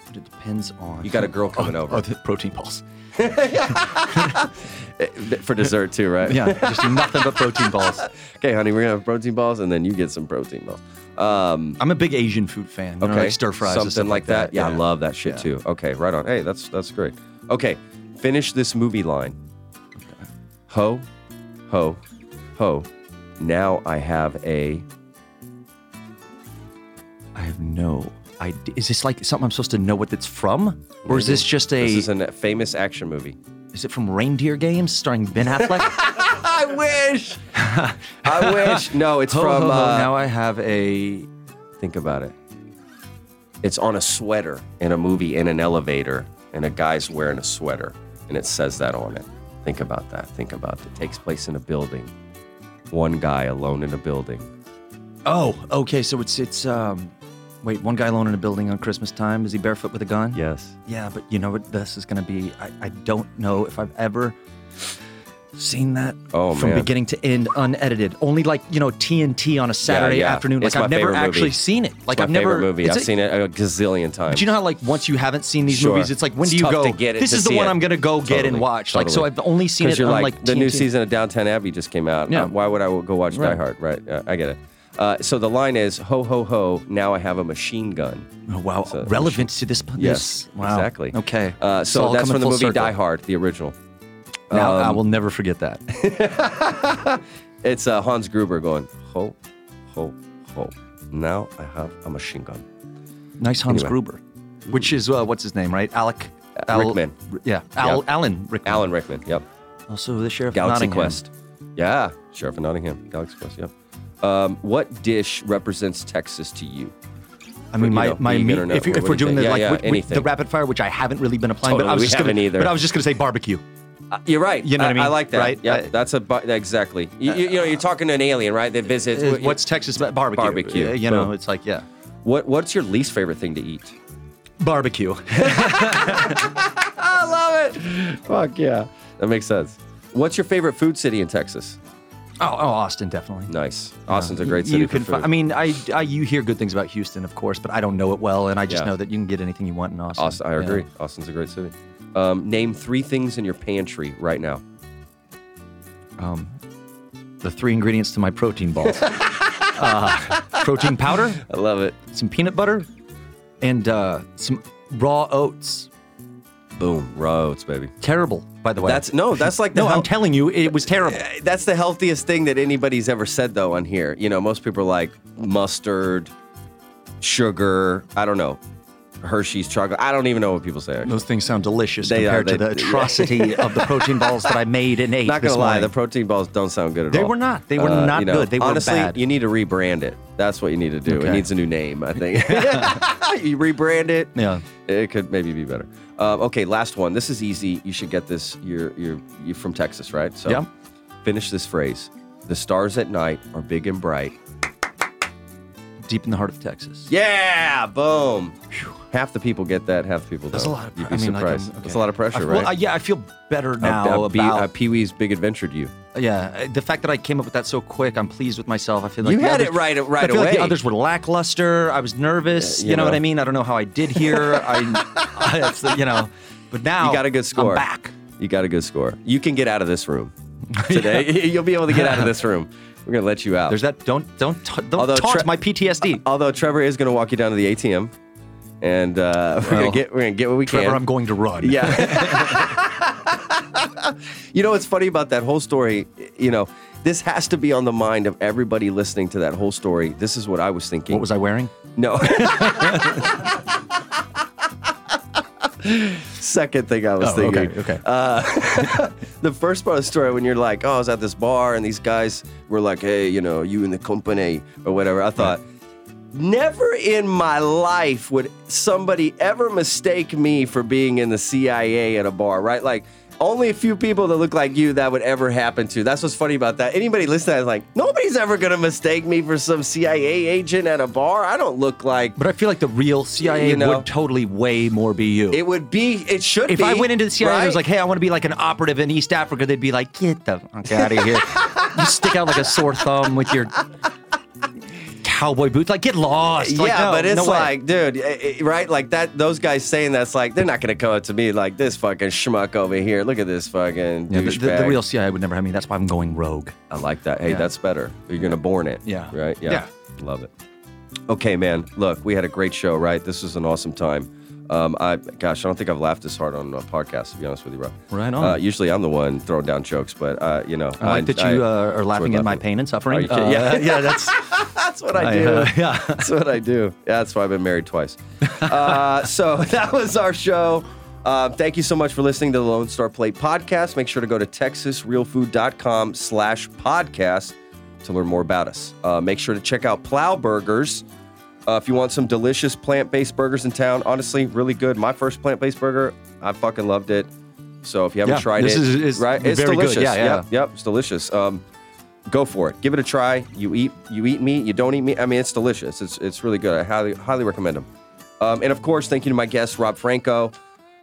Speaker 2: But it depends on.
Speaker 1: You got a girl coming over.
Speaker 2: Oh, the protein balls.
Speaker 1: Eh, For dessert too, right?
Speaker 2: [laughs] Yeah, just nothing but
Speaker 1: [laughs]
Speaker 2: protein balls.
Speaker 1: Okay, honey, we're gonna have protein balls, and then you get some protein balls. Um,
Speaker 2: I'm a big Asian food fan. You
Speaker 1: okay,
Speaker 2: know, like stir fries,
Speaker 1: something
Speaker 2: and stuff
Speaker 1: like that. Yeah, I love that shit
Speaker 2: Yeah.
Speaker 1: too. Okay, right on. Hey, that's that's great. Okay, finish this movie line. Ho, ho, ho. Now I have a.
Speaker 2: I have no idea. Is this like something I'm supposed to know what it's from, or is this just a?
Speaker 1: This is a famous action movie.
Speaker 2: Is it from Reindeer Games starring
Speaker 1: [laughs]
Speaker 2: Ben Affleck?
Speaker 1: I wish. [laughs] I wish. No, it's
Speaker 2: [laughs] Ho,
Speaker 1: from.
Speaker 2: ho, ho,
Speaker 1: uh,
Speaker 2: now I have a.
Speaker 1: Think about it. It's on a sweater in a movie in an elevator, and a guy's wearing a sweater, and it says that on it. Think about that. Think about that. It takes place in a building. One guy alone in a building.
Speaker 2: Oh, okay. So it's it's um. Wait, one guy alone in a building on Christmas time. Is he barefoot with a gun?
Speaker 1: Yes.
Speaker 2: Yeah, but you know what? This is gonna be. I, I don't know if I've ever seen that
Speaker 1: Oh,
Speaker 2: from
Speaker 1: man.
Speaker 2: beginning to end, unedited. Only like you know TNT on a Saturday
Speaker 1: yeah.
Speaker 2: afternoon.
Speaker 1: It's
Speaker 2: like
Speaker 1: my
Speaker 2: I've never
Speaker 1: favorite movie.
Speaker 2: actually seen it. Like
Speaker 1: My
Speaker 2: I've never
Speaker 1: favorite movie.
Speaker 2: it's
Speaker 1: I've
Speaker 2: a-
Speaker 1: seen it a gazillion times.
Speaker 2: Do you know how like once you haven't seen these
Speaker 1: Sure.
Speaker 2: movies, it's like when
Speaker 1: It's
Speaker 2: do you
Speaker 1: tough
Speaker 2: go?
Speaker 1: to get it,
Speaker 2: this
Speaker 1: to
Speaker 2: is the
Speaker 1: see
Speaker 2: one
Speaker 1: it."
Speaker 2: I'm gonna go get and
Speaker 1: Totally,
Speaker 2: watch. Like so,
Speaker 1: totally.
Speaker 2: I've only seen it
Speaker 1: Because you're
Speaker 2: on
Speaker 1: like,
Speaker 2: like
Speaker 1: the new
Speaker 2: TNT.
Speaker 1: season of Downtown Abbey just came out.
Speaker 2: Yeah.
Speaker 1: Uh, why would I go watch Die
Speaker 2: Right.
Speaker 1: Hard? Right. Yeah, I get it. Uh, so the line is ho ho ho. Now I have a machine gun.
Speaker 2: Oh, wow,
Speaker 1: So-
Speaker 2: relevant to this. this-
Speaker 1: Yes,
Speaker 2: wow.
Speaker 1: exactly.
Speaker 2: Okay,
Speaker 1: Uh,
Speaker 2: It's
Speaker 1: so
Speaker 2: all
Speaker 1: that's
Speaker 2: coming
Speaker 1: from the
Speaker 2: full
Speaker 1: movie
Speaker 2: circle.
Speaker 1: Die Hard, the original.
Speaker 2: Now I will never forget that.
Speaker 1: [laughs] It's uh, Hans Gruber going ho, ho, ho. Now I have a machine gun.
Speaker 2: nice Hans Gruber, which is uh, what's his name, right? Alec Al,
Speaker 1: Uh, Rickman.
Speaker 2: Yeah, Al,
Speaker 1: Yep.
Speaker 2: Alan Rickman.
Speaker 1: Alan Rickman. Yep.
Speaker 2: Also the sheriff. of
Speaker 1: Galaxy
Speaker 2: Nottingham.
Speaker 1: Quest. Yeah, Sheriff of Nottingham. Galaxy Quest. Yep. Um, what dish represents Texas to you?
Speaker 2: I mean,
Speaker 1: you
Speaker 2: my,
Speaker 1: know,
Speaker 2: my
Speaker 1: vegan
Speaker 2: meat.
Speaker 1: or not,
Speaker 2: If, you- if
Speaker 1: what
Speaker 2: we're
Speaker 1: do you
Speaker 2: doing
Speaker 1: think?
Speaker 2: the
Speaker 1: Yeah,
Speaker 2: like
Speaker 1: yeah,
Speaker 2: with- with the
Speaker 1: anything.
Speaker 2: rapid fire, which I haven't really been applying, but
Speaker 1: Totally,
Speaker 2: I was
Speaker 1: we
Speaker 2: just gonna,
Speaker 1: haven't either. Uh,
Speaker 2: But I was just gonna say barbecue.
Speaker 1: You're right.
Speaker 2: You know what I mean,
Speaker 1: I like that.
Speaker 2: right? Uh,
Speaker 1: Yeah,
Speaker 2: I-
Speaker 1: that's a bu- exactly. You, you, you know, you're talking to an alien, right? That visits.
Speaker 2: Uh, What's Texas ba- barbecue?
Speaker 1: Barbecue.
Speaker 2: Uh, You know,
Speaker 1: Boom.
Speaker 2: it's like yeah,
Speaker 1: what What's your least favorite thing to eat?
Speaker 2: barbecue. [laughs] Oh,
Speaker 1: I love it. Fuck yeah, that makes sense. What's your favorite food city in Texas?
Speaker 2: Oh, oh, Austin definitely.
Speaker 1: Nice. Austin's a
Speaker 2: Uh, You-
Speaker 1: great city
Speaker 2: You
Speaker 1: for
Speaker 2: can.
Speaker 1: food.
Speaker 2: fi- I mean, I, I you hear good things about Houston, of course, but I don't know it well, and I just
Speaker 1: Yeah.
Speaker 2: know that you can get anything you want in Austin.
Speaker 1: Austin, I
Speaker 2: Yeah.
Speaker 1: agree. Austin's a great city. Um, name three things in your pantry right now.
Speaker 2: Um, the three ingredients to my protein
Speaker 1: [laughs]
Speaker 2: balls: uh, protein powder,
Speaker 1: I love it.
Speaker 2: some peanut butter, and uh, some raw oats.
Speaker 1: Boom, roads, baby.
Speaker 2: Terrible, by the way.
Speaker 1: That's no, that's [laughs] like the
Speaker 2: no. I'm
Speaker 1: health-
Speaker 2: telling you, it was terrible.
Speaker 1: that's the healthiest thing that anybody's ever said though on here. You know, most people are like mustard, sugar. I don't know, Hershey's chocolate. I don't even know what people say. actually.
Speaker 2: Those things sound delicious
Speaker 1: They are,
Speaker 2: compared to
Speaker 1: they- [laughs]
Speaker 2: the atrocity of the protein balls that I made and ate.
Speaker 1: Not gonna
Speaker 2: this
Speaker 1: lie,
Speaker 2: morning.
Speaker 1: the protein balls don't sound good at
Speaker 2: They
Speaker 1: all. Uh,
Speaker 2: were not. They were not
Speaker 1: you know,
Speaker 2: good. They were
Speaker 1: honestly,
Speaker 2: bad.
Speaker 1: you need to rebrand it. That's what you need to do. It
Speaker 2: Okay.
Speaker 1: needs a new name, I
Speaker 2: [laughs]
Speaker 1: think. [laughs] you rebrand it.
Speaker 2: Yeah.
Speaker 1: It could maybe be better. Um, okay, last one. This is easy. You should get this. You're you're you're from Texas, right? So
Speaker 2: Yeah.
Speaker 1: finish this phrase. The stars at night are big and bright.
Speaker 2: deep in the heart of Texas.
Speaker 1: Yeah, boom. Half the people get that. Half the people don't.
Speaker 2: That's a lot of.
Speaker 1: You'd
Speaker 2: I
Speaker 1: be
Speaker 2: mean, like,
Speaker 1: surprised.
Speaker 2: I'm-
Speaker 1: That's a
Speaker 2: okay.
Speaker 1: lot of pressure,
Speaker 2: I,
Speaker 1: right?
Speaker 2: Well, I- yeah, I feel better now
Speaker 1: uh, Pee-
Speaker 2: about.
Speaker 1: uh, Pee Wee's Big Adventure to you.
Speaker 2: yeah, uh, the fact that I came up with that so quick, I'm pleased with myself. I feel like
Speaker 1: You
Speaker 2: the
Speaker 1: had
Speaker 2: others-
Speaker 1: it right- right
Speaker 2: I feel Like
Speaker 1: away.
Speaker 2: the others were lackluster. I was nervous.
Speaker 1: Yeah,
Speaker 2: you,
Speaker 1: you
Speaker 2: know, what
Speaker 1: know.
Speaker 2: I mean? I don't know how I did
Speaker 1: [laughs]
Speaker 2: here. I, it's the- you know, but now
Speaker 1: You got a good score.
Speaker 2: I'm back.
Speaker 1: You got a good score. You can get out of this
Speaker 2: [laughs]
Speaker 1: room today. [laughs] You'll be able to get out of this room. We're gonna let you out.
Speaker 2: There's that. Don't don't ta- don't
Speaker 1: Although
Speaker 2: taunt
Speaker 1: Tre- Uh,
Speaker 2: my PTSD.
Speaker 1: Although Trevor is gonna walk you down to the ATM, and uh, [laughs] we're gonna
Speaker 2: Well,
Speaker 1: get we're gonna get what we
Speaker 2: Trevor,
Speaker 1: can.
Speaker 2: I'm going to run.
Speaker 1: Yeah.
Speaker 2: [laughs]
Speaker 1: [laughs] you know what's funny about that whole story? You know, this has to be on the mind of everybody listening to that whole story. This is what I was thinking.
Speaker 2: What [laughs] was I wearing?
Speaker 1: No. [laughs] second thing I was
Speaker 2: Oh,
Speaker 1: thinking.
Speaker 2: okay, okay.
Speaker 1: Uh, the first part of the story, when you're like, oh, I was at this bar and these guys were like, hey, you know, you in the company or whatever, I thought, never in my life would somebody ever mistake me for being in the CIA at a bar, right? Like, only a few people that look like you that would ever happen to. That's what's funny about that. Anybody listening is like, nobody's ever gonna mistake me for some CIA agent at a bar. I don't look like
Speaker 2: But I feel like the real CIA
Speaker 1: You know.
Speaker 2: would totally way more be you.
Speaker 1: it would be. It should
Speaker 2: if
Speaker 1: be.
Speaker 2: I went into the CIA and
Speaker 1: right?
Speaker 2: was like, hey, I want to be like an operative in East Africa, they'd be like, get the fuck out of here. you stick out like a sore thumb with your cowboy boots. Like, get lost. Like,
Speaker 1: yeah,
Speaker 2: no,
Speaker 1: but it's
Speaker 2: no way.
Speaker 1: like, dude, eh, eh, right? Like that. Those guys saying that's like they're not gonna come up to me like this fucking schmuck over here. Look at this fucking
Speaker 2: Yeah, the, the- the
Speaker 1: douchebag."
Speaker 2: real CIA would never have me. That's why I'm going rogue.
Speaker 1: I like that. Hey,
Speaker 2: Yeah.
Speaker 1: that's better. You're gonna born it.
Speaker 2: Yeah.
Speaker 1: Right.
Speaker 2: Yeah.
Speaker 1: Love it. Okay, man. Look, we had a great show, right? This was an awesome time. Um, I gosh, I don't think I've laughed this hard on a podcast. To be honest with you, bro.
Speaker 2: Right on.
Speaker 1: Uh, usually, I'm the one throwing down jokes, but uh, you know,
Speaker 2: I like that you uh, are laughing at my pain and
Speaker 1: Are
Speaker 2: suffering.
Speaker 1: you kidding? [laughs] Yeah.
Speaker 2: Uh, yeah, that's
Speaker 1: That's what I
Speaker 2: I,
Speaker 1: do.
Speaker 2: uh, [laughs] yeah.
Speaker 1: That's what I do. Yeah, that's why I've been married twice.
Speaker 2: [laughs]
Speaker 1: Uh, so [laughs] that was our show. Uh, thank you so much for listening to the Lone Star Plate podcast. Make sure to go to texasrealfood.com slash podcast to learn more about us. Uh, make sure to check out Plow Burgers. Uh, if you want some delicious plant-based burgers in town, honestly, really good. My first plant-based burger, I fucking loved it. So if you haven't
Speaker 2: Yeah,
Speaker 1: tried
Speaker 2: this
Speaker 1: it,
Speaker 2: is- is
Speaker 1: right? It's
Speaker 2: very good.
Speaker 1: delicious.
Speaker 2: Yeah, yeah.
Speaker 1: Yep, yep, it's delicious. Um, go for it. Give it a try. You eat you eat meat. You don't eat meat. I mean, it's delicious. It's it's really good. I highly highly recommend them. Um, and of course, thank you to my guest Rob Franco.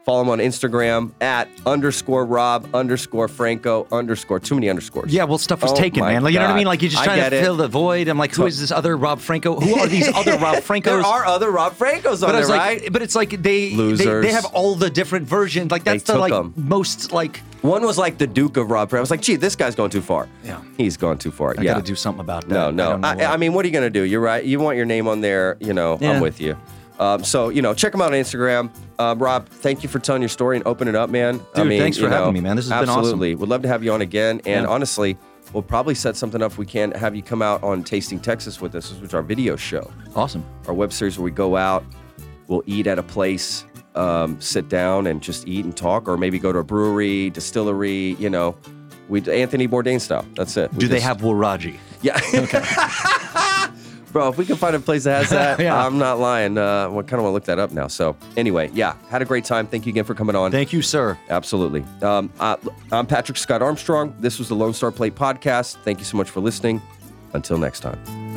Speaker 1: Follow him on Instagram at underscore Rob underscore Franco underscore. Too many underscores.
Speaker 2: yeah. Well, stuff was
Speaker 1: Oh
Speaker 2: taken,
Speaker 1: my
Speaker 2: man. Like, you know what
Speaker 1: God.
Speaker 2: I mean? Like you're just
Speaker 1: I
Speaker 2: trying
Speaker 1: get
Speaker 2: to
Speaker 1: it.
Speaker 2: fill the void. I'm like, who is this other Rob Franco? Who are these
Speaker 1: [laughs]
Speaker 2: other Rob Francos?
Speaker 1: There are other Rob Francos on
Speaker 2: but I
Speaker 1: there,
Speaker 2: was like,
Speaker 1: right?
Speaker 2: but it's like they, they
Speaker 1: Losers.
Speaker 2: they have all the different versions. Like that's the
Speaker 1: took
Speaker 2: like
Speaker 1: 'em.
Speaker 2: most like
Speaker 1: One was like the Duke of Rob. Franco. I was like, gee, this guy's gone too far.
Speaker 2: Yeah.
Speaker 1: He's gone too far.
Speaker 2: I
Speaker 1: yeah.
Speaker 2: got to do something about that.
Speaker 1: No,
Speaker 2: I,
Speaker 1: no.
Speaker 2: don't know
Speaker 1: I,
Speaker 2: what.
Speaker 1: I, mean, what are you gonna do? You're right. You want your name on there. You know, I'm
Speaker 2: Yeah.
Speaker 1: with you. Um, so you know, check them out on Instagram. Uh, Rob, thank you for telling your story and opening it up, man. I
Speaker 2: Dude,
Speaker 1: mean,
Speaker 2: thanks for
Speaker 1: you know,
Speaker 2: having me, man. This has been awesome.
Speaker 1: absolutely. Would love to have you on again. And
Speaker 2: Yeah.
Speaker 1: honestly, we'll probably set something up if we can have you come out on Tasting Texas with us, which is our video show
Speaker 2: awesome.
Speaker 1: our web series where we go out, we'll eat at a place, um, sit down and just eat and talk, or maybe go to a brewery, distillery, you know. We Anthony Bourdain style. That's it. We
Speaker 2: Do they
Speaker 1: just-
Speaker 2: have Waraji?
Speaker 1: Yeah. [laughs] Bro, if we can find a place that
Speaker 2: [laughs]
Speaker 1: has that,
Speaker 2: Yeah.
Speaker 1: I'm not lying. Uh, I kind of want to look that up now. So anyway, yeah, had a great time. Thank you again for coming on.
Speaker 2: Thank you, sir.
Speaker 1: Absolutely. Um, I, I'm Patrick Scott Armstrong. This was the Lone Star Plate podcast. Thank you so much for listening. Until next time.